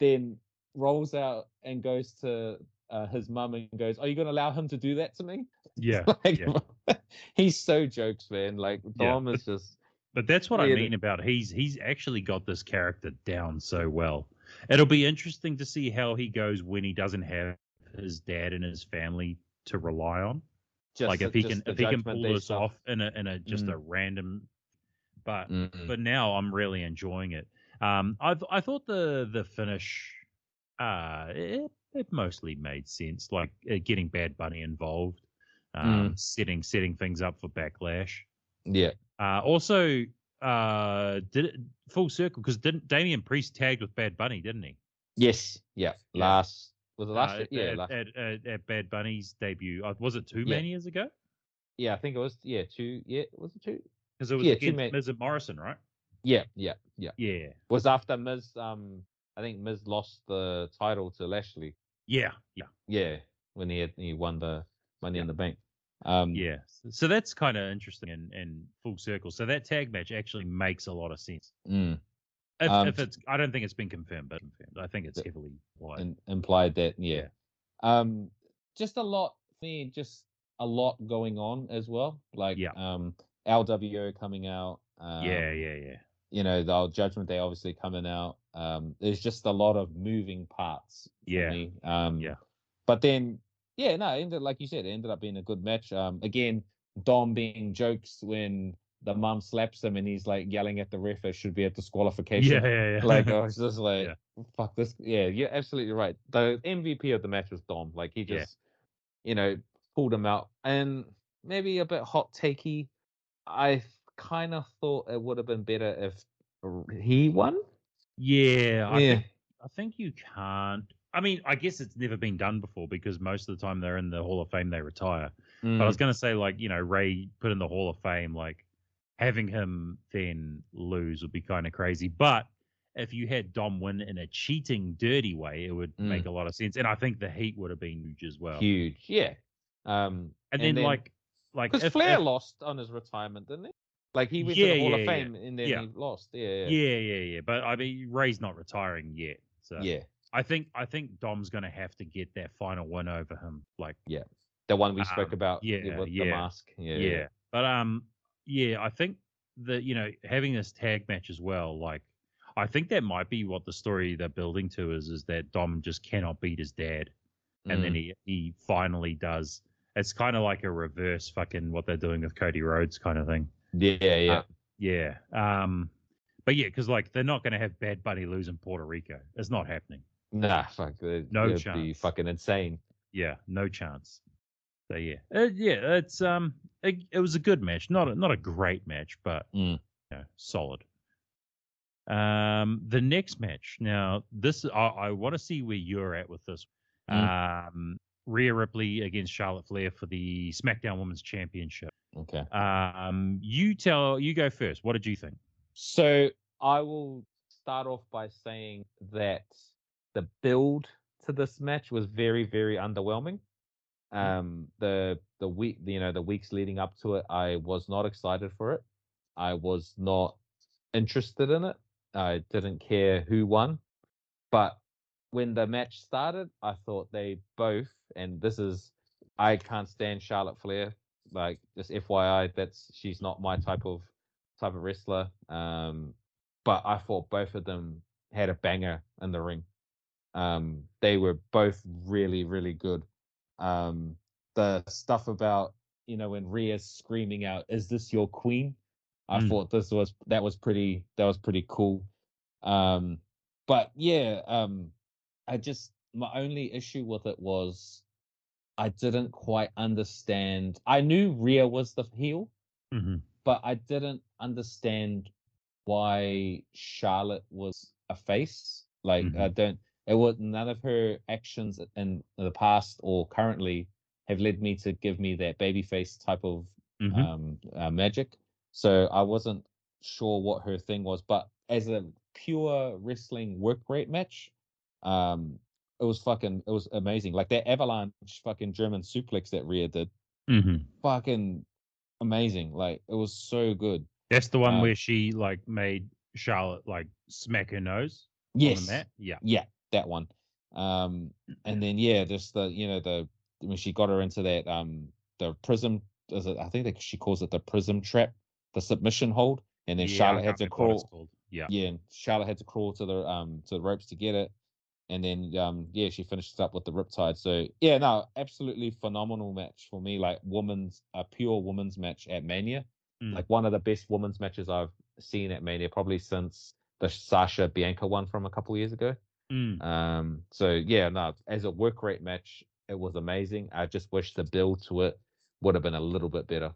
then rolls out and goes to uh, his mum and goes, "Are you going to allow him to do that to me?" *laughs*
Yeah.
Like,
yeah.
*laughs* he's so jokes, man. Like
Yeah.
Dom is just.
But that's what I
Really.
mean about he's he's actually got this character down so well. It'll be interesting to see how he goes when he doesn't have his dad and his family to rely on.
just
like
the-
if he
just
can
the
if he can
Judgment
pull
Day
this
stuff. Mm.
off in a in a just a random but
Mm-hmm.
but now I'm really enjoying it. Um I've I thought the the finish uh it, it mostly made sense like uh, getting Bad Bunny involved um
Mm.
setting setting things up for backlash.
yeah
Uh, also, uh, did it, full circle because didn't Damian Priest tagged with Bad Bunny, didn't he?
yes yeah
Yeah.
last was the last
Uh,
yeah
at,
last,
at, at, at Bad Bunny's debut, uh, was it two
Yeah.
manias ago?
yeah I think it was yeah two yeah was it two
Because it was
Yeah, two
against
man-
Miz and Morrison, right?
yeah yeah yeah
Yeah,
was after Miz um I think Miz lost the title to Lashley
yeah, yeah,
yeah when he had, he won the Money in the Bank um
yeah. So, so that's kind of interesting and, and full circle. So that tag match actually makes a lot of sense.
mm,
If,
Um,
if it's, I don't think it's been confirmed, but confirmed. I think it's
The-
heavily implied.
and implied that yeah.
Yeah.
um just a lot for me just a lot going on as well like
Yeah.
um LWO coming out um,
yeah, yeah, yeah,
you know, the old Judgment Day obviously coming out. Um, there's just a lot of moving parts. for
Yeah. *laughs*
me. Um,
Yeah.
But then, yeah, no, it ended like you said, it ended up being a good match. Um, again, Dom being jokes when the mum slaps him and he's like yelling at the ref, it should be a disqualification.
yeah, yeah, yeah.
Like I was just like,
Yeah.
fuck this. Yeah, you're absolutely right. The MVP of the match was Dom. Like he
Yeah.
just, you know, pulled him out. And maybe a bit hot takey. I kind of thought it would have been better if he won.
*laughs* yeah, I
yeah.
I think you can't. I mean, I guess it's never been done before because most of the time they're in the Hall of Fame, they retire. But
Mm.
I was going to say, like, you know, Ray put in the Hall of Fame, like, having him then lose would be kind of crazy. But if you had Dom win in a cheating, dirty way, it would
Mm.
make a lot of sense. And I think the heat would have been huge as well.
Huge. Yeah. Um,
And, then, like, like
because
if-
Flair
if-
lost on his retirement, didn't he? Like he went
Yeah,
to the Hall of
yeah, yeah.
Fame and then
Yeah.
he lost. Yeah. Yeah.
yeah, yeah, yeah. But I mean, Ray's not retiring yet, so
Yeah.
I think I think Dom's going to have to get that final win over him, like.
The one we spoke
Um,
about.
yeah,
with
yeah.
The mask.
yeah. But um, yeah, I think the you know having this tag match as well, like I think that might be what the story they're building to is is that Dom just cannot beat his dad, and then he he finally does. It's kind of like a reverse fucking what they're doing with Cody Rhodes kind of thing.
Mm. yeah, yeah.
Uh, Yeah. Um. But yeah, because like they're not going to have Bad Bunny lose in Puerto Rico. It's not happening.
nah, fuck. It'd,
no
it'd be
chance.
fucking insane.
Yeah, no chance. So yeah, Uh, yeah, it's um, it, it was a good match, not a, not a great match, but
Mm.
you know, solid. Um, the next match now, this I, I want to see where you're at with this. Um, Rhea Ripley against Charlotte Flair for the SmackDown Women's Championship.
Okay.
Um, you tell, you go first. What did you think?
So I will start off by saying that the build to this match was very, very underwhelming. Um, the the week, you know, the weeks leading up to it, I was not excited for it. I was not interested in it. I didn't care who won. But when the match started, I thought they both, and this is, I can't stand Charlotte Flair. Like just FYI, that's she's not my type of type of wrestler. Um, but I thought both of them had a banger in the ring. Um, they were both really, really good. Um, the stuff about you know when Rhea's screaming out, "Is this your queen?" I
Mm.
thought this was that was pretty that was pretty cool. Um, but yeah, um, I just my only issue with it was I didn't quite understand. I knew Rhea was the heel,
Mm-hmm.
but I didn't understand why Charlotte was a face. Like
Mhm.
I don't it was none of her actions in the past or currently have led me to give me that babyface type of
Mm-hmm.
um, uh, magic. So I wasn't sure what her thing was, but as a pure wrestling work rate match, um, it was fucking it was amazing. Like that avalanche fucking German suplex that Rhea did,
mm-hmm.
fucking amazing. Like it was so good.
That's the one
Uh,
where she like made Charlotte like smack her nose on
Yes,
the Mm, mat. Yeah.
yeah, that one. Um, and then yeah, just the you know the when she got her into that um the prism is it, I think that she calls it the prism trap, the submission hold, and then
Yeah, I
Charlotte
can't
had to
remember what it's
crawl.
called. Yeah.
yeah, and Charlotte had to crawl to the um to the ropes to get it, and then um yeah she finishes up with the riptide. So yeah, no, absolutely phenomenal match for me. Like women's a pure women's match at Mania,
Mm.
like one of the best women's matches I've seen at Mania probably since the Sasha Bianca one from a couple years ago.
Mm.
Um, so yeah, no, as a work rate match, it was amazing. I just wish the build to it would have been a little bit better.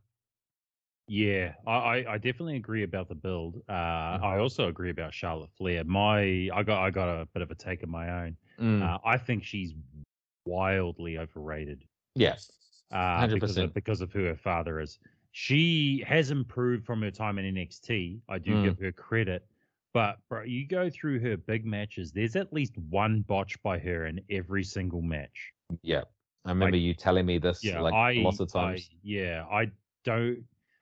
Yeah, I, I, I definitely agree about the build. Uh,
Mm.
I also agree about Charlotte Flair. My I got I got a bit of a take of my own.
Mm.
Uh, I think she's wildly overrated.
yeah,
Uh, because of,
100%.
because of who her father is. She has improved from her time in NXT. I do
Mm.
give her credit, but bro, you go through her big matches. There's at least one botch by her in every single match.
yeah. I remember you telling me this
yeah,
like
I,
lots of
I-
times.
yeah, I don't,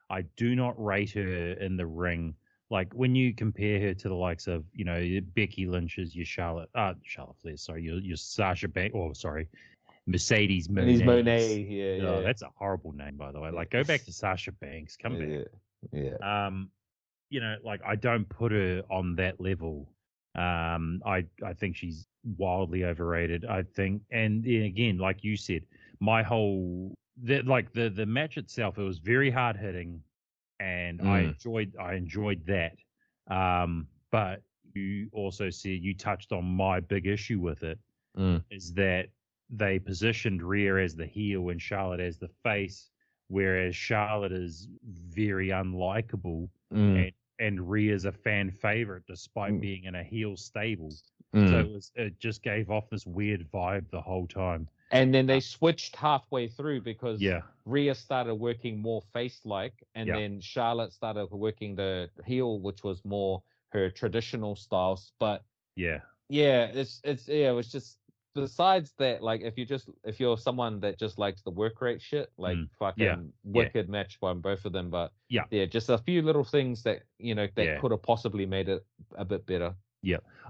I do not rate her in the ring. Like when you compare her to the likes of, you know, your Becky Lynch's, your Charlotte, uh, Charlotte Flair, sorry, your your Sasha Bank, oh sorry, Mercedes Monet.
Denise Monet, yeah, yeah,
Oh, that's a horrible name, by the way. Like, go back to Sasha Banks. Come back
yeah, yeah.
um you know like i don't put her on that level um i i think she's wildly overrated i think and then again like you said my whole the, like the the match itself it was very hard hitting and i
Mm.
enjoyed i enjoyed that um but you also said you touched on my big issue with it is
Mm.
that they positioned Rhea as the heel and Charlotte as the face, whereas Charlotte is very unlikable
Mm,
and Rhea's a fan favorite despite
Mm.
being in a heel stable.
mm.
So it, was, it just gave off this weird vibe the whole time.
and then they switched halfway through because
Yeah.
Rhea started working more face like, and
Yeah.
then Charlotte started working the heel, which was more her traditional styles. But
Yeah.
yeah, it's it's yeah, it was just besides that, like if you just if you're someone that just likes the work rate shit, like
Mm,
fucking
yeah,
wicked match by both of them. But
Yeah.
yeah, just a few little things that you know that
Yeah.
could have possibly made it a bit better.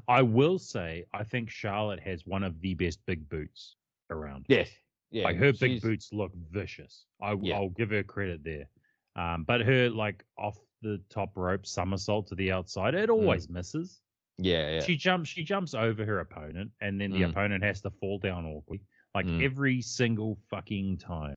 I will say, I think Charlotte has one of the best big boots around.
Yes. Yeah.
like her big
she's-
boots look vicious. I,
Yeah.
I'll give her credit there. Um, but her like off the top rope somersault to the outside.
Mm.
It always misses.
Yeah, yeah.
She jumps. She jumps over her opponent, and then the
Mm.
opponent has to fall down awkwardly, like
Mm.
every single fucking time.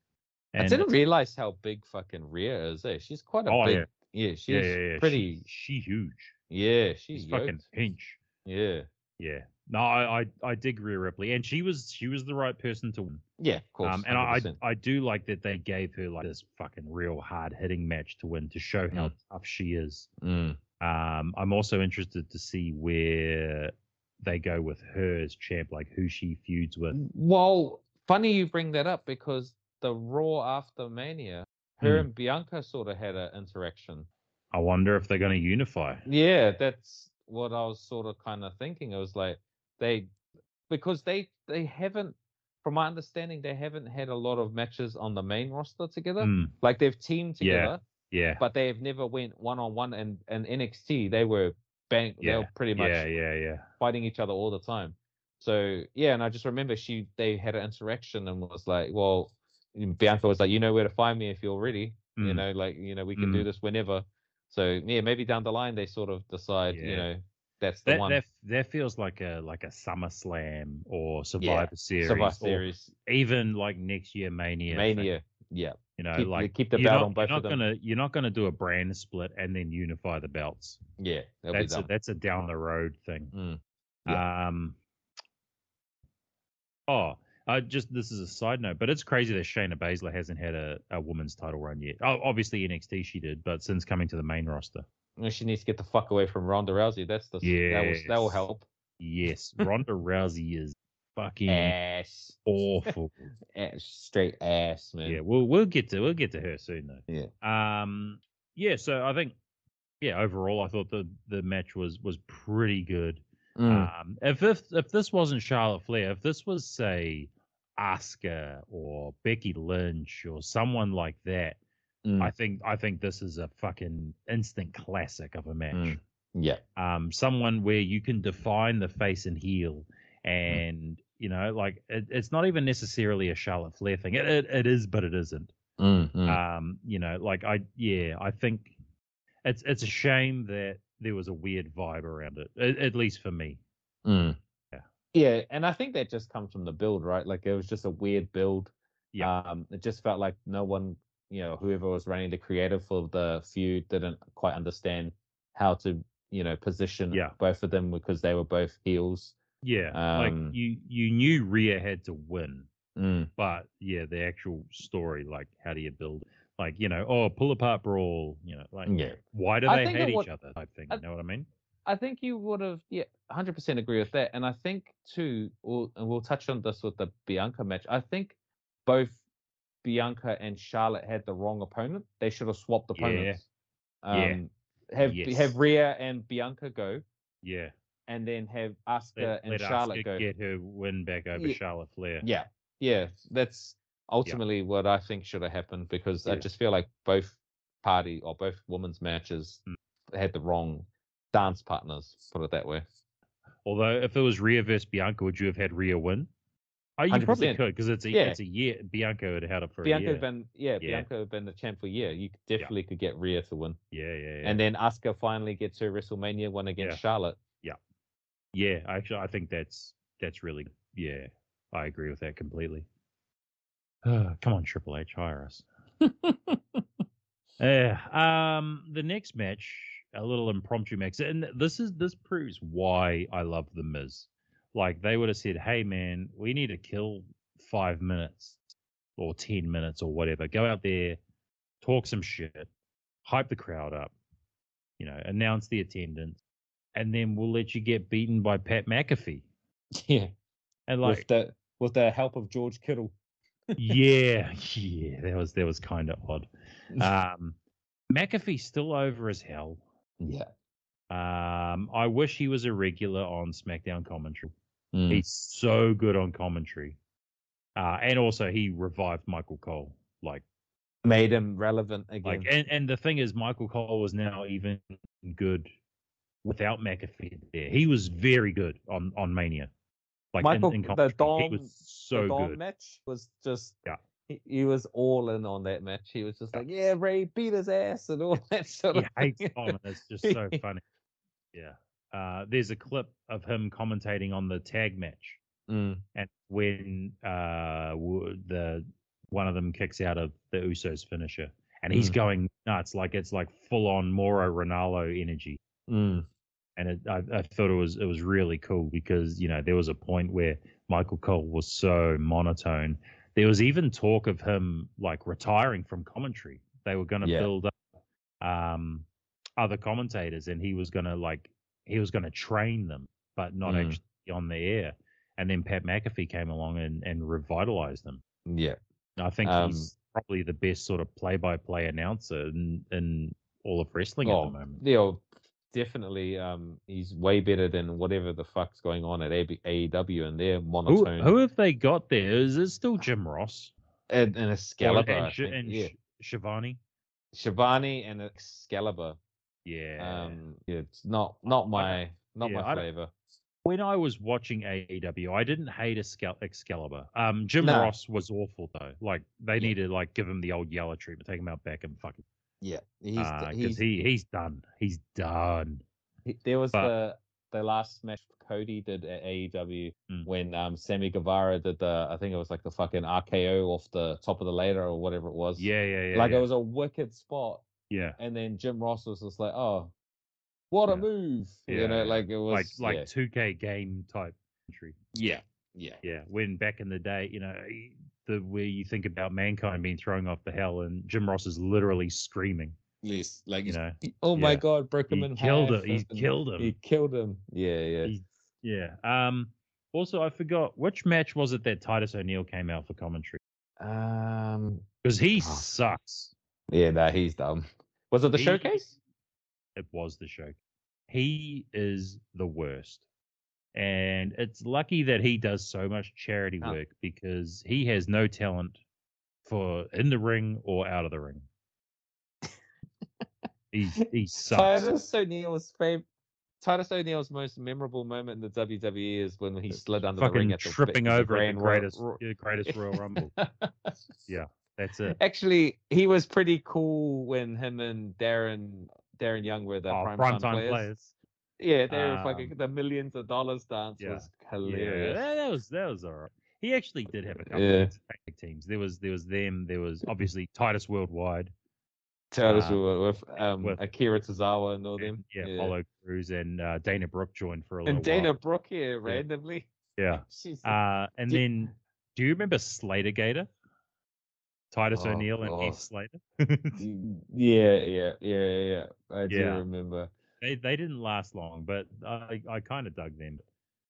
I
And
didn't realize how big fucking Rhea is. Eh? She's quite a
Oh,
big.
yeah.
Yeah, she's
yeah, yeah, yeah.
pretty.
She, she huge.
yeah, she's,
She's fucking
yoked.
pinch.
Yeah,
Yeah. No, I, I I dig Rhea Ripley, and she was she was the right person to win.
yeah, of course.
Um, and I,
100%.
I I do like that they gave her like this fucking real hard hitting match to win to show how tough she is.
Mm.
Um, I'm also interested to see where they go with her as champ, like who she feuds
Mm.
with.
Well, funny you bring that up because the Raw after Mania, her
Mm.
and Bianca sort of had an interaction.
I wonder if they're going to unify.
Yeah, that's what I was sort of kind of thinking. I was like, they because they they haven't, from my understanding, they haven't had a lot of matches on the main roster together.
Hmm,
Like they've teamed
Yeah.
together,
yeah,
but they have never went one on one. And and NXT, they were bang, they
Yeah,
were pretty much
yeah, yeah, yeah.
fighting each other all the time. So yeah, and I just remember she they had an interaction and was like, well, and Bianca was like, you know where to find me if you're ready. You
Mm.
know, like you know we can do
Mm.
this whenever. So yeah, maybe down the line they sort of decide, you
Yeah.
know, that's the
That,
one.
that that feels like a like a SummerSlam or Survivor Series,
Survivor
or
Series
even like next year Mania. thing,
Mania. Yeah,
you know,
keep,
like
keep the
you're
belt
not,
on both
you're
of
not
them.
gonna you're not gonna do a brand split and then unify the belts.
Yeah, that'll
that's
be
a,
dumb.
that's a down the road thing.
Mm. Yeah.
Um. Oh, uh, just this is a side note, but it's crazy that Shayna Baszler hasn't had a, a woman's title run yet. Oh, obviously NXT she did, but since coming to the main roster,
Well, She needs to get the fuck away from Ronda Rousey. That's the that will that will
Yes.
help.
yes, Ronda Rousey is fucking
Ass,
awful.
ass, straight ass, *laughs* man.
yeah, we'll we'll get to we'll get to her soon though.
Yeah.
Yeah. Um. Yeah. So I think, yeah. Overall, I thought the the match was was pretty good.
Mm.
Um, if, if if this wasn't Charlotte Flair, if this was say Asuka or Becky Lynch or someone like that,
Mm.
I think I think this is a fucking instant classic of a match.
Mm. yeah,
Um, someone where you can define the face and heel,
Mm.
and you know, like it, it's not even necessarily a Charlotte Flair thing. It it, it is, but it isn't.
Mm, mm.
Um, you know, like I yeah, I think it's it's a shame that there was a weird vibe around it, a- at least for me.
Mm.
Yeah.
Yeah, and I think that just comes from the build, right? Like it was just a weird build.
Yeah.
Um, it just felt like no one, you know, whoever was running the creative for the feud didn't quite understand how to, you know, position
Yeah.
both of them because they were both heels.
Yeah,
Um,
like you you knew Rhea had to win,
Mm.
but yeah, the actual story, like how do you build, like you know, oh pull apart brawl, you know, like
Yeah.
why do
I
they
think
hate
it
each
would-
other type thing?
I-
You know what I mean?
I think you would have, yeah, 100% agree with that. And I think too, we'll, and we'll touch on this with the Bianca match. I think both Bianca and Charlotte had the wrong opponent. They should have swapped
Yeah.
opponents.
Yeah.
Um, Have
Yes.
have Rhea and Bianca go,
Yeah,
and then have Asuka
let,
and
let
Charlotte
Asuka
go.
get her win back over
Yeah.
Charlotte Flair.
Yeah, yeah, that's ultimately what I think should have happened because I
Yeah.
just feel like both party or both women's matches
Mm.
had the wrong dance partners. Put it that way.
Although if it was Rhea versus Bianca, would you have had Rhea win? Oh, you probably
100%.
could because it's a
Yeah.
it's a year. Bianca would have had it for
Bianca
a year.
had been yeah,
Yeah.
Bianca had been the champ for a year. You could- definitely could get Rhea to win,
yeah, yeah, yeah.
and then Asuka finally gets her WrestleMania one against
Yeah. *laughs*
Charlotte.
yeah, actually, I think that's that's really yeah. I agree with that completely. *sighs* come on, Triple H, hire us. Yeah. Um. The next match, a little impromptu match, and this is this proves why I love the Miz. Like they would have said, "Hey, man, we need to kill five minutes or ten minutes or whatever. Go out there, talk some shit, hype the crowd up, you know, announce the attendance, and then we'll let you get beaten by Pat McAfee."
Yeah,
And like,
with the with the help of George Kittle.
yeah, *laughs* yeah, that was that was kind of odd. Um, McAfee's still over as hell.
Yeah.
Um, I wish he was a regular on SmackDown commentary.
Mm.
He's so good on commentary, uh, and also he revived Michael Cole. Like,
made him relevant again.
like, and and the thing is, Michael Cole was now even good without McAfee there. He was very good on on Mania. Like in-
Michael,
in
the
commentary.
Dom,
he was so
the Dom
good.
match was just
Yeah.
he, he was all in on that match. He was just like, yeah, Ray beat his ass and all *laughs* that sort
he
of
hates
thing.
Tom, and it's just so funny. Yeah. Uh, there's a clip of him commentating on the tag match,
Mm,
and when uh, wo- the one of them kicks out of the Usos finisher, and he's
Mm.
going nuts, like it's like full on Moro Ronaldo energy.
mm,
and it, I, I thought it was it was really cool because you know there was a point where Michael Cole was so monotone. There was even talk of him like retiring from commentary. They were going to
Yeah.
build up um, other commentators, and he was going to like he was going to train them, but not
Mm.
actually on the air. And then Pat McAfee came along and and revitalized them.
yeah.
I think
Um,
he's probably the best sort of play-by-play announcer in, in all of wrestling at
Oh,
the moment.
yeah, oh, definitely. Um, he's way better than whatever the fuck's going on at AB, AEW E and their
Who,
monotone
who have they got there? Is it still Jim Ross?
and, and
Or-
Excalibur. I
and, Sh-
think,
and
yeah,
Sh- Shivani?
Shivani and Excalibur.
Yeah.
Um, yeah, it's not not my not
yeah,
my
I don't-
flavor.
when I was watching AEW, I didn't hate Excal- Excalibur. Um, Jim
No.
Ross was awful though. Like they
Yeah.
need to like give him the old yellow treatment, take him out back and fucking
Yeah, he's,
because he he's done. He's done.
He- There was
But-
the the last match Cody did at AEW
Mm.
when um Sammy Guevara did the I think it was like the fucking RKO off the top of the ladder or whatever it was.
Yeah, yeah, yeah.
like
yeah.
it was a wicked spot,
yeah.
and then Jim Ross was just like, "Oh, what a
Yeah.
move!"
Yeah,
you know,
yeah.
like it was
like like
yeah.
2K game type entry.
yeah, yeah,
Yeah, when back in the day, you know, eh, the where you think about mankind being thrown off the hell, and Jim Ross is literally screaming.
yes, like
You know,
oh my
yeah.
god, broke him
he
in
killed
half
him. He's
and-
killed him.
He killed him. Yeah, yeah.
He- yeah. Um. Also, I forgot which match was it that Titus O'Neil came out for commentary
Um,
because he
Oh.
sucks.
yeah, no, he's dumb. Was it the
He-
showcase?
It was the show. He is the worst, and it's lucky that he does so much charity
Oh.
work because he has no talent for in the ring or out of the ring. he
*laughs*
he sucks.
Titus O'Neil's favorite. Titus O'Neil's most memorable moment in the WWE is when he slid under the
Uh, Fucking
ring at the bit-
tripping
the
over at
Grand
the
Ro-
greatest,
Ro-
the greatest Royal *laughs* Rumble. Yeah. That's it.
Actually, he was pretty cool when him and Darren Darren Young were the
Oh,
prime,
primetime
time players.
players.
Yeah, they were
Um,
fucking the millions of dollars dance
yeah.
was
Yeah,
hilarious.
that, that was that was all right. He actually did have a couple
Yeah.
of tag teams. There was there was them. There was obviously Titus Worldwide.
Titus
Uh,
were with um
with-
Akira Tozawa and all
and,
them.
yeah, Apollo Cruz and uh, Dana Brooke joined for a little
and Dana
while.
Brooke here randomly. *laughs*
Yeah.
She's
Uh, and
Do-
then, do you remember Slater Gator? Titus
Oh,
O'Neil and
God.
Heath Slater.
Mm, yeah, yeah, yeah, yeah. I do
Yeah.
remember.
they they didn't last long, but I I kind of dug them.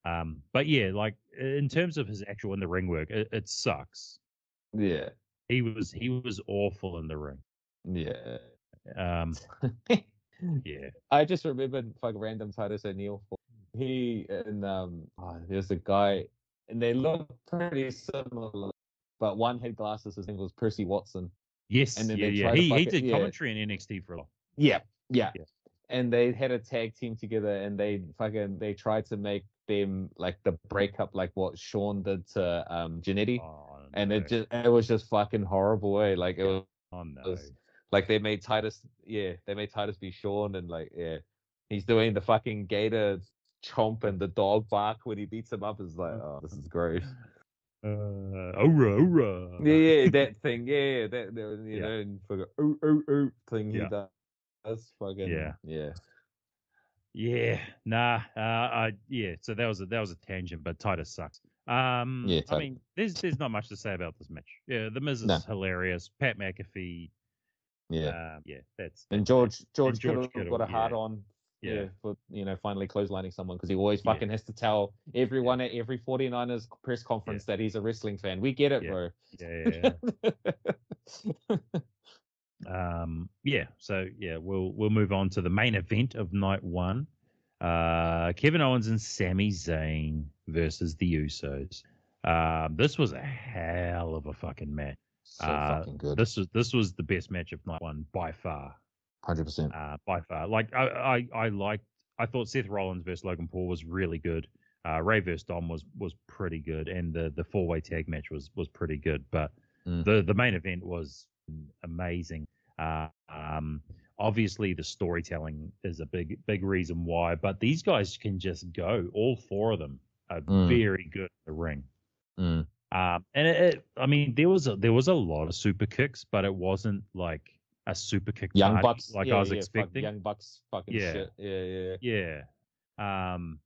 Um, but yeah, like in terms of his actual in the ring work, it, it sucks.
Yeah,
He was he was awful in the ring.
yeah. *laughs*
Um, yeah.
I just remembered fucking random Titus O'Neil. for- He and um, oh, there's a guy, and they look pretty similar, but one had glasses. His name was Percy Watson.
Yes,
And then
yeah,
they
yeah.
try to
He, he
fuck it-
did
yeah.
commentary in NXT for a long.
Yeah, yeah.
Yeah.
And they had a tag team together, and they fucking they tried to make them like the breakup, like what Sean did to um Janetti,
Oh,
and
no.
it just it was just fucking horrible. Eh? Like it was
Oh, no.
was- like they made Titus, yeah, they made Titus be Sean, and like, yeah, he's doing the fucking gator chomp and the dog bark when he beats him up. Is like,
Mm.
oh, this is
*laughs*
gross.
Uh, aura, aura.
Yeah, yeah, that thing, yeah, that, that you
Yeah.
know, and fucking ooh ooh ooh thing
Yeah.
he does. That's fucking
Yeah.
yeah,
Yeah, nah. Uh, I yeah. So that was a that was a tangent, but Titus sucks. Um,
Yeah,
I
Titus-
mean, there's there's not much to say about this match. Yeah, the Miz is
No.
hilarious. Pat McAfee.
yeah.
um, yeah. That's
and George George,
George
Kittle,
Kittle,
got a
yeah.
hard on.
yeah.
Yeah. for you know, finally clotheslining someone because he always
Yeah.
fucking has to tell everyone at every 49ers press conference that he's a wrestling fan. We get it,
Yeah.
bro. *laughs*
yeah, yeah, yeah. um, yeah. So yeah, we'll we'll move on to the main event of night one. Uh, Kevin Owens and Sami Zayn versus the Usos. Uh, this was a hell of a fucking match.
so
Uh,
fucking good,
This was this was the best match of night one by far.
hundred percent.
uh, by far. Like I, I, I liked. I thought Seth Rollins versus Logan Paul was really good. Uh, Ray versus Dom was was pretty good, and the the four way tag match was was pretty good. But
Mm.
the the main event was amazing. Uh, um, obviously, the storytelling is a big big reason why, but these guys can just go. All four of them are
Mm.
very good at the ring.
Mm.
Um, and it, it, I mean, there was a, there was a lot of super kicks, but it wasn't like a super kick
Young
party
Bucks,
like
yeah,
I was
yeah, fuck,
expecting.
Young Bucks, fucking
Yeah.
shit. Yeah, yeah.
Yeah. Um.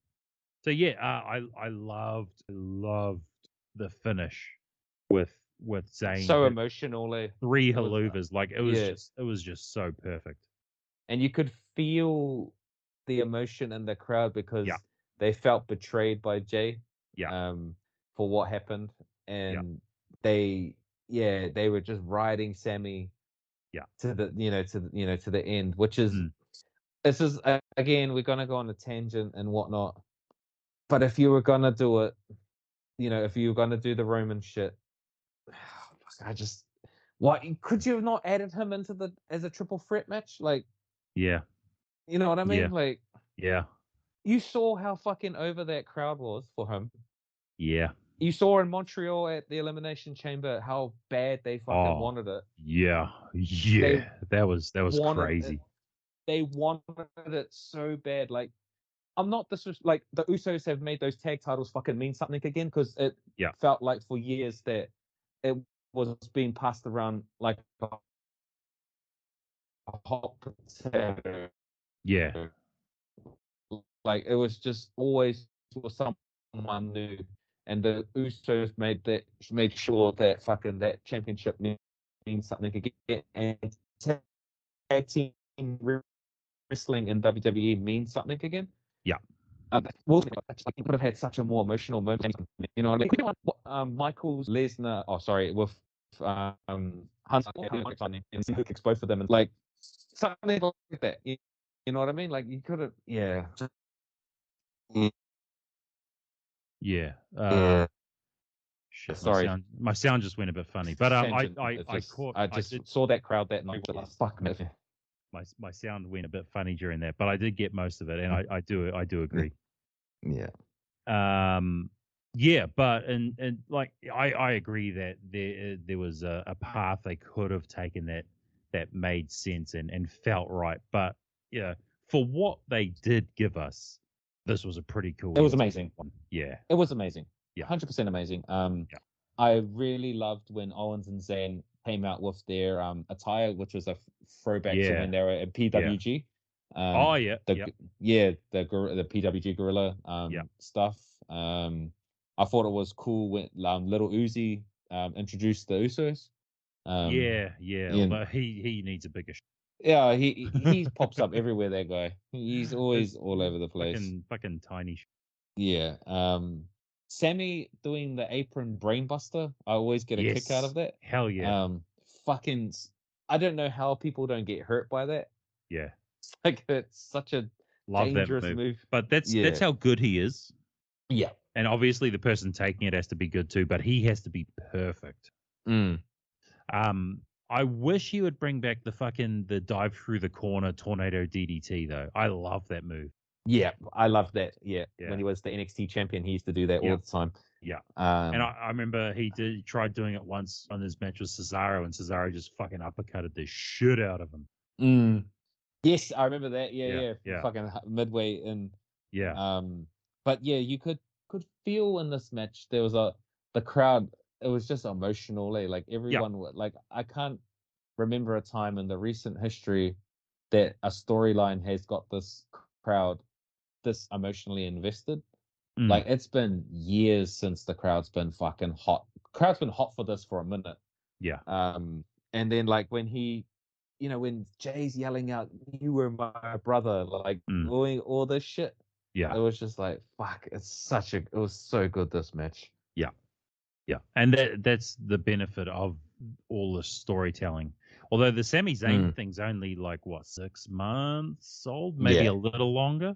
So yeah, uh, I I loved loved the finish with with Zayn.
So
hit
emotional, eh?
three
was that?
haluvas, like it was
Yeah.
just it was just so perfect.
and you could feel the emotion in the crowd because they felt betrayed by Jay
Yeah.
um for what happened and they yeah they were just riding Sammy
Yeah.
to the you know to the, you know to the end which is
Mm.
this is uh, again we're gonna go on a tangent and whatnot but if you were gonna do it you know if you were gonna do the Roman shit *sighs* I just what could you have not added him into the as a triple threat match like
Yeah.
you know what I mean?
Yeah.
Like
Yeah.
you saw how fucking over that crowd was for him.
Yeah.
You saw in Montreal at the Elimination Chamber how bad they fucking
Oh,
wanted it.
Yeah. Yeah. that was that was
wanted it.
crazy.
They wanted it so bad. Like I'm not this like the Usos have made those tag titles fucking mean something again because it
Yeah.
felt like for years that it was being passed around like a a hot potato.
Yeah.
like it was just always for someone new. And the Usos made that made sure that fucking that championship mean- means something again. And ta- tag team re- wrestling in WWE means something again.
Yeah.
Uh, but Will Smith, like, he would have had such a more emotional moment. You know, like um, Michael's Lesnar. Oh, sorry, with um, Hunter and who kicks both of them, and like something like that. You, you know what I mean? Like you could have, yeah.
Yeah. Uh,
Yeah.
Shit,
Sorry.
My sound, my sound just went a bit funny, but um, I
Tangent.
I,
It's
I
just-
caught
I just
did
saw that crowd that night. Like, fuck me.
my my sound went a bit funny during that, but I did get most of it, and I, I do I do agree.
Yeah.
um yeah but and and like i i agree that there there was a, a path they could have taken that that made sense and and felt right but yeah for what they did give us this was a pretty cool
It was amazing.
one yeah
It was amazing.
Yeah.
Hundred percent amazing. Um,
Yeah.
I really loved when Owens and Zayn came out with their um attire, which was a f- throwback to
Yeah.
when they were at PWG. Um,
oh yeah
the
yeah
yeah the gor- the PWG gorilla um
Yeah.
stuff. Um, I thought it was cool when um, little Uzi um introduced the Usos. Um,
yeah yeah
Ian-
although he he needs a bigger sh-
yeah,
*laughs*
he he he pops up everywhere. That guy, he's always all over the place.
fucking fucking tiny sh-
Yeah. Um, Sammy doing the apron brainbuster. I always get a kick out
Yes.
of that.
hell yeah
Um, fucking, s- I don't know how people don't get hurt by that.
Yeah.
Like it's *laughs* such a
love that
dangerous
move.
move.
but that's that's
Yeah.
how good he is
Yeah.
and obviously the person taking it has to be good too but he has to be perfect
Mm.
Um, I wish he would bring back the fucking the dive through the corner tornado DDT though. I love that move.
Yeah, I love that. Yeah.
Yeah.
When he was the NXT champion, he used to do that
Yeah.
all the time.
Yeah.
Um,
and I, I remember he did he tried doing it once on his match with Cesaro, and Cesaro just fucking uppercutted the shit out of him.
mm. yes, I remember that. Yeah,
Yeah,
yeah.
yeah.
Fucking h- midway in.
Yeah,
Um, but yeah, you could could feel in this match there was a the crowd. It was just emotional. Eh? Like everyone, wa- like I can't remember a time in the recent history that a storyline has got this c- crowd this emotionally invested.
Mm.
Like it's been years since the crowd's been fucking hot. Crowd's been hot for this for a minute.
Yeah.
Um, and then like when he, you know, when Jay's yelling out, "You were my brother," like
Mm.
doing all this shit
yeah,
it was just like fuck it's such a it was so good this match
yeah. And that that's the benefit of all the storytelling. Although the Sami Zayn
Mm.
thing's only like what six months old, maybe
Yeah.
a little longer.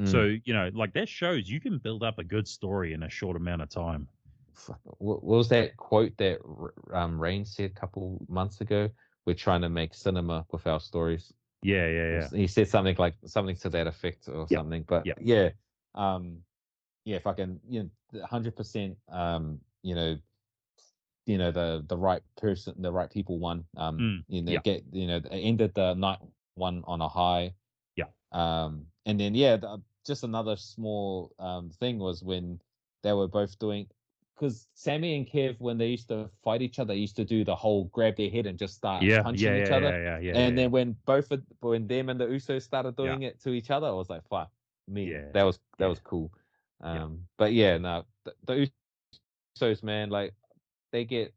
Mm,
So you know, like that shows you can build up a good story in a short amount of time.
Fuck, wh- what was that quote that R- um rain said a couple months ago we're trying to make cinema with our stories
Yeah, yeah, yeah.
he said something like something to that effect or
Yeah,
something but
yeah.
yeah um yeah fucking you know 100 percent um you know you know the the right person, the right people won. Um,
Mm,
you know,
yeah.
get you know they ended the night one on a high.
Yeah.
Um, and then yeah, the, just another small um thing was when they were both doing because Sammy and Kev when they used to fight each other used to do the whole grab their head and just start
yeah,
punching
yeah,
each
yeah,
other.
yeah, yeah, yeah,
and
yeah.
then when both of when them and the Usos started doing it to each other, I was like, "Fuck me!"
Yeah,
That was that
yeah.
was cool. Um, but yeah, no, th- the Usos, man, like they get,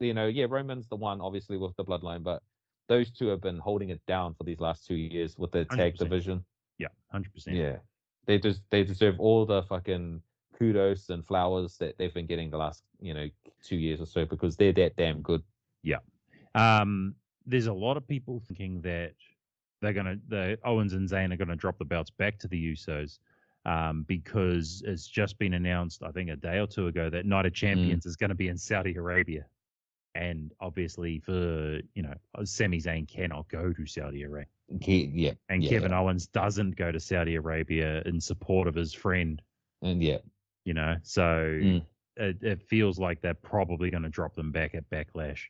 you know, yeah, Roman's the one obviously with the bloodline, but those two have been holding it down for these last two years with the tag
100%.
division.
yeah, hundred percent.
Yeah, they just they deserve all the fucking kudos and flowers that they've been getting the last you know two years or so because they're that damn good.
Um, there's a lot of people thinking that they're gonna the Owens and Zayn are gonna drop the belts back to the Usos, um, because it's just been announced, I think a day or two ago, that
Mm.
Night of Champions is gonna be in Saudi Arabia, and obviously for you know Sami Zayn cannot go to Saudi Arabia,
He, yeah,
and
yeah,
Kevin Owens doesn't go to Saudi Arabia in support of his friend,
and yeah,
you know, so.
Mm.
It, it feels like they're probably going to drop them back at Backlash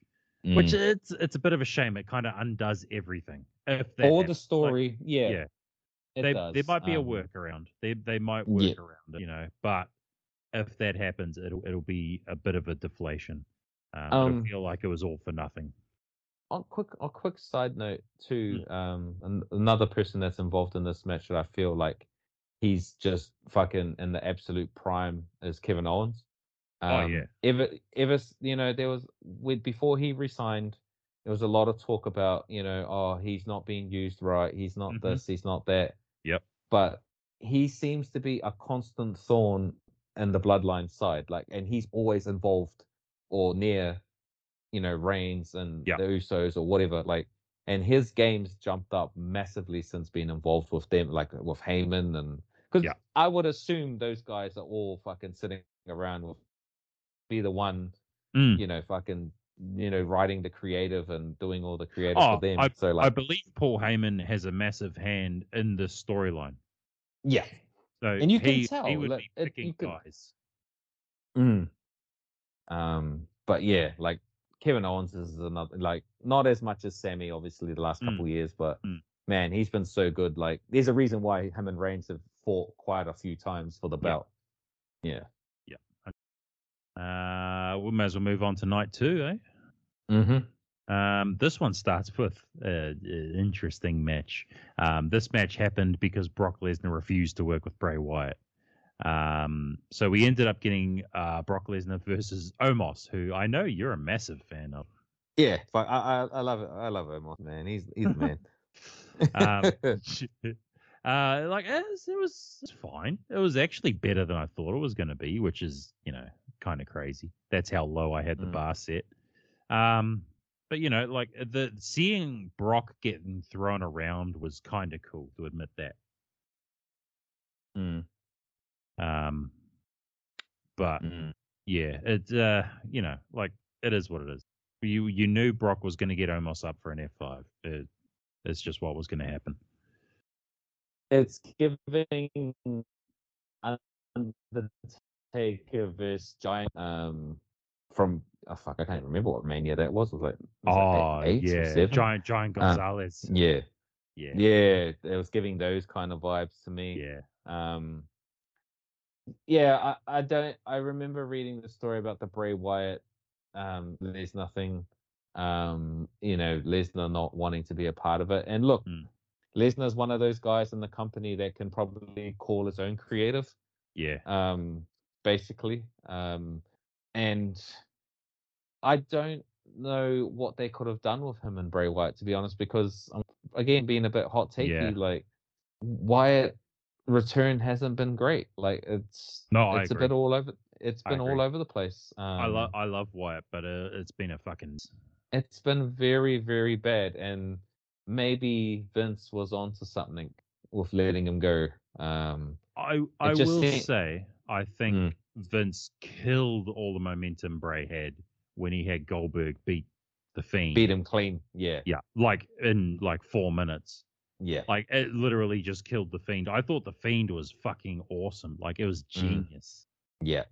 mm.
which it's it's a bit of a shame. It kind of undoes everything. If that
or the
happens.
story. yeah,
yeah. Like,
it
they,
does.
there might be a
Um,
workaround. They they might work
yeah.
around it, you know. But if that happens, it'll it'll be a bit of a deflation. Um,
Um,
it'll feel like it was all for nothing.
On quick, on quick side note too.
Mm.
Um, an, another person that's involved in this match that I feel like he's just fucking in the absolute prime is Kevin Owens. Um,
Oh, yeah.
Ever, ever, s- you know, there was with before he resigned, there was a lot of talk about, you know, oh, he's not being used right. He's not
Mhm.
this. He's not that.
Yep.
But he seems to be a constant thorn in the bloodline side. Like, and he's always involved or near, you know, Reigns and
Yep.
the Usos or whatever. Like, and his games jumped up massively since being involved with them, like with Heyman and because
Yeah.
I would assume those guys are all fucking sitting around with be the one,
Mm.
you know, fucking you know, writing the creative and doing all the creative
Oh,
for them.
I-
so
I
like
believe Paul Heyman has a massive hand in this storyline.
Yeah.
So
And you can
he,
tell,
he would
like,
be
it-
picking
you can-
guys.
Mm. Um but yeah, like Kevin Owens is another like not as much as Sammy obviously the last
Mm.
couple years, but
Mm.
man, he's been so good. Like there's a reason why him and Reigns have fought quite a few times for the belt. Yeah.
Uh, we may as well move on to night two, eh?
Mm-hmm.
Um, this one starts with uh, an interesting match. Um, this match happened because Brock Lesnar refused to work with Bray Wyatt. Um, so we ended up getting uh, Brock Lesnar versus Omos, who I know you're a massive fan of.
Yeah, fuck, I, I I love it. I love Omos, man. He's he's the man.
*laughs* Um,
*laughs*
*laughs* uh, like it was, it was it's fine. It was actually better than I thought it was going to be, which is you know kind of crazy. That's how low I had the
Mm.
bar set. Um, but you know, like uh, the seeing Brock getting thrown around was kind of cool to admit that.
Mm,
Um, but
mm.
yeah, it uh, you know, like it is what it is. You you knew Brock was going to get Omos up for an F five. It, it's just what was going to happen.
It's giving Undertaker versus Giant um from oh fuck, I can't remember what mania that was. Was like
Oh
was it eight or
yeah,
seven?
giant giant
Uh,
Gonzalez.
Yeah,
yeah, yeah,
yeah. It was giving those kind of vibes to me.
yeah.
Um, yeah, I, I don't. I remember reading the story about the Bray Wyatt. Um, there's nothing. Um, you know, Lesnar not wanting to be a part of it. And look,
Mm.
Lesnar's one of those guys in the company that can probably call his own creative. Um, basically. Um, and I don't know what they could have done with him and Bray Wyatt, to be honest, because um, again, being a bit hot takey,
Yeah.
like Wyatt return hasn't been great. Like it's
No, I
it's a
agree.
bit all over. It's
I
been all
agree.
over the place. Um,
I love I love Wyatt, but uh, it's been a fucking
It's been very very bad, and maybe Vince was onto something with letting him go. Um,
I I
just
will
seem-
say I think
Mm.
Vince killed all the momentum Bray had when he had Goldberg beat the Fiend.
beat him clean. Yeah,
Yeah, like in like four minutes.
yeah.
Like it literally just killed the Fiend. I thought the Fiend was fucking awesome. Like it was genius.
Mm. Yeah.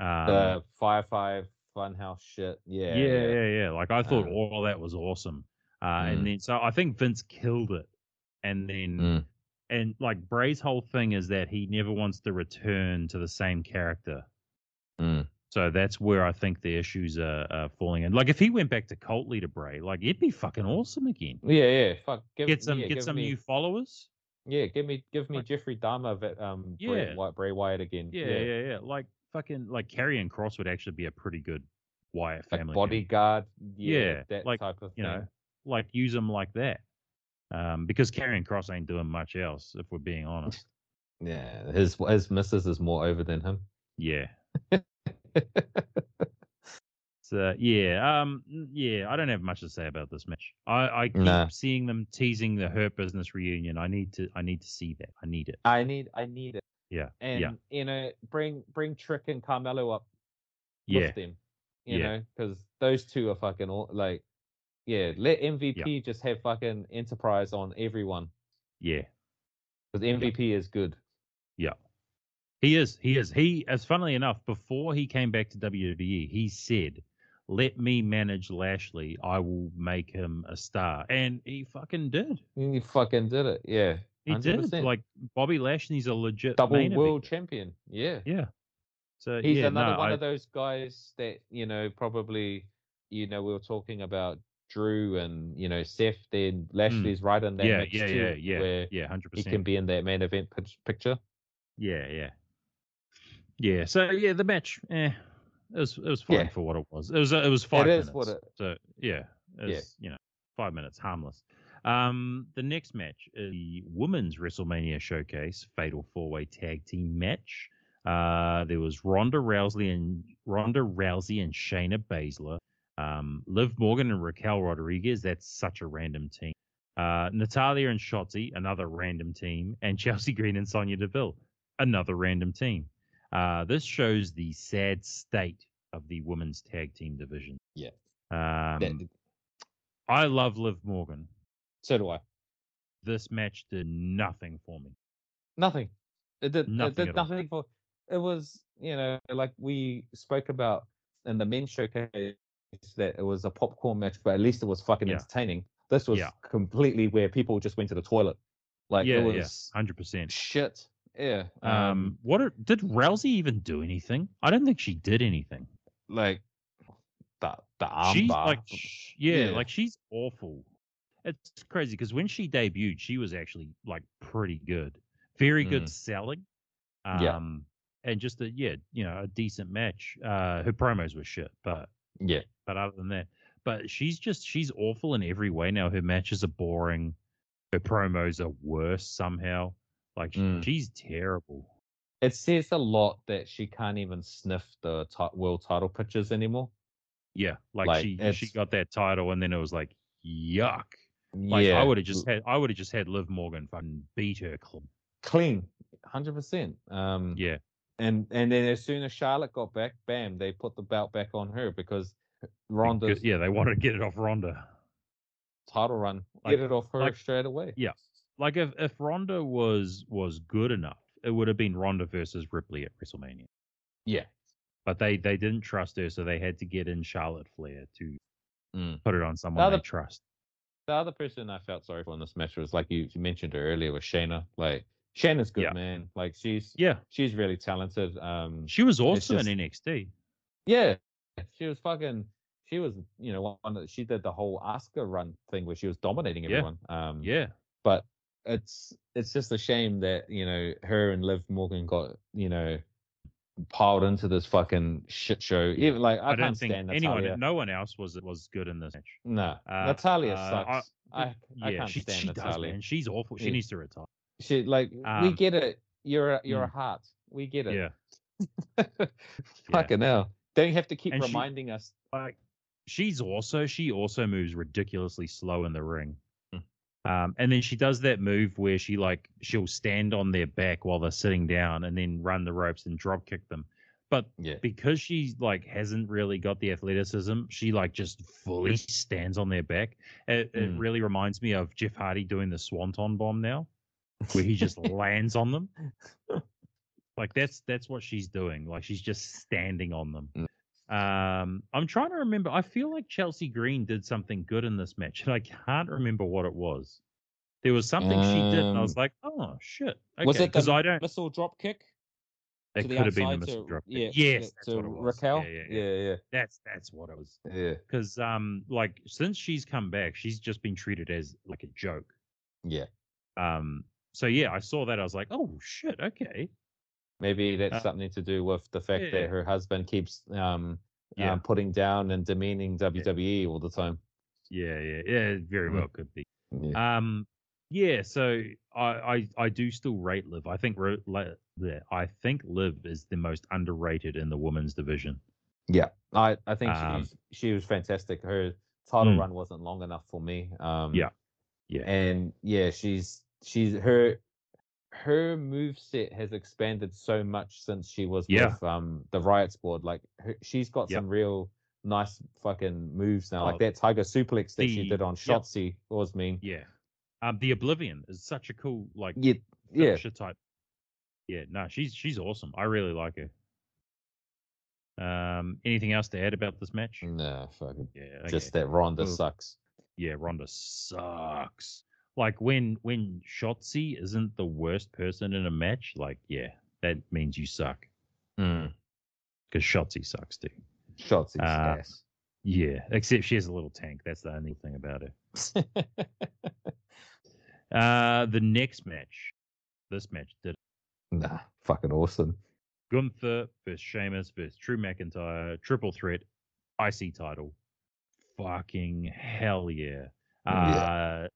Um,
The five five Funhouse shit.
Yeah,
Yeah.
yeah, yeah. Like I thought
Um,
all that was awesome. Uh,
Mm.
And then so I think Vince killed it. And then
Mm.
and like Bray's whole thing is that he never wants to return to the same character.
Mm.
So that's where I think the issues are, are falling in. Like if he went back to cult leader Bray, like it'd be fucking awesome again.
Yeah, yeah. Fuck. Give,
Get some
yeah,
get
give
some
me,
new followers.
Yeah, give me, give me
Like-
Jeffrey Dahmer, vet- um,
Yeah.
Bray, Wyatt, Bray Wyatt again.
Yeah, yeah, yeah. Like fucking like Carrie and Cross would actually be a pretty good Wyatt
Like
family. member.
bodyguard. Yeah,
Yeah,
that
like,
type of
you
thing.
know, like use them like that. Um, because Karrion Cross ain't doing much else, if we're being honest.
Yeah, his his missus is more over than him.
Yeah. So yeah, um, yeah, I don't have much to say about this match. I, I keep
Nah.
seeing them teasing the Hurt Business reunion. I need to, I need to see that. I need it.
I need I need it.
Yeah,
And
yeah.
you know, bring bring Trick and Carmelo up
Yeah,
with them. You
Yeah.
know, because those two are fucking all, like, yeah. Let MVP just have fucking Enterprise on everyone
yeah.
because MVP is good.
He is. He is. He, as funnily enough, before he came back to WWE, he said, "Let me manage Lashley. I will make him a star," and he fucking did.
And He fucking did it. Yeah,
He did.
100%.
Like Bobby Lashley's a legit
double
main
world
event.
champion. Yeah,
Yeah. So
he's
yeah,
another
no,
one
I-
of those guys that you know probably you know we were talking about Drew and you know Seth. Then Lashley's right in that
Hmm. yeah,
mix
yeah,
too,
yeah, yeah,
where
yeah, hundred
he can
percent.
be in that main event pic- picture.
Yeah, yeah, yeah. So yeah, the match, eh, it was it was fine
Yeah.
for what it was. It was it was five.
It
minutes.
is what it-
So yeah, it's, you know, five minutes harmless. Um, the next match is the women's WrestleMania Showcase Fatal Four Way Tag Team Match. Uh, there was Ronda Rousey and Ronda Rousey and Shayna Baszler, um, Liv Morgan and Raquel Rodriguez. That's such a random team. Uh, Natalia and Shotzi, another random team, and *laughs* Chelsea Green and Sonya Deville, another random team. Uh, this shows the sad state of the women's tag team division.
Yeah.
Um,
That-
I love Liv Morgan.
so do I.
This match did nothing for me.
Nothing. It did
Nothing
nothing. It
at
did
all.
nothing for. It was you know like we spoke about in the men's showcase that it was a popcorn match, but at least it was fucking
Yeah.
entertaining. This was
Yeah.
completely where people just went to the toilet. Like
yeah,
it
yeah,
was
hundred percent.
shit. Yeah.
Um, what are, did Rousey even do anything? I don't think she did anything.
like the the armbar.
she's like, sh- yeah, like she's awful. It's crazy because when she debuted, she was actually like pretty good, very good
Mm.
selling. Um,
Yeah.
and just a yeah, you know, a decent match. Uh, her promos were shit, but
yeah.
but other than that, but she's just she's awful in every way now. Her matches are boring. Her promos are worse somehow. Like sh-
Mm.
she's terrible.
It says a lot that she can't even sniff the ti- world title pictures anymore.
Yeah, like,
Like,
she she
it's-
got that title and then it was like yuck. Like I would have just had I would have just had Liv Morgan fucking beat her clean.
clean, hundred percent. Um,
Yeah,
and and then as soon as Charlotte got back, bam, they put the belt back on her because Ronda's
Because- yeah, they wanted to get it off Ronda.
title run
Like-
get it off her
like-
straight away.
yeah. Like if if Ronda was was good enough, it would have been Ronda versus Ripley at WrestleMania.
Yeah.
But they they didn't trust her, so they had to get in Charlotte Flair to
Mm.
put it on someone
Other-
they trust.
The other person I felt sorry for in this match was like you, you mentioned her earlier was Shayna. Like Shayna's good
Yeah.
man. Like she's
Yeah,
she's really talented. Um,
she was awesome
just-
in NXT.
Yeah, she was fucking. She was, you know, one that she did the whole Oscar run thing where she was dominating
Yeah.
everyone. Um,
Yeah,
but it's it's just a shame that you know her and Liv Morgan got you know piled into this fucking shit show.
Yeah.
Even like I,
I, don't
can't
think
stand
anyone,
Natalia.
no one else was was good in this match.
No,
uh,
Natalia
uh, I-
sucks. I I,
yeah,
can't
she,
stand
she does,
Natalia.
man. She's awful. She
Yeah.
needs to retire.
she like we
Um, mm.
get it. You're a, you're a heart. We get
Yeah,
it. *laughs* fucking hell. Don't have to keep
And she-
reminding us.
like she's also she also moves ridiculously slow in the ring.
Mm.
Um, and then she does that move where she like she'll stand on their back while they're sitting down and then run the ropes and drop kick them. But
Yeah.
because she like hasn't really got the athleticism, she like just fully
Mm.
stands on their back. It, it
Mm.
really reminds me of Jeff Hardy doing the Swanton bomb now, where he
*laughs*
just lands on them. Like that's that's what she's doing. Like she's just standing on them.
Mm.
Um, I'm trying to remember. I feel like Chelsea Green did something good in this match, and I can't remember what it was. There was something she did, and I was
Um,
like, "Oh shit!"
was
Okay,
it the
because I don't.
Missile drop kick.
It
to
could
the
have been a
outside
missile
to-
drop. kick.
Yeah,
yes, that's
to
what it was.
Raquel.
yeah, yeah. yeah.
yeah,
That's that's what it was.
yeah. yeah.
because um like since she's come back she's just been treated as like a joke
Yeah.
um so yeah i saw that i was like oh shit okay
Maybe that's
Uh,
something to do with the fact
yeah.
that her husband keeps um,
yeah
um, putting down and demeaning WWE all the time.
yeah yeah yeah it very
Mm.
well could be
Yeah.
um yeah so i i, I do still rate liv i think Ro- Li- Li- i think liv is the most underrated in the women's division
Yeah, I, I think she,
Um,
was- she was fantastic. Her title
Mm.
run wasn't long enough for me. Um,
Yeah, yeah.
and yeah, she's she's her her move set has expanded so much since she was
Yeah.
with um the Riot Squad. Like her, she's got
Yep.
some real nice fucking moves now.
Oh,
like that Tiger suplex that she
the-
did on
yep.
Shotzi was mean.
yeah um the oblivion is such a cool like
Yeah, yeah,
finisher type yeah no she's she's awesome i really like her um anything else to add about this match
no, fucking
Yeah, okay.
Mm, just that Ronda
Mm.
sucks.
yeah, Ronda sucks. Like when when Shotzi isn't the worst person in a match, like yeah, that means you suck
Mm.
because Shotzi sucks too.
Shotzi's
Uh,
ass.
Yeah, except she has a little tank. That's the only thing about her.
*laughs*
Uh, the next match, this match did
nah, fucking awesome.
Gunther versus Sheamus versus Drew McIntyre triple threat IC title. Fucking hell yeah!
Yeah.
Uh,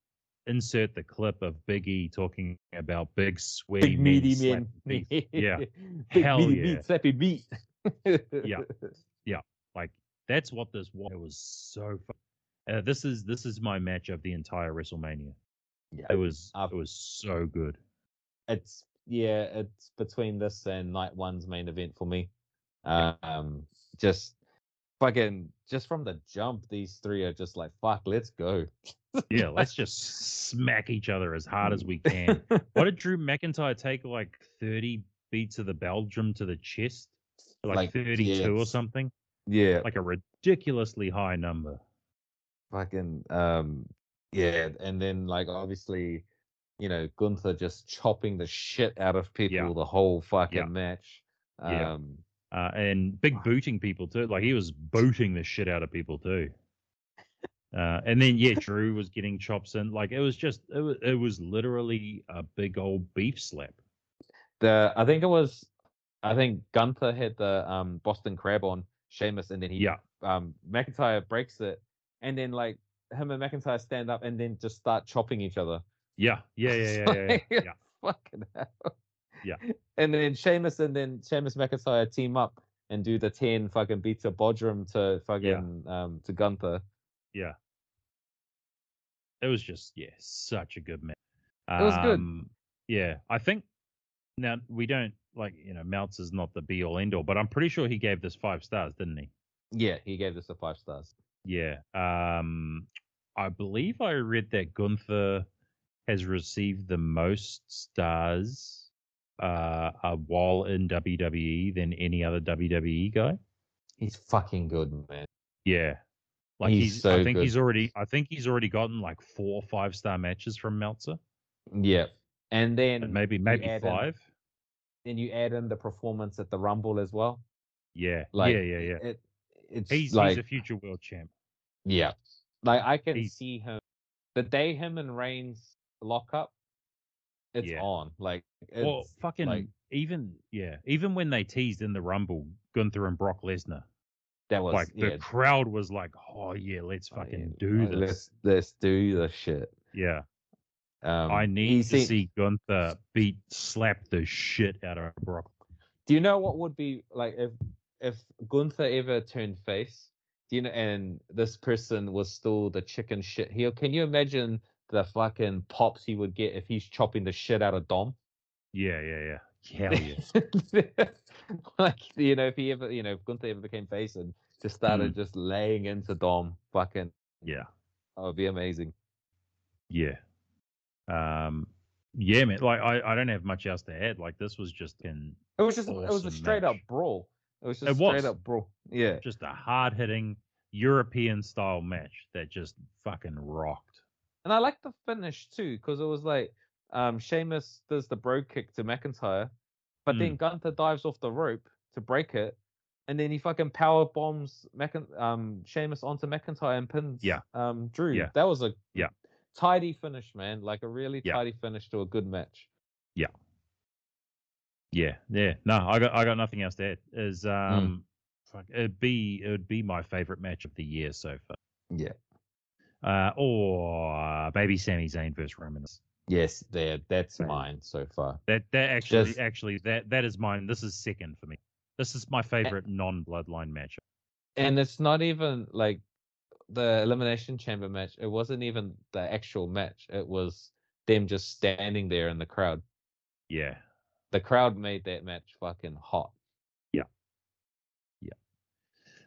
insert the clip of Biggie talking about big sweaty
big
men
meaty
slapping
men.
people. Yeah.
*laughs* big
Hell
meaty
yeah.
meat, slappy meat.
Yeah. Like that's what this was. It was so. Fun. Uh, this is this is my match of the entire WrestleMania.
Yeah.
It was
I've-
it was so good.
*laughs* It's yeah, it's between this and night one's main event for me. Um, just fucking just from the jump, these three are just like fuck. Let's go. *laughs*
Yeah, let's just smack each other as hard as we can. What did
*laughs*
Drew McIntyre take like thirty beats of the Belgium to the chest? Like,
Like,
thirty-two or
yes.
something?
yeah,
Like a ridiculously high number.
fucking um yeah and then like obviously you know gunther just chopping the shit out of people
Yeah.
the whole fucking
Yeah.
match um
Yeah. Uh, and big
Wow.
booting people too. Like he was booting the shit out of people too. Uh, and then
*laughs*
yeah, Drew was getting chops in. Like it was just it was, it was literally a big old beef slap.
the i think it was i think gunther had the um boston crab on Sheamus, and then he
Yeah,
um mcintyre breaks it and then like him and mcintyre stand up and then just start chopping each other *laughs*
yeah, yeah, yeah, yeah, yeah. yeah, yeah.
Fucking hell.
Yeah.
And then Sheamus and then Sheamus McIntyre team up and do the ten fucking beats of Bodrum to fucking um to Gunther.
It was just yeah, such a good match.
It was good.
good. Yeah, I think now we don't like you know Meltz is not the be all end all, but I'm pretty sure he gave this five stars, didn't he?
Yeah, he gave this a five stars.
Yeah. Um, I believe I read that Gunther has received the most stars uh, uh, while in WWE than any other WWE guy.
He's fucking good, man.
Yeah. Like he's,
He's so
I think
good.
he's already I think he's already gotten like four five star matches from Meltzer.
Yeah. And
And
then
maybe maybe
add in-
five.
then you add in the performance at the Rumble as well.
Yeah.
Like
yeah, yeah, yeah.
It, it's
He's
like
he's a future world champ.
yeah. Like I can
He's-
see him the day him and Reigns lock up, it's
Yeah.
on. Like it's
Well fucking
like-
even yeah, even when they teased in the Rumble, Gunther and Brock Lesnar.
that was
like
yeah,
the crowd was like, "Oh yeah, let's
Oh, yeah,
fucking do
like,
this."
Let's let's do the shit.
Yeah,
Um,
I
he
need to
seem-
see Gunther beat slap the shit out of Brock.
Do you know what would be like if if Gunther ever turned face? Do you know? And this person was still the chicken shit heel. Can you imagine the fucking pops he would get if he's chopping the shit out of Dom?
Yeah, yeah, yeah. Hell yeah.
*laughs* like you know, if he ever you know if Gunther ever became face and just started just laying into Dom, fucking
Mm. yeah,
that would be amazing. *laughs*
yeah. Um, yeah, man. Like I, I don't have much else to add. Like this was just in
It was just it was a
Awesome
straight up
Oh, match.
brawl. It was just
It was.
straight up brawl. Yeah.
Just a hard hitting European style match that just fucking rocked.
And I like the finish too, because it was like um Sheamus does the bro kick to McIntyre, but
Mm.
then Gunther dives off the rope to break it, and then he fucking power bombs Mc- um Sheamus onto McIntyre and pins
Yeah.
um Drew.
Yeah.
That was a
Yeah.
tidy finish, man. Like a really
Yeah.
tidy finish to a good match.
Yeah, yeah. No, I got I got nothing else to add. Is
Mm.
um fuck, it'd be it would be my favorite match of the year so far.
Yeah.
Uh or maybe Sami Zayn versus Roman. Reigns.
Yes, there. That's
Same.
mine so far.
That that actually
Just-
actually that that is mine. This is second for me. This is my
Eh.
favorite non bloodline matchup.
and it's not even like the elimination chamber match it wasn't even the actual match it was them just standing there in the crowd
Yeah.
the crowd made that match fucking hot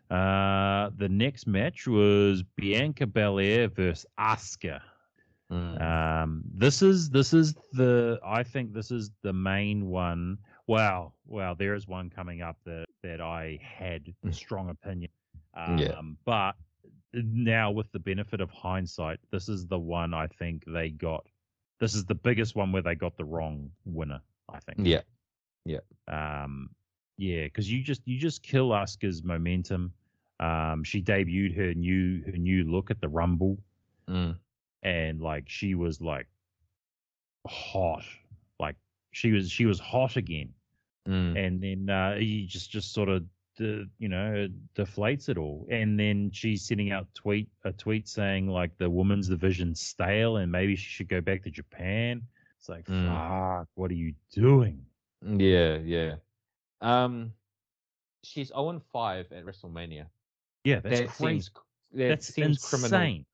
Uh the next match was Bianca Belair versus Asuka.
Mm.
Um, this is this is the I think this is the main one. Wow, wow, there is one coming up that that I had a
Mm.
strong opinion. Um,
Yeah.
but now with the benefit of hindsight, this is the one I think they got. This is the biggest one where they got the wrong winner. I think.
yeah
Um, yeah, because you just you just kill Asuka's momentum. Um, she debuted her new her new look at the Rumble
Mm.
and like she was like hot like she was she was hot again
Mm.
and then uh he just just sort of de- you know deflates it all and then she's sending out tweet a tweet saying like the women's division stale and maybe she should go back to japan it's like
Mm.
fuck what are you doing
yeah yeah um she's 0 5 at wrestlemania
yeah that's
that
crazy
seems that
that's
seems
insane
criminal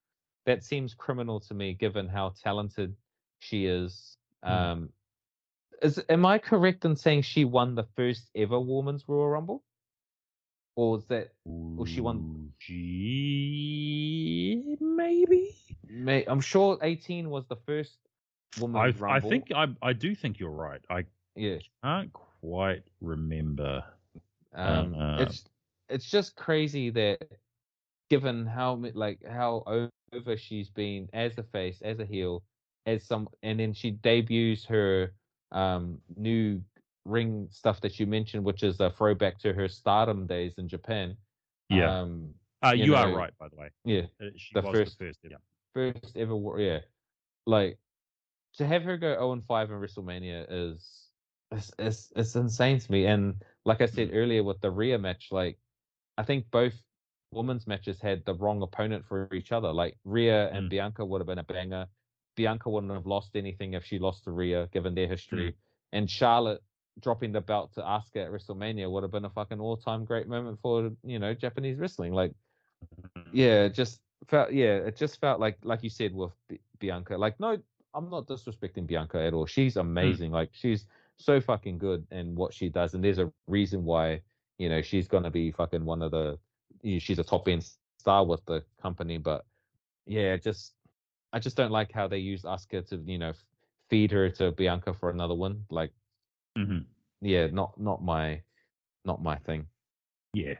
that seems criminal to me given how talented she is.
Mm.
Um, is am I correct in saying she won the first ever Women's Royal Rumble? Or is that
Ooh,
she won-
gee, maybe
may, I'm sure 18 was the first
I,
Women's
I
Rumble.
think I, I do think you're right i
yeah.
can't quite
Uh,
remember.
Um,
Uh,
it's it's just crazy that given how ma- like how o- over she's been as a face, as a heel, as some, and then she debuts her um new ring stuff that you mentioned, which is a throwback to her stardom days in Japan.
Yeah,
Um,
uh, you,
you
are
know,
right, by the way.
yeah,
Uh, She
the
was
first-
the first. Yeah.
first ever war. Yeah, like to have her go 0 and 5 in WrestleMania is it's, it's it's insane to me. And like I said earlier with the Rhea match, like I think both women's matches had the wrong opponent for each other. Like Rhea and
Mm.
Bianca would have been a banger. Bianca wouldn't have lost anything if she lost to Rhea, given their history. And Charlotte dropping the belt to Asuka at WrestleMania would have been a fucking all-time great moment for you know Japanese wrestling. Like yeah, it just felt yeah, it just felt like like you said with B- Bianca. Like no, I'm not disrespecting Bianca at all. She's amazing. Like she's so fucking good in what she does, and there's a reason why you know she's gonna be fucking one of the. You know, she's a top end star with the company, but yeah, just I just don't like how they used Asuka to you know f- feed her to Bianca for another one. Like
Mhm.
yeah, not not my not my thing.
Yeah.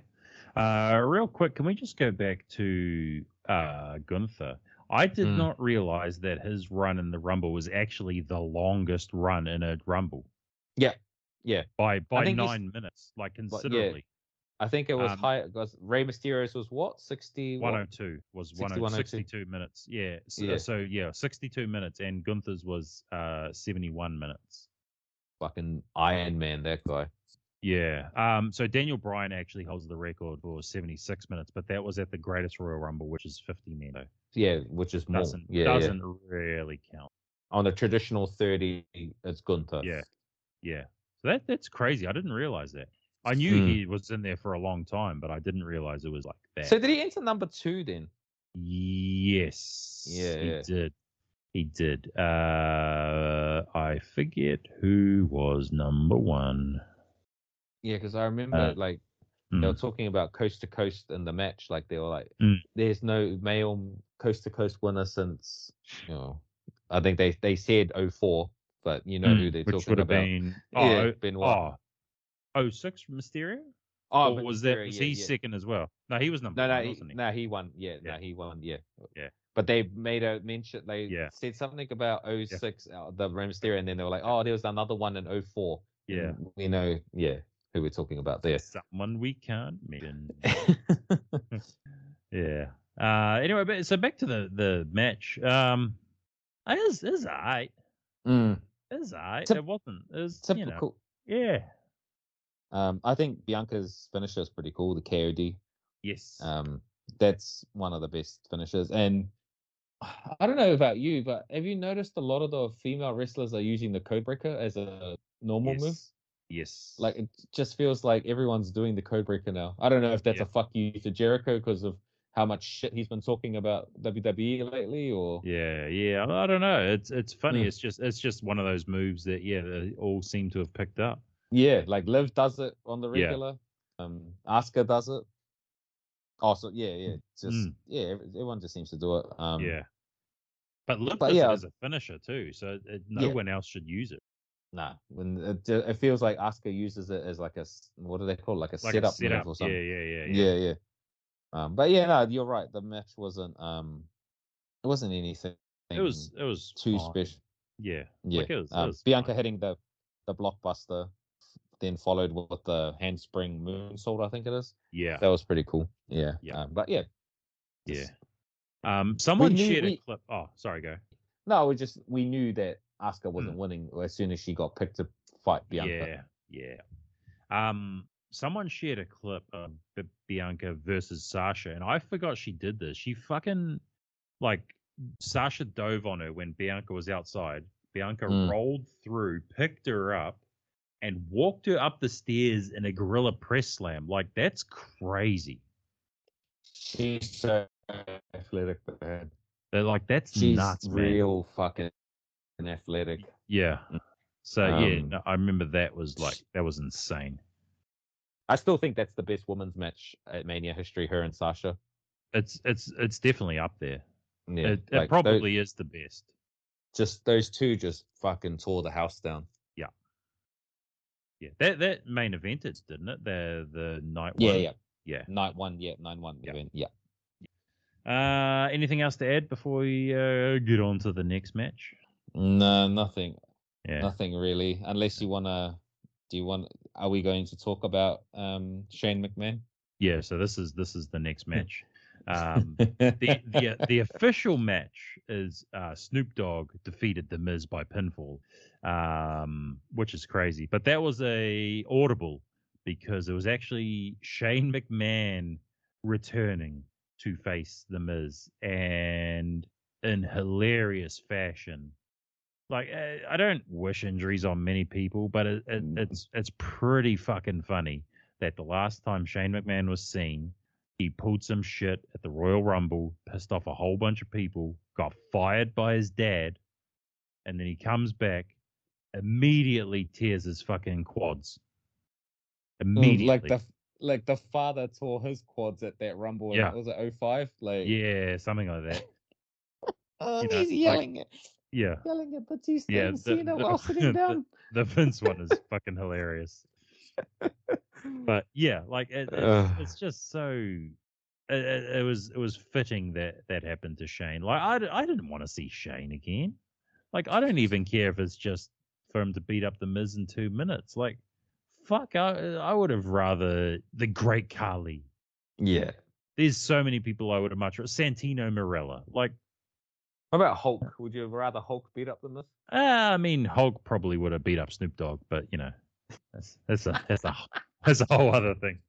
Uh, real quick, can we just go back to uh, Gunther? I did
Mm.
not realize that his run in the Rumble was actually the longest run in a Rumble.
Yeah, yeah.
By by
think he's-
nine minutes, like
yeah.
considerably.
I think it was
Um,
high because Rey Mysterio's was what sixty what?
102 was
61,
102, 62 minutes. Yeah. So,
oh Yeah.
so yeah, 62 minutes, and Gunther's was uh, 71 minutes.
fucking Iron Man, that guy.
Yeah. Um, so Daniel Bryan actually holds the record for 76 minutes, but that was at the Greatest Royal Rumble, which is 50 minutes. So
Yeah, which is more.
Doesn't
Oh, yeah, yeah.
doesn't really count.
On the traditional thirty, it's Gunther.
Yeah. Yeah. So that that's crazy. I didn't realize that. I knew
Hmm.
he was in there for a long time, but I didn't realize it was like that.
So did he enter number two then?
yes.
Yeah,
He
yeah.
did. He did. Uh, I forget who was number one.
Yeah, because I remember
Uh,
like they were
Mm.
talking about coast to coast in the match. Like they were like,
Mm.
"There's no male coast to coast winner since." You know, I think they they said 04, but you know who
Mm.
they're
Which oh,
talk talking
would have
about.
been.
yeah,
Oh,
Benoit.
oh, 06 Mysterio? Oh,
Oh,
was that
Ventura,
was
yeah,
he
yeah.
second as well? No, he was number
No, no,
one,
he,
wasn't he?
no, he won. Yeah, no,
Yeah.
he won. Yeah,
Yeah.
But they made a mention. They
Yeah.
said something about 06, uh, the Rome Stereo, and then they were like, "Oh, there was another one in 04.
Yeah.
And we know. Yeah, who we're talking about there.
Someone we can't
*laughs*
mention. yeah. Uh anyway, but so back to the the match. Um it is is alright.
Mm,
It is alright.
Typ-
it wasn't. It was you know,
typical.
yeah.
Um, I think Bianca's finisher is pretty cool. The KOD.
Yes.
Um, that's one of the best finishes. And *sighs* I don't know about you, but have you noticed a lot of the female wrestlers are using the codebreaker as a normal
yes.
move?
Yes.
Like it just feels like everyone's doing the codebreaker now. I don't know if that's
Yeah.
a fuck you to Jericho because of how much shit he's been talking about WWE lately, or
Yeah, yeah. I don't know. It's it's funny.
Mm.
It's just it's just one of those moves that yeah, they all seem to have picked up.
yeah, like Liv does it on the
Yeah.
regular. Um, Asuka does it. Also, yeah, yeah, just
Mm.
yeah, ev- everyone just seems to do it. Um,
yeah. But Liv
but
does it
yeah.
as a finisher too, so it, no
Yeah.
one else should use it.
Nah, when it, ju- it feels like Asuka uses it as like a s- what do they call it? like a
Like
setup,
a setup.
move or
Yeah,
something.
yeah, yeah, yeah.
yeah, yeah. Um, but yeah, no, you're right. The match wasn't um, it wasn't anything.
It was it was
too
fine.
special.
Yeah.
Yeah,
Like, it was- it
um,
was
Bianca
fine.
hitting the the blockbuster, then followed with the handspring moonsault. I think it is.
Yeah.
That was pretty cool. Yeah.
Yeah.
Um, but yeah,
Yeah.
just-
Um, someone
knew-
shared
we-
a clip. Oh, sorry, go.
no, we just we knew that Asuka wasn't winning as soon as she got picked to fight Bianca.
Mm. Yeah, yeah. Um, someone shared a clip of B- Bianca versus Sasha, and I forgot she did this. She fucking like Sasha dove on her when Bianca was outside. Bianca
Mm.
rolled through, picked her up, and walked her up the stairs in a gorilla press slam. Like that's crazy.
She's so athletic, man.
They're like that's
She's
nuts, man.
real fucking athletic.
Yeah. So yeah,
Um,
no, I remember that was like that was insane.
I still think that's the best women's match at Mania history. Her and Sasha.
It's it's it's definitely up there.
Yeah,
it it
like, tho-
probably is the best.
just those two just fucking tore the house down.
Yeah, that that main event is, didn't it? The the night
Yeah,
one.
yeah.
Yeah.
Night one, yeah, nine one
Yeah.
event, yeah.
Uh, anything else to add before we uh, get on to the next match?
No, nothing,
Yeah.
nothing really. Unless you wanna, do you want? Are we going to talk about um Shane McMahon?
Yeah. So this is this is the
*laughs*
next match. Um, *laughs* the the uh, the official match is uh, Snoop Dogg defeated The Miz by pinfall, um, which is crazy. But that was a audible because it was actually Shane McMahon returning to face The Miz, and in hilarious fashion. Like I, I don't wish injuries on many people, but it, it,
Mm.
it's it's pretty fucking funny that the last time Shane McMahon was seen, he pulled some shit at the Royal Rumble, pissed off a whole bunch of people, got fired by his dad, and then he comes back, immediately tears his fucking quads. Immediately.
Mm, like the like the father tore his quads at that rumble. in-
Yeah.
was it 05? Like,
yeah, something like that.
oh,
you know,
he's
like-
yelling, at,
Yeah.
yelling at Batista
Yeah,
and
the-
Cena
the- *laughs*
while
the-
sitting down.
The Vince one is fucking
*laughs*
hilarious. But yeah, like it, it's,
Ugh.
it's just so. It, it, it was it was fitting that that happened to Shane. Like I, d- I didn't want to see Shane again. Like I don't even care if it's just for him to beat up the Miz in two minutes. Like fuck, I I would have rather the Great Khali.
*laughs* yeah.
There's so many people I would have much Santino Morella. Like
What about Hulk? Would you rather Hulk beat up the Miz?
uh, I mean Hulk probably would have beat up Snoop Dogg, but you know that's that's a that's a *laughs* that's a whole other thing.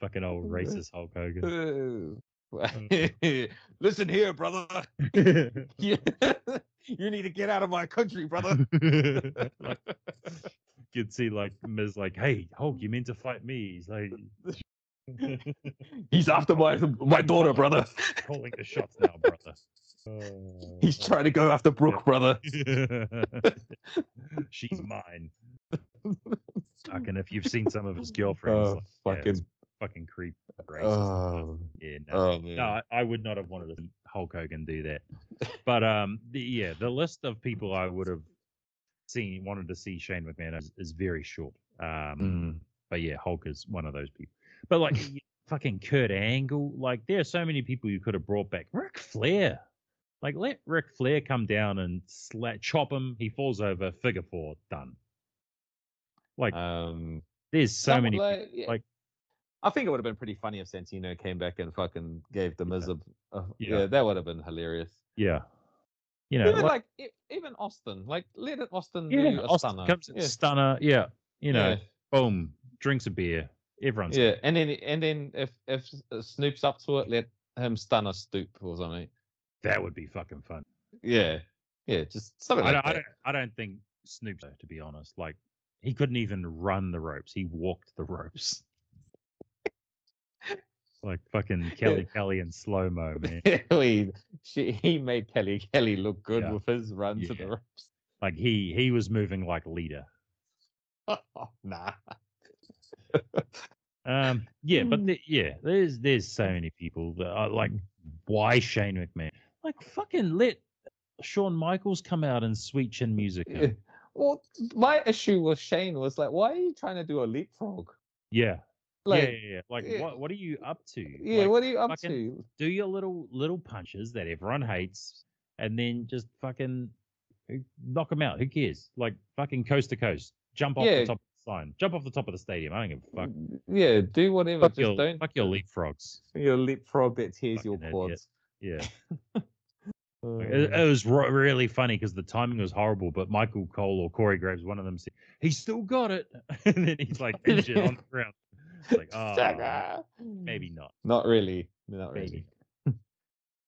Fucking old racist Hulk Hogan.
*laughs* Mm. Listen here, brother. *laughs* you you need to get out of my country, brother.
like, you'd see like Miz like, hey, Hulk, you meant to fight me. He's like
*laughs* He's after my my daughter, *laughs* brother.
calling the shots now, brother. Oh.
He's trying to go after Brooke, brother.
*laughs* She's
*laughs*
mine. Fucking if you've seen some of his girlfriends,
Oh,
like, yeah, it's
fucking.
fucking creep racist. uh,
Oh,
yeah, no.
oh man.
No, I, I would not have wanted to see Hulk Hogan do that. But um, the, yeah, the list of people I would have seen wanted to see Shane McMahon is, is very short. Um,
Mm.
But yeah, Hulk is one of those people. But
*laughs*
like fucking Kurt Angle, like there are so many people you could have brought back. Ric Flair, like let Ric Flair come down and sla- chop him. He falls over, figure four, done. Like
Um,
there's so
some-
many. peop-
like, yeah.
like-
I think it would have been pretty funny if Santino came back and fucking gave the Miz a, a- yeah.
Yeah.
that would have been hilarious.
yeah, you know,
even
like,
like, e even Austin, like let it Austin
yeah,
do a
Austin
stunner.
comes in,
yeah.
stunner. Yeah, you know,
yeah.
boom, drinks a beer. Everyone's
Yeah, and then and then if if uh, Snoop's up to it, let him stun a stoop or something.
that would be fucking fun.
Yeah, yeah, just something
I
like
don't, I
that.
don't, I don't think Snoop, though, to be honest, like he couldn't even run the ropes. He walked the ropes. *laughs* like fucking Kelly Kelly in slow mo, man.
*laughs* we, she, he made Kelly Kelly look good
Yeah.
with his run to
Yeah.
the *laughs* ropes.
Like he he was moving like leader.
nah.
Um, yeah, but the, yeah, there's there's so many people that are like, why Shane McMahon? Like fucking let Shawn Michaels come out and sweet chin music. him.
*laughs* Well, my issue with Shane was like, why are you trying to do a leapfrog?
Yeah,
Like,
yeah,
yeah,
yeah, yeah. Like
yeah.
what what are you up to? Like,
what are you up
fucking-
to?
do your little little punches that everyone hates, and then just fucking eh, knock them out. Who cares? Like fucking coast to coast, jump off
Yeah. Mm,
the top of the sign, jump off the top of the stadium. I don't give a fuck.
Yeah, do whatever.
Fuck
just
your,
don't
fuck your leapfrogs.
your leapfrog that tears your
Fucking idiot.
quads. *laughs*
Yeah,
Uh,
it, it was ro- really funny because the timing was horrible. But Michael Cole or Corey Graves, one of them said he's still got it, *laughs* and then he's
*laughs*
like injured on the ground. It's like, oh,
Sucker.
maybe not.
Mm. Not really. Not
Maybe.
really.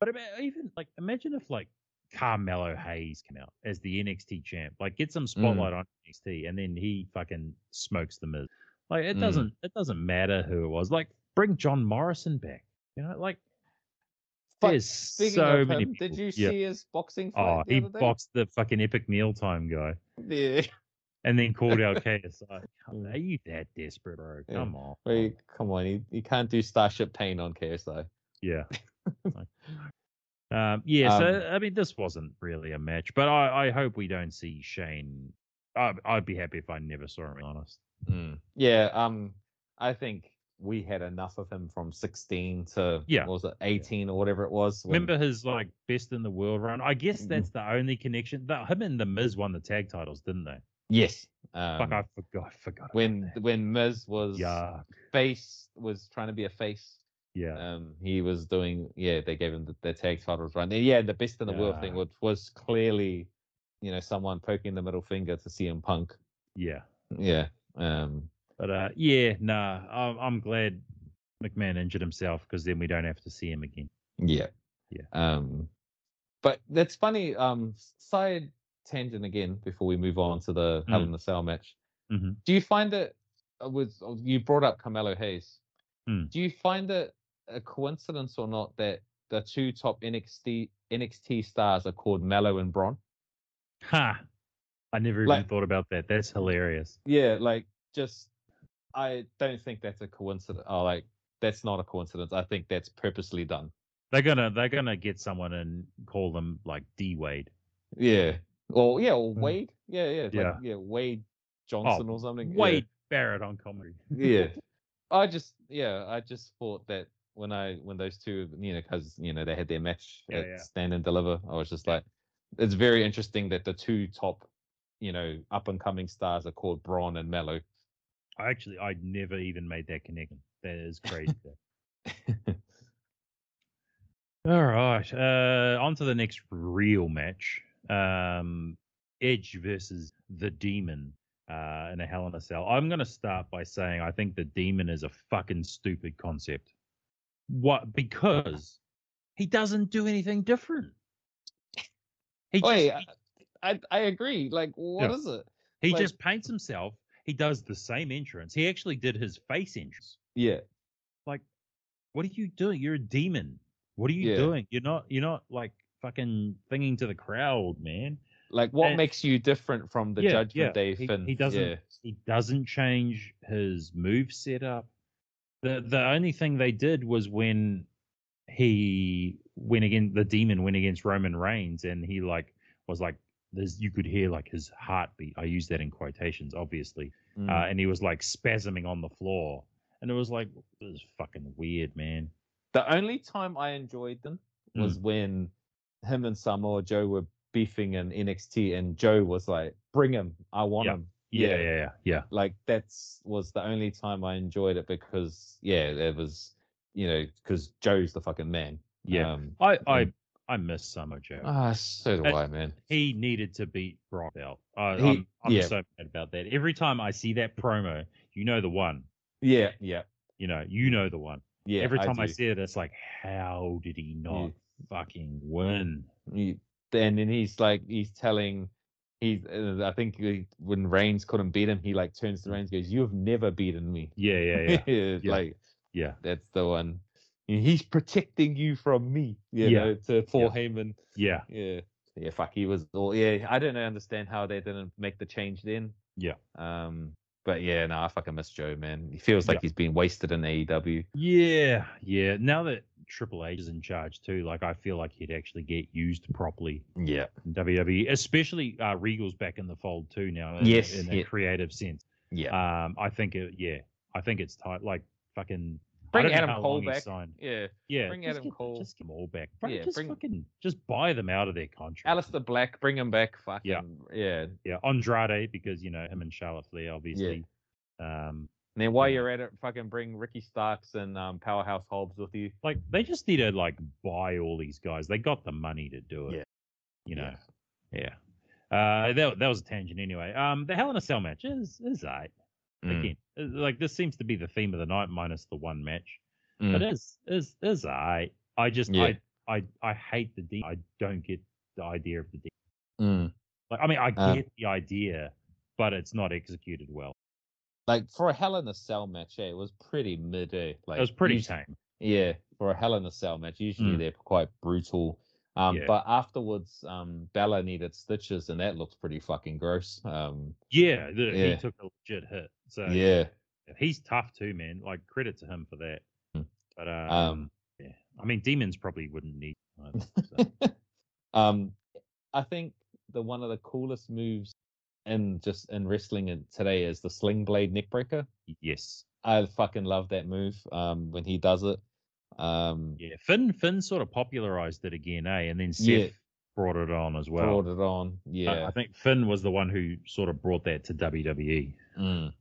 But ima- even like, imagine if like Carmelo Hayes came out as the NXT champ, like get
Mm.
some spotlight on NXT, and then he fucking smokes the Miz. Like it
Mm.
doesn't, it doesn't matter who it was. Like bring John Morrison back. You know, like
Fuck,
there's
Speaking
so
of
many.
him, did
people-
you
Yeah.
see his boxing fight
Oh,
the
he
other day?
boxed the fucking epic mealtime guy,
Yeah.
*laughs*
*laughs*
and then called out KSI.
Mm.
Are you that desperate, bro?
Yeah.
Come on.
Wait, come on. You, you can't do Starship Pain on KSI.
Yeah.
*laughs*
Like, um, yeah. so
Um,
I mean, this wasn't really a match, but I, I hope we don't see Shane. I, I'd be happy if I never saw him. to be Honest. Mm.
Yeah, um, I think we had enough of him from 16 to,
Yeah.
what was it, 18 or whatever it was. when-
Remember his like best in the world run? I guess
Mhm.
that's the only connection. That him and the Miz won the tag titles, didn't they?
Yes. Um,
Fuck, I forgot. I forgot. about
when
that.
when Miz was
yeah,
face was trying to be a face,
yeah,
um, he was doing yeah. They gave him the, the tag titles run. And yeah, the best in the world thing
Yeah.
was was clearly, you know, someone poking the middle finger to CM Punk.
yeah.
Yeah. Um.
But uh, yeah, nah. I'm, I'm glad McMahon injured himself because then we don't have to see him again.
Yeah.
Yeah.
Um. But that's funny. Um. Side tangent again before we move on to the Hell in the Cell match.
Mhm.
Do you find it uh, was uh, you brought up Carmelo Hayes?
Mm.
Do you find it a coincidence or not that the two top NXT NXT stars are called Mello and Bron?
Ha! I never even
Like-
thought about that. That's hilarious.
Yeah, like just I don't think that's a coincidence. Oh, like that's not a coincidence. I think that's purposely done.
They're gonna they're gonna get someone and call them like D Wade.
Yeah. Or yeah, or
Mm.
Wade. Yeah, yeah, it's like,
Yeah. Oh,
yeah. Wade Johnson or something. yeah.
Wade Barrett on comedy.
Yeah. I just yeah, I just thought that when I when those two you know because you know they had their match
Yeah,
at
yeah.
Stand and Deliver, I was just like, it's very interesting that the two top you know up and coming stars are called Braun and Mello.
I actually I never even made that connection. That is crazy. All right. Uh on to the next real match. Um Edge versus the Demon uh in a Hell in a Cell. I'm gonna start by saying I think the Demon is a fucking stupid concept. What because he doesn't do anything different. He just,
Wait, I, I I agree. Like, what
Yeah.
is it?
He
Like-
just paints himself. He does the same entrance. He actually did his face entrance.
Yeah,
What are you doing? You're a demon. What are you
Yeah.
doing? You're not. You're not like fucking thinging to the crowd, man.
like what
And-
makes you different from the
Yeah,
Judgment
yeah,
Day
he-
Finn?
he doesn't-
Yeah.
He doesn't change his move setup. The the only thing they did was when he went again. The demon went against Roman Reigns, and he like was like there's you could hear like his heartbeat. I use that in quotations, obviously.
Mm.
Uh, and he was like spasming on the floor, and it was like it was fucking weird, man.
the only time I enjoyed them
Mm.
was when him and Samoa Joe were beefing in NXT, and Joe was like, "Bring him, I want
Yeah.
him."
Yeah, yeah, yeah, yeah.
like that's was the only time I enjoyed it because yeah, it was you know because Joe's the fucking man.
Yeah.
Um,
I I I miss Samoa Joe.
ah, so do
And-
I, man.
he needed to beat Brock out. I,
He-
I'm, I'm
yeah.
so mad about that. Every time I see that promo, you know the one.
Yeah, yeah,
You know, you know the one.
Mm. yeah.
Every time I,
do.
see it, it's like, how did he not fucking win?
You- and then he's like he's telling he's uh, I think he, when Reigns couldn't beat him, he like turns to Reigns, and goes, "You have never beaten me."
Yeah, Mm. yeah,
*laughs*
yeah, yeah.
like
yeah.
that's the one. He's protecting you from me, you
Yeah.
know, to Paul Heyman.
Yeah,
Yeah. Yeah, fuck, he was all yeah, I don't understand how they didn't make the change then.
Yeah.
Um but yeah, no, I fucking miss Joe, man. He feels like
Yeah.
he's been wasted in E AEW.
yeah, yeah. Now that Triple H is in charge too, like I feel like he'd actually get used properly
Yeah.
in WWE, especially uh, Regal's back in the fold too now. In,
Yes,
in a
yeah.
creative sense.
Yeah.
Um, I think it. Yeah, I think it's tight. Like fucking. I
Bring
don't know
Adam
how
Cole
long he
back.
signed.
yeah.
Yeah,
Bring
just
Adam
get-
Cole.
Just get them all back. Bro,
Yeah,
just
bring-
fucking just buy them out of their contract.
Alistair Black, bring him back. Fucking
Yeah.
yeah. yeah.
Yeah, Andrade because you know him and Charlotte Flair obviously. Um,
And then while
Yeah.
you're at it, fucking bring Ricky Starks and um, Powerhouse Hobbs with you.
like they just need to like buy all these guys. They got the money to do it.
Yeah.
You know. Yeah. Uh, that that was a tangent anyway. Um, the Hell in a Cell match is is alright. Again, uh, like this seems to be the theme of the night, minus the one match.
Mm.
But is is is I I just
Yeah.
I, I I hate the D. I don't get the idea of the D.
Mm.
Like I mean I
Um,
get the idea, but it's not executed well.
Like for a Hell in a Cell match, yeah, it was pretty mid. Eh? Like
it was pretty
usu-
tame.
Yeah, for a Hell in a Cell match, usually
Mm.
they're quite brutal. Um,
Yeah.
but afterwards, um, Bella needed stitches, and that looks pretty fucking gross. Um,
Yeah, the, he
Yeah.
took a legit hit. So
yeah,
he's tough too, man. Like credit to him for that.
Mm.
But
um,
um, yeah. I mean demons probably wouldn't need. either,
*laughs*
so.
um, I think the one of the coolest moves in just in wrestling in- today is the sling blade neckbreaker.
yes.
I fucking love that move. Um, when he does it, um,
Yeah. Finn Finn sort of popularized it again, eh? And then Seth
Yeah.
brought it on as well.
brought it on.
I-
Yeah,
I think Finn was the one who sort of brought that to E. WWE.
Mm.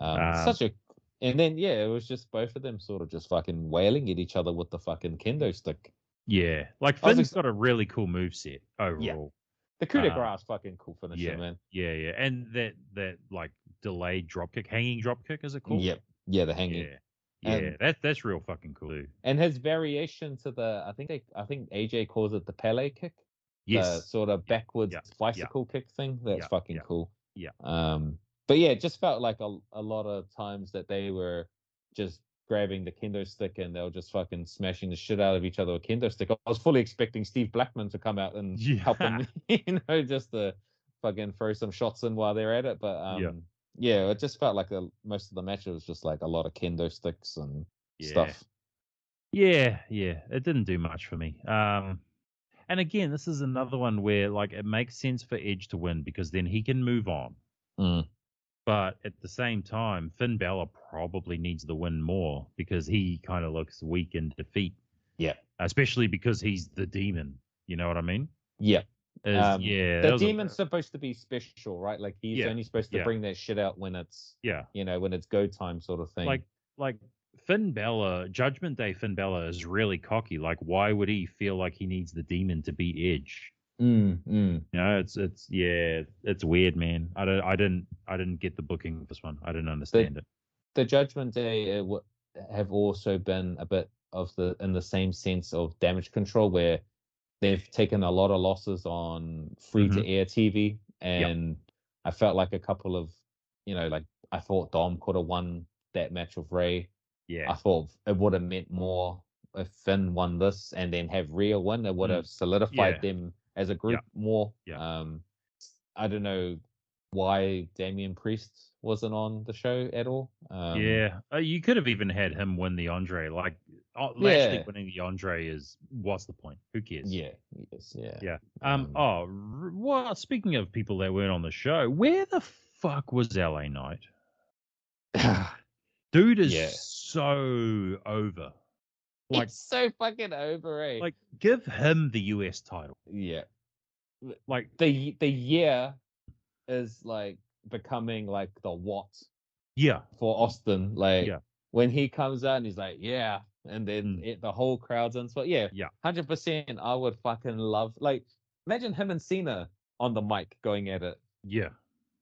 Um,
Um,
such a, and then yeah, it was just both of them sort of just fucking wailing at each other with the fucking kendo stick.
Yeah, like
I was
Finn's
ex-
got a really cool move set overall.
The coup de
Uh,
grace, fucking cool finisher,
yeah.
man.
Yeah. yeah, and that that like delayed drop kick, hanging drop kick, is it called?
Yep, yeah, the
yeah,
hanging
yeah.
And-
that that's real fucking cool. Too.
and his variation to the, I think they, I think AJ calls it the Pele kick, the
Yes, *laughs*
sort of backwards
yeah,
bicycle kick thing. That's
yeah,
fucking
yeah,
cool.
yeah.
Um, but yeah, it just felt like a a lot of times that they were just grabbing the kendo stick and they were just fucking smashing the shit out of each other with kendo stick. I was fully expecting Steve Blackman to come out and
Yeah. *laughs*
help them, *laughs* you know, just to fucking throw some shots in while they're at it. But um,
Yeah.
yeah. it just felt like the most of the match it was just like a lot of kendo sticks and
yeah.
stuff.
Yeah, yeah. It didn't do much for me. Um, and again, this is another one where like it makes sense for Edge to win because then he can move on.
Mm.
But at the same time, Finn Balor probably needs the win more because he kind of looks weak in defeat.
Yeah.
Especially because he's the demon. You know what I mean?
Yeah.
Is-
Um,
yeah. that
the
was a-
demon's supposed to be special, right? Like he's
Yeah,
only supposed to
yeah.
bring that shit out when it's
Yeah.
you know when it's go time sort of thing.
Like, like Finn Balor, Judgment Day Finn Balor is really cocky. Like, why would he feel like he needs the demon to beat Edge?
mm, mm.
You know, it's it's yeah, it's weird, man. I don't, I didn't, I didn't get the booking of this one. I didn't understand it.
the Judgment Day uh, w- have also been a bit of the in the same sense of damage control where they've taken a lot of losses on free
Mm-hmm.
to air TV, and I felt like a couple of you know like I thought Dom could have won that match with Ray. I
Yeah,
thought it would have meant more if Finn won this and then have Rhea win. It would have solidified
Mm-hmm. Yeah.
them as a group more.
Yeah.
Um, I don't know why Damian Priest wasn't on the show at all. Um,
yeah. Uh, you could have even had him win the Andre. Like, uh, Lashley
Yeah.
winning the Andre is what's the point? Who cares?
Yeah. Yes. Yeah.
Yeah. Um.
Um,
oh, r- what? Speaking of people that weren't on the show, where the fuck was LA Knight? Dude is
Yeah.
so over. Like,
it's so fucking over, eh?
like, give him the US title.
yeah.
Like,
The the year is like becoming like the what
yeah,
for Austin. Like
Yeah.
when he comes out and he's like, yeah, and then
Mm.
it, the whole crowd's on spot. Yeah,
Yeah.
hundred percent. I would fucking love like imagine him and Cena on the mic going at it.
yeah.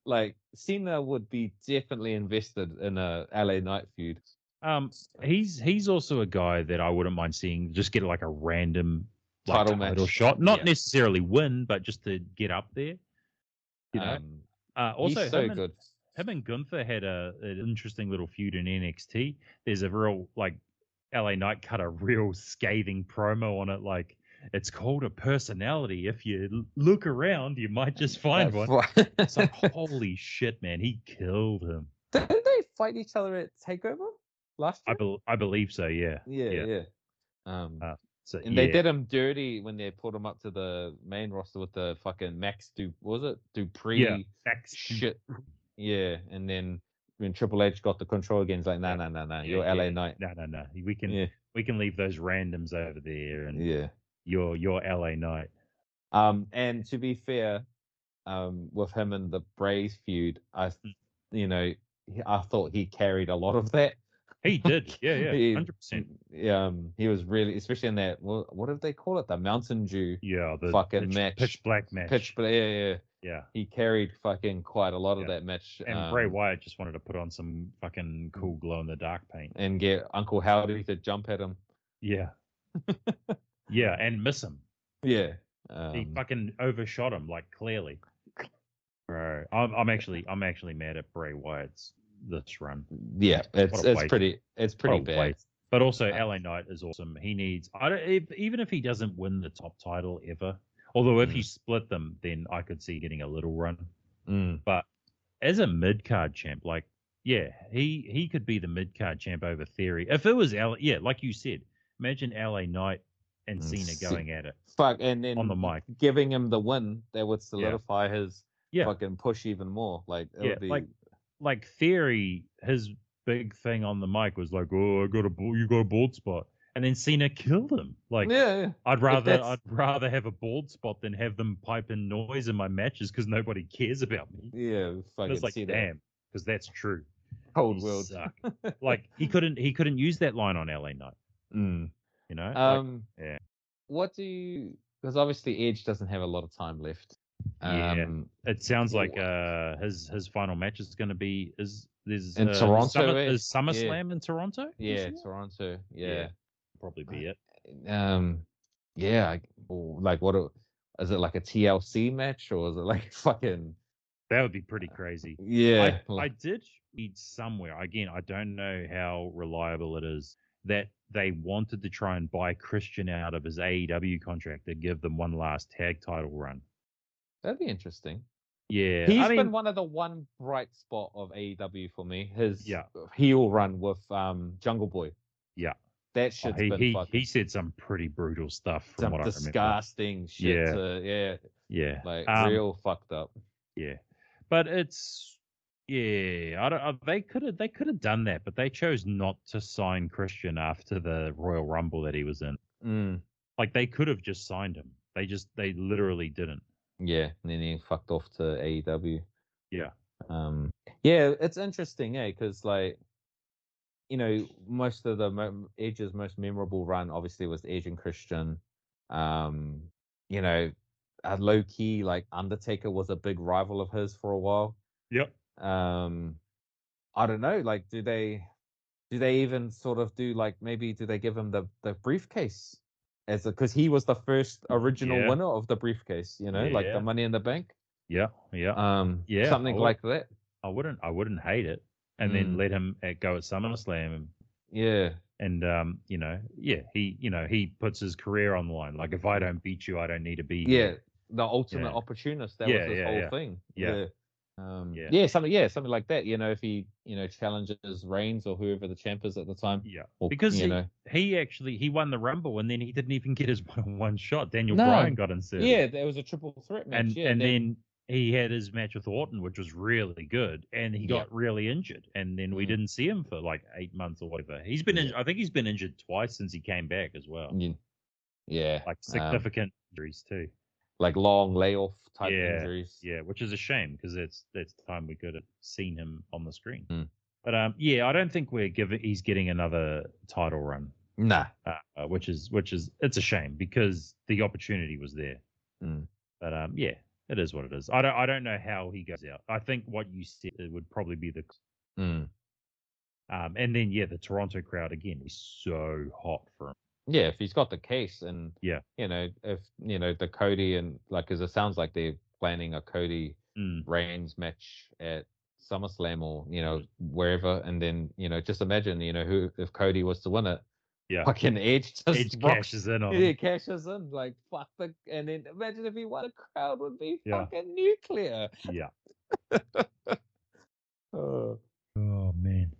Like Cena would be definitely invested in a LA Night feud.
Um, he's he's also a guy that I wouldn't mind seeing just get like a random like,
Title match.
shot, not
Yeah.
necessarily win, but just to get up there. You know,
Um,
uh, also
he's so
him and-
good.
him and Gunther had a an interesting little feud in NXT. There's a real like LA Knight cut a real scathing promo on it, like it's called a personality. If you l- look around, you might just find one.
That's why-
It's
*laughs*
like holy shit, man, he killed him.
Didn't they fight each other at Takeover last
I
year?
bel I believe so, yeah.
yeah, yeah. Um,
Uh, So
and they
yeah.
did him dirty when they pulled him up to the main roster with the fucking Max Du what was it Dupree
Max-
shit. Yeah, and then when Triple H got the control again, he's like, no,
Yeah.
no, no, no,
Yeah,
you're
yeah.
LA Knight.
No, no, no. We can
Yeah,
we can leave those randoms over there, and
yeah.
you're you're LA Knight.
Um, and to be fair, um, with him and the Braves feud, I,
Mm.
you know, he- I thought he carried a lot of that.
He
*laughs*
did, yeah, yeah,
He-
hundred percent.
Um, he was really, especially in that. What, what did they call it? The Mountain Dew
Yeah, the
Fucking
pitch,
match.
pitch black match.
pitch, but yeah, yeah.
yeah.
He carried fucking quite a lot of
Yeah.
that match.
And Bray
um, mm.
Wyatt just wanted to put on some fucking cool glow in the dark paint.
and get Uncle Howdy to jump at him. *laughs*
Yeah. yeah, and miss him.
Yeah. Um,
he fucking overshot him, like clearly. Bro, I'm, I'm actually I'm actually mad at Bray Wyatt's this run.
yeah, it's
a
it's
waste.
pretty it's pretty
What a
bad.
waste. But also,
Uh,
LA Knight is awesome. He needs I don't if, even if he doesn't win the top title ever. Although if
Mm.
you split them, then I could see getting a little run.
Mm.
as a mid card champ, like yeah, he he could be the mid card champ over Theory. If it was L, yeah, like you said, imagine LA Knight and
Mm,
Cena
*laughs* Se-
going at it
Fuck, and then
on the mic.
giving him the win that would solidify his
Yeah.
fucking push even more. Like it
Yeah,
would be
like- Like Theory, his big thing on the mic was like, "Oh, I got a bald, you got a bald spot," and then Cena killed him. Like,
yeah, yeah.
I'd rather
that's-
I'd rather have a bald spot than have them pipe in noise in my matches because nobody cares about me.
yeah,
And
fucking
it's like,
see that
damn, because that's true.
cold
You
world. *laughs*
suck. like he couldn't he couldn't use that line on LA Knight.
Mm.
You know, *laughs* Like,
Um,
yeah.
What do you? Because obviously Edge doesn't have a lot of time left.
Yeah.
Um,
It sounds like
Wha-
uh, his his final match is going to be is there's
In
uh,
Toronto,
Summer,
eh?
is
Yeah.
SummerSlam in Toronto? this
yeah,
year?
Toronto.
Yeah.
Yeah.
probably be it.
Um, yeah. I, or like what? a- Is it like a TLC match or is it like *laughs* fucking?
That would be pretty crazy.
Yeah.
I, I
like-
did read somewhere again. I don't know how reliable it is that they wanted to try and buy Christian out of his AEW contract to give them one last tag title run.
that'd be interesting.
Yeah,
He's
I mean,
been one of the one bright spot of AEW for me. His
Yeah.
heel run with um Jungle Boy.
Yeah.
That
oh,
shit's
he,
been
he,
fucking
he said some pretty brutal stuff from
some
what I
disgusting shit.
Yeah.
To, yeah.
remember. Yeah,
Like
Um,
real fucked up.
Yeah, but it's yeah. I don't. I, they could have. They could have done that, but they chose not to sign Christian after the Royal Rumble that he was in.
Mm.
Like they could have just signed him. They just. They literally didn't.
Yeah. And then he fucked off to AEW.
Yeah.
Um yeah, it's interesting, eh, because like you know, most of the mo- Edge's most memorable run obviously was Edge and Christian. Um, you know, uh, low key like Undertaker was a big rival of his for a while.
Yep.
Um, I don't know, like do they do they even sort of do like maybe do they give him the the briefcase as because he was the first original
Yeah.
winner of the briefcase, you know, like
Yeah.
the Money in the Bank,
Yeah. Yeah.
um,
Yeah,
something
I would-
like that.
I wouldn't. I wouldn't hate it. And then
Mm.
let him uh, go at SummerSlam. And,
Yeah.
and um, you know, yeah, he, you know, he puts his career on the line. Like if I don't beat you, I don't need to be.
Yeah,
here.
the ultimate
Yeah.
opportunist. That
Yeah,
was his
yeah,
whole
yeah.
thing.
Yeah.
Um, yeah.
Yeah.
something, yeah, something like that. You know, if he, you know, challenges Reigns or whoever the champ is at the time,
Yeah.
or,
Because
you
he,
know,
he actually he won the rumble and then he didn't even get his *laughs* one-on-one shot. Daniel
No.
Bryan got inserted.
yeah, there was a triple threat match,
and
yeah,
and
that-
then he had his match with Orton, which was really good, and he
Yeah.
got really injured, and then we
Mm.
didn't see him for like eight months or whatever. He's been, in,
Yeah.
I think he's been injured twice since he came back as well,
you- yeah,
like
um,
significant injuries too.
like long layoff type
Yeah,
injuries.
Yeah, which is a shame because that's that's the time we could have seen him on the screen.
Mm.
But um, yeah, I don't think we're giving. He's getting another title run,
*sighs* Nah,
uh, uh, which is which is it's a shame because the opportunity was there.
Mm.
But um, yeah, it is what it is. I don't I don't know how he goes out. I think what you said it would probably be the
Mm.
um, and then yeah, the Toronto crowd again is so hot for him.
yeah, if he's got the case and
Yeah.
you know, if you know the Cody and like, because it sounds like they're planning a Cody
Mm.
Reigns match at SummerSlam or you know wherever, and then you know just imagine you know who if Cody was to win it,
Yeah.
fucking Edge just
Uh, Edge
rocks-
cashes in on.
yeah,
him.
cashes in like fuck the, and then imagine if he won, the crowd would be
Yeah.
fucking nuclear.
Yeah.
*laughs* Oh.
Oh man.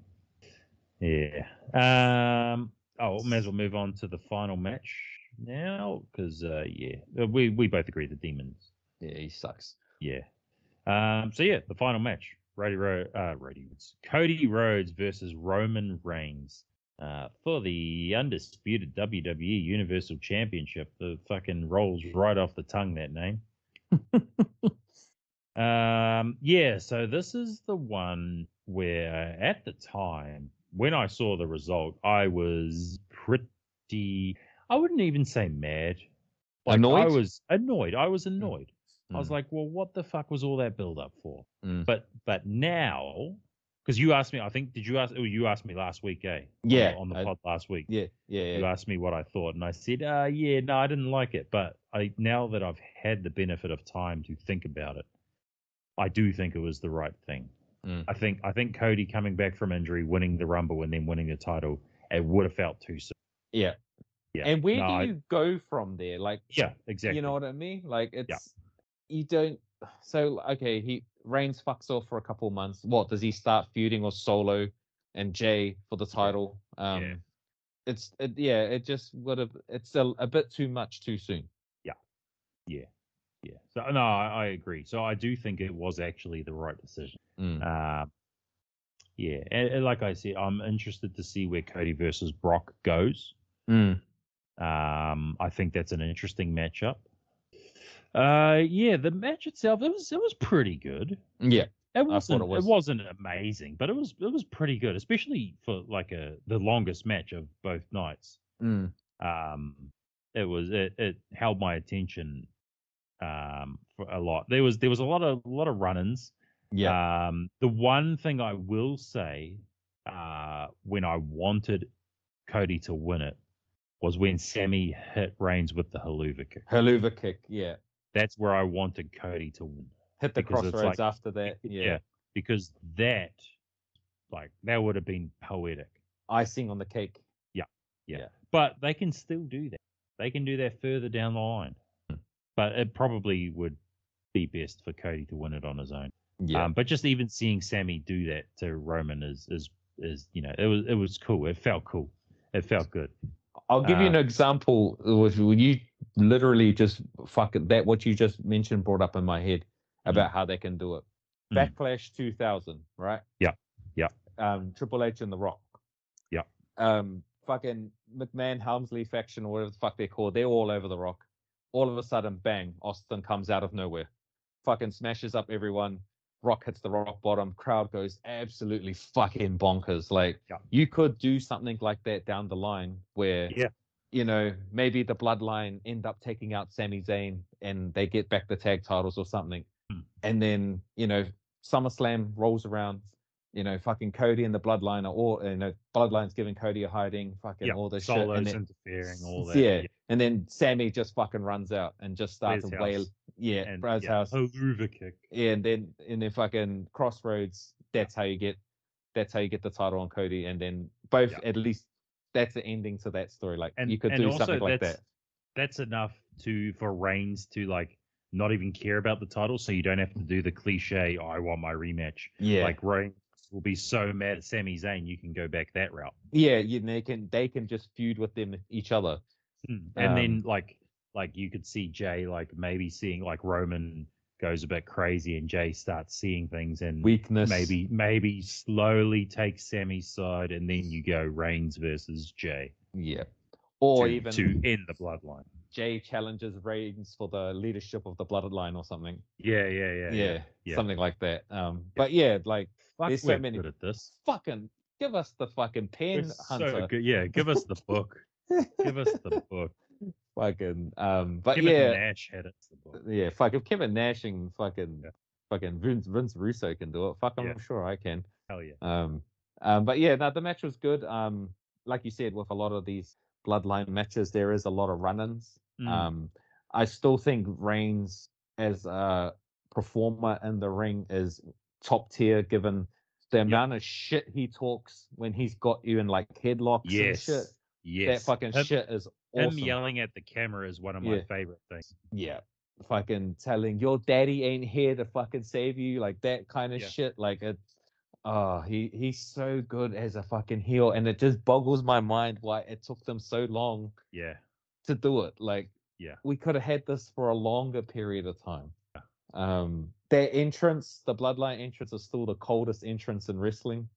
Yeah. Um. Oh, may as well move on to the final match now, because uh, yeah, uh, we we both agree the demons.
Yeah, he sucks.
Yeah. Um. So yeah, the final match: Roddy Ro- uh, Roddy Rhodes, Cody Rhodes versus Roman Reigns. Uh, for the undisputed WWE Universal Championship, the fucking rolls right off the tongue that name. Um, yeah, so this is the one where at the time when I saw the result, I was pretty I wouldn't even say mad. Like I
Annoyed?
was annoyed. I was annoyed. I was
Mm.
like, well, what the fuck was all that build up for?
Mm.
But but now because you asked me, I think did you ask oh you asked me last week, eh? On the-
Yeah,
On the
I-
pod last week
Yeah, yeah, yeah.
you asked me what I thought, and I said, uh, yeah, no, I didn't like it. But I now that I've had the benefit of time to think about it, I do think it was the right thing.
Mm.
I think I think Cody coming back from injury, winning the Rumble, and then winning the title, it would have felt too soon.
Yeah.
Yeah.
And where
No, I-
do you go from there? Like,
Yeah, exactly.
you know what I mean? Like, it's you don't. *sighs* So okay, he Reigns fucks off for a couple months. What does he start feuding or solo and Jay for the title? Um,
Yeah.
it's it, yeah, it just would have. It's a, a bit too much too soon.
yeah. So no, I, I agree. So I do think it was actually the right decision.
Mm.
Uh, yeah, and, and like I said, I'm interested to see where Cody versus Brock goes.
Mm.
Um, I think that's an interesting matchup. Uh, yeah, the match itself it was it was pretty good.
Yeah,
It
I thought
wasn't
it
it,
was.
was. not amazing, but it was it was pretty good, especially for like a the longest match of both nights.
Mm.
Um, it was it, it held my attention um for a lot. There was there was a lot of a lot of run-ins.
yeah,
Um, the one thing I will say, uh, when I wanted Cody to win it, was when Sammy hit Reigns with the haluva kick.
Haluva kick. Yeah,
That's where I wanted Cody to win.
hit the
Because it's
crossroads
like-
after that. yeah,
because that, like, that would have been poetic.
icing on the cake.
But they can still do that. They can do that further down the line.
Hmm.
But it probably would be best for Cody to win it on his own.
Yeah,
Um, but just even seeing Sammy do that to Roman is is is you know it was it was cool. It felt cool. It felt good.
I'll give you an
Uh,
example. Which you literally just fuck it, that what you just mentioned brought up in my head about how they can do it.
Mm.
Backlash 2000, right?
Yeah, yeah.
Um, Triple H and The Rock.
Yeah.
Um, fucking McMahon Helmsley faction or whatever the fuck they're called. They're all over The Rock. All of a sudden, bang! Austin comes out of nowhere, fucking smashes up everyone. Rock hits the rock bottom. Crowd goes absolutely fucking bonkers. Like
Yeah.
you could do something like that down the line where
Yeah.
you know, maybe the bloodline end up taking out Sami Zayn and they get back the tag titles or something.
Hmm.
And then, you know, SummerSlam rolls around, you know, fucking Cody and the bloodline are all you know, bloodline's giving Cody a hiding, fucking all this shit.
solos
And then,
interfering, all
S-
that.
yeah. and then Sammy just fucking runs out and just starts
Blair's
to wail
house.
yeah,
and
Brad's
yeah,
house.
Haluva kick.
and then and then fucking crossroads that's how you get that's how you get the title on cody and then both
Yeah.
at least that's the ending to that story like
And-
you could
and
do
also
something like
that's-
that
That's enough to for Reigns to like not even care about the title, so you don't have to do the cliche "I want my rematch."
Yeah.
Like Reigns will be so mad at Sami Zayn, you can go back that route,
yeah, you, they can they can just feud with them each other.
Hmm, and then
Um,
like like you could see Jay like maybe seeing like Roman goes a bit crazy, and Jay starts seeing things and
Weakness.
maybe maybe slowly take Sammy's side, and then you go Reigns versus Jay
Yeah. Or
to,
even
to end the bloodline.
Jay challenges Reigns for the leadership of the bloodline or something.
Yeah, yeah, yeah,
yeah,
yeah.
something like that. Um, but yeah, like
Fuck,
There's so
we're
many-
good at this.
fucking give us the fucking
We're
pen,
so
Hunter.
good. Yeah, give us the book. give us
*laughs*
the book.
fucking um, but
Kevin
yeah,
Nash had it. The book.
yeah, fuck if Kevin Nash and fucking
Yeah.
fucking Vince, Vince Russo can do it. Fuck, I'm
Yeah.
sure I can.
Hell yeah.
Um, um, but yeah, no, the match was good. Um, like you said, with a lot of these bloodline matches, there is a lot of run-ins.
Mm.
Um, I still think Reigns as a performer in the ring is top tier, given the amount of shit he talks when he's got you in like headlocks and
yes.
shit.
Yes.
That fucking
him,
shit is
him
awesome.
yelling at the camera is one of my
Yeah.
favorite things.
yeah, fucking telling your daddy ain't here to fucking save you, like that kind of
Yeah.
shit. Like it, oh, he he's so good as a fucking heel, and it just boggles my mind why it took them so long
Yeah.
to do it. Like,
Yeah.
we could have had this for a longer period of time. Um, their entrance, the bloodline entrance, is still the coldest entrance in wrestling.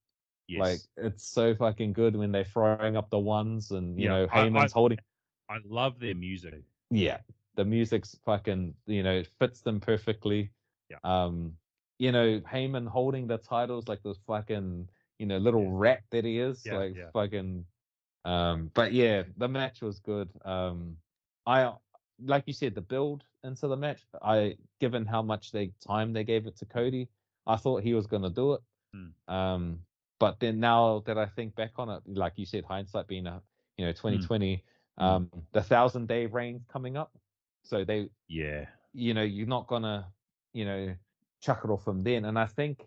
Yes.
Like, it's so fucking good when they're throwing up the ones, and you
Yeah,
know,
I- I-
Heyman's holding.
I love their music.
yeah the music's fucking you know it fits them perfectly
Yeah.
um you know Heyman holding the titles like this fucking you know little rat that he is
Yeah,
like
yeah.
fucking um but yeah the match was good um I like you said the build into the match I given how much they time they gave it to Cody I thought he was going to do it
Hmm.
um but then now that I think back on it like you said hindsight being a you
Hmm.
know 2020
Mm.
um the thousand day reign's coming up so they
Yeah.
you know you're not gonna you know chuck it off him then and i think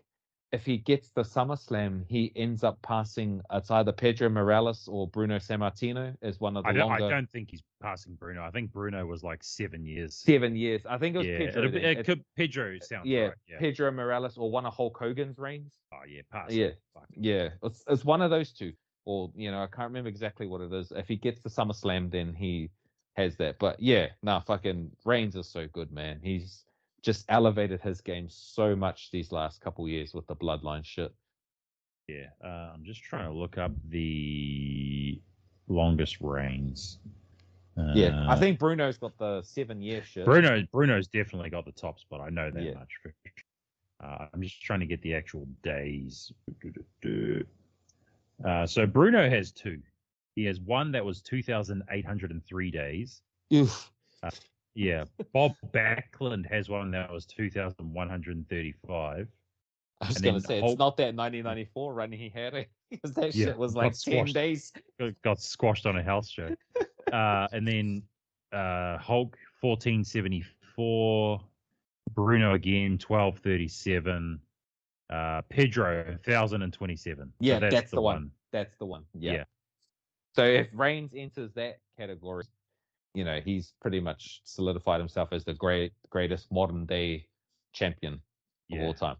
if he gets the SummerSlam, he ends up passing. It's either Pedro Morales or Bruno Sammartino as one of the
I don't,
longer
I don't think he's passing Bruno. I think Bruno was like seven years.
seven years. I think it was
yeah,
Pedro.
it'll be-
then.
it
It's
could Pedro sounds
yeah,
right. Yeah,
Pedro Morales or one of Hulk Hogan's reigns.
oh, yeah, pass.
yeah.
it. Fuck it.
Yeah, it's, it's one of those two. Or, you know, I can't remember exactly what it is. If he gets the SummerSlam, then he has that. But yeah, nah, fucking Reigns is so good, man. He's just elevated his game so much these last couple years with the bloodline shit.
Yeah, uh, I'm just trying to look up the longest reigns. Uh,
yeah, I think Bruno's got the seven year shit.
Bruno Bruno's definitely got the top spot. I know that
Yeah.
much. for sure. Uh, I'm just trying to get the actual days. Uh, so Bruno has two. He has one that was 2,803 days. Uh,
Oof.
Yeah, Bob Backlund has one that was 2,135.
I was
And
going to
then
say,
Hulk-
it's not that 1994 run he had *laughs* it. Because that
Yeah,
shit was
got
like 10
squashed.
days.
got, got squashed on a house show. Uh, and then uh, Hulk fourteen seventy four, Bruno again twelve thirty seven, uh, Pedro thousand and twenty seven.
Yeah, that's the one. That's the one. Yeah.
Yeah.
So if Reigns enters that category, you know, he's pretty much solidified himself as the great greatest modern day champion of all
Yeah.
time.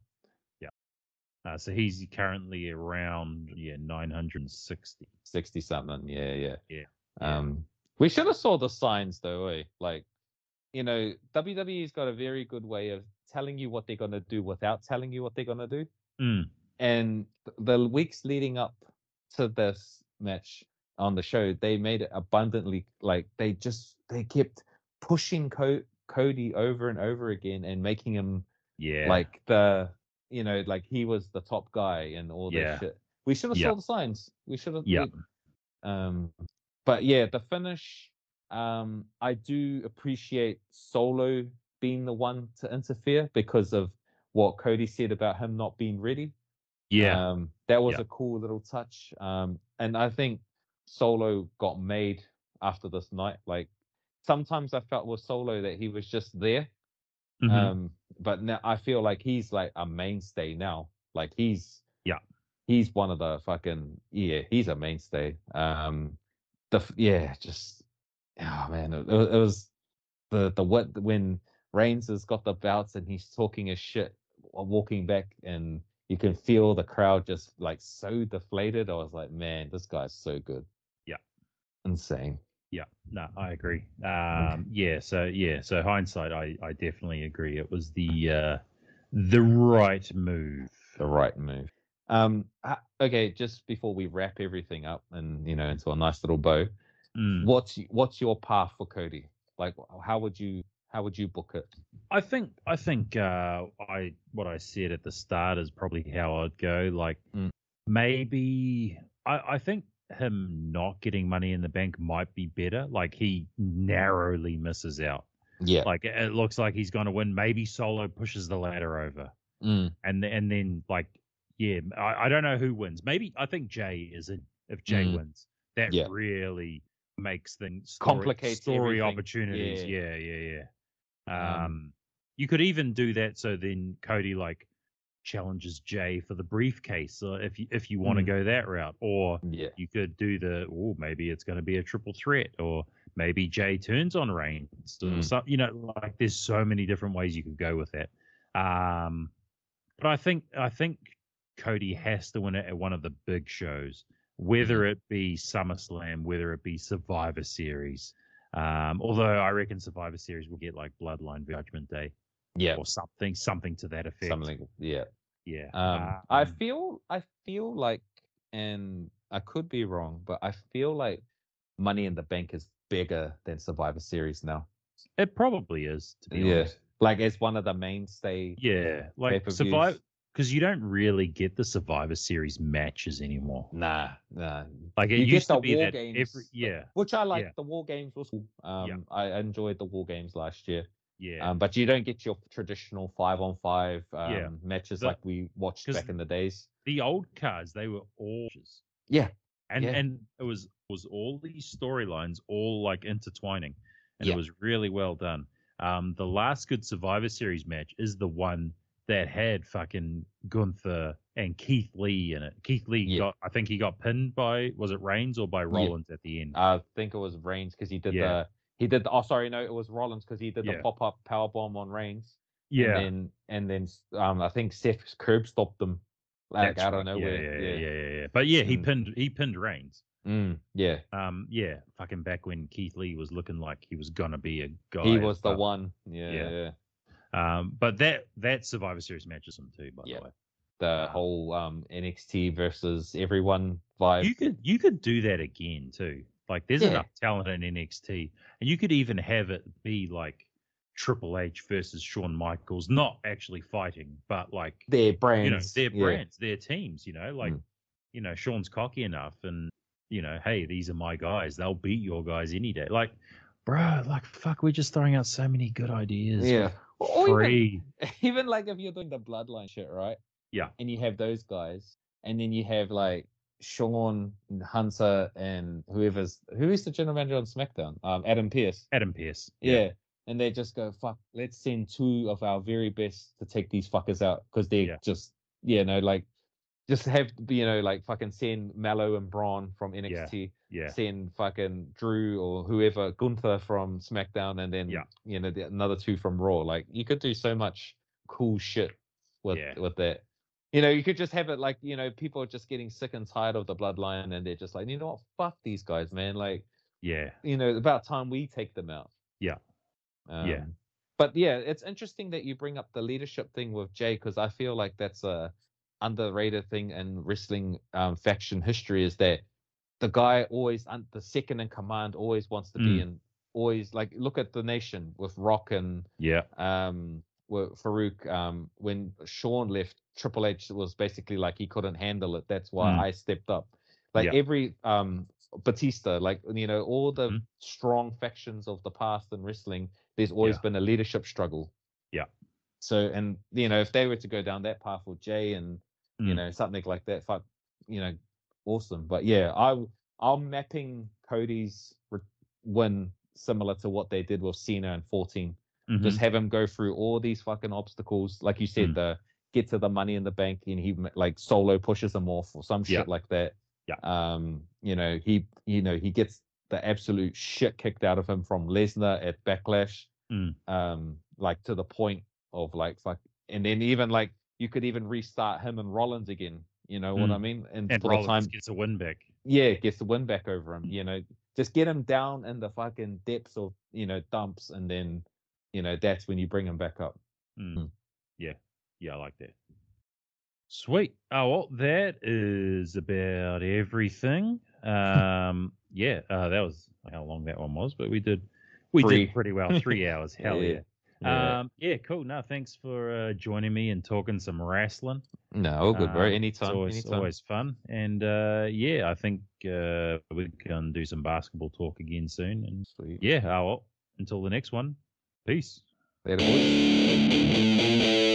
Uh, so he's currently around yeah nine hundred and sixty.
Sixty something. Yeah, yeah.
Yeah.
Um we should have saw the signs though, eh? Like, you know, WWE's got a very good way of telling you what they're gonna do without telling you what they're gonna do.
Mm.
and th- the weeks leading up to this match on the show they made it abundantly like they just they kept pushing Co- cody over and over again and making him
Yeah,
like the you know like he was the top guy and all
Yeah.
that shit we should have
Yeah.
saw the signs we should have
Yeah.
um but yeah the finish um i do appreciate solo being the one to interfere because of what cody said about him not being ready
yeah,
um, that was
Yeah.
a cool little touch. Um, and I think Solo got made after this night. Like sometimes I felt with Solo that he was just there.
mhm,
Um, but now I feel like he's like a mainstay now. Like he's
Yeah.
he's one of the fucking yeah, he's a mainstay. Um, the f- yeah, just oh man, it, it was the the what when Reigns has got the bouts and he's talking his shit while walking back, and you can feel the crowd just like so deflated. I was like, man, this guy's so good.
Yeah.
Insane.
Yeah, no, I agree. Um, yeah, so yeah, so hindsight, I, I definitely agree. It was the uh, the right move.
the right move. Um, h- okay, just before we wrap everything up and you know into a nice little bow,
Mm.
what's what's your path for Cody? Like, how would you how would you book it?
I think I think uh, I what I said at the start is probably how I'd go. Like
Mm.
maybe I, I think him not getting money in the bank might be better. Like he narrowly misses out.
Yeah,
Like it it looks like he's going to win. Maybe Solo pushes the ladder over.
Mm,
and th- and then like yeah I, I don't know who wins maybe i think jay is in if jay
Mm.
wins that
Yeah.
really makes things story,
Complicates
story
everything.
opportunities
Yeah.
yeah yeah yeah,
Um,
Um, you could even do that so then cody like challenges jay for the briefcase uh, if you if you want to
Mm.
go that route or
yeah,
you could do the oh maybe it's going to be a triple threat or maybe Jay turns on Reigns or
Mm.
some- you know like there's so many different ways you could go with it. Um, but I think I think Cody has to win it at one of the big shows, whether
Mm-hmm.
it be SummerSlam, whether it be Survivor Series. Um, although I reckon Survivor Series will get like Bloodline Judgment Day
yeah,
or something, something to that effect.
something. Yeah,
Yeah.
um, I
um,
feel I feel like, and I could be wrong, but I feel like Money in the Bank is bigger than Survivor Series now.
it probably is to be
Yeah.
honest.
Like it's one of the mainstay.
Yeah, like
pay-per-views.
survive because you don't really get the Survivor Series matches anymore.
Nah, nah,
Like it
Mm. You get
used to
the
be
War
that
Games,
every
but-
yeah
which I like.
Yeah.
The War Games was cool. Um, I enjoyed the War Games last year.
yeah
Um, but you don't get your traditional five on five um,
Yeah.
matches
The-
like we watched
'cause-
back in the days.
the old cards they were all
Yeah.
and
Yeah.
and it was was all these storylines all like intertwining and
Yeah.
it was really well done. Um, the last good Survivor Series match is the one that had fucking Gunther and Keith Lee in it. Keith Lee
Yeah.
got I think he got pinned by was it Reigns or by Rollins at the end.
I think it was Reigns because he did
Yeah.
the he did the, oh sorry no it was Rollins because he did the
Yeah.
pop up power bomb on Reigns.
yeah,
And then, and then um, I think Seth curb stopped them like
That's
out of
right.
nowhere.
Yeah, yeah, yeah, yeah, yeah. But yeah, he
Mm.
pinned he pinned Reigns.
Mm, yeah.
Um, yeah, fucking back when Keith Lee was looking like he was gonna be a guy.
he
as
was the
well.
one. Yeah, yeah.
Yeah. Um, but that that Survivor Series matches him too. By
Yeah.
the way,
The
Ah.
whole um, NXT versus everyone vibe.
you could you could do that again too. Like there's
Yeah.
enough talent in NXT, and you could even have it be like Triple H versus Shawn Michaels, not actually fighting, but like
their brands.
you know their
yeah.
brands, their teams. You know, like
Mm.
you know Sean's cocky enough, and you know, hey, these are my guys. They'll beat your guys any day. Like, bro, like fuck, we're just throwing out so many good ideas.
Yeah.
for
Or even-
free.
even like if you're doing the bloodline shit, right?
Yeah.
And you have those guys, and then you have like Sean and Hunter and whoever's who is the general manager on SmackDown, um, Adam Pierce.
Adam Pierce.
Yeah. And they just go, fuck, let's send two of our very best to take these fuckers out because they're
Yeah.
just, you know, like, just have, you know, like fucking send Mallow and Braun from NXT
yeah,
send fucking Drew or whoever Gunther from SmackDown, and then
Yeah.
you know the, another two from Raw. Like you could do so much cool shit with
Yeah.
with that. You know, you could just have it like you know people are just getting sick and tired of the bloodline, and they're just like, you know what, fuck these guys, man. Like
yeah,
you know, about time we take them out.
Yeah.
Um,
Yeah.
But yeah, it's interesting that you bring up the leadership thing with Jay because I feel like that's a underrated thing in wrestling um, faction history is that the guy always un- the second in command always wants to be
Mm.
in always like look at the nation with Rock and
yeah,
um were Farouk um when Sean left Triple H was basically like he couldn't handle it that's why
Mm.
I stepped up like
Yeah.
every um Batista like you know all the
Mhm.
strong factions of the past in wrestling there's always
Yeah.
been a leadership struggle
Yeah.
so and you know if they were to go down that path with Jay and you
Mm.
know something like that fuck you know awesome but yeah I I'm mapping Cody's re- win similar to what they did with Cena in 14
mhm,
just have him go through all these fucking obstacles like you said
Mm.
the get to the money in the bank and he m- like solo pushes him off or some
Yeah.
shit like that
Yeah.
um you know he you know he gets the absolute shit kicked out of him from lesnar at backlash
Mm.
um like to the point of like it's like and then even like you could even restart him and Rollins again. You know what
Mm.
I mean?
And
for the
Rollins
time-
gets a win back.
yeah, gets the win back over
Mm.
him. You know, just get him down in the fucking depths of you know dumps, and then you know that's when you bring him back up.
Mm.
Mm.
Yeah. Yeah, I like that. Sweet. Oh well, that is about everything. Um yeah, uh that was how long that one was, but we did we
Three.
did pretty well. Three hours. Hell yeah.
Yeah.
Um yeah, cool. No, thanks for uh, joining me and talking some wrestling.
no, all good, bro.
um,
Anytime,
it's always
anytime.
always fun. And uh yeah, I think uh we can do some basketball talk again soon. And
Sweet.
yeah, oh well, until the next one. Peace.
Later, boys.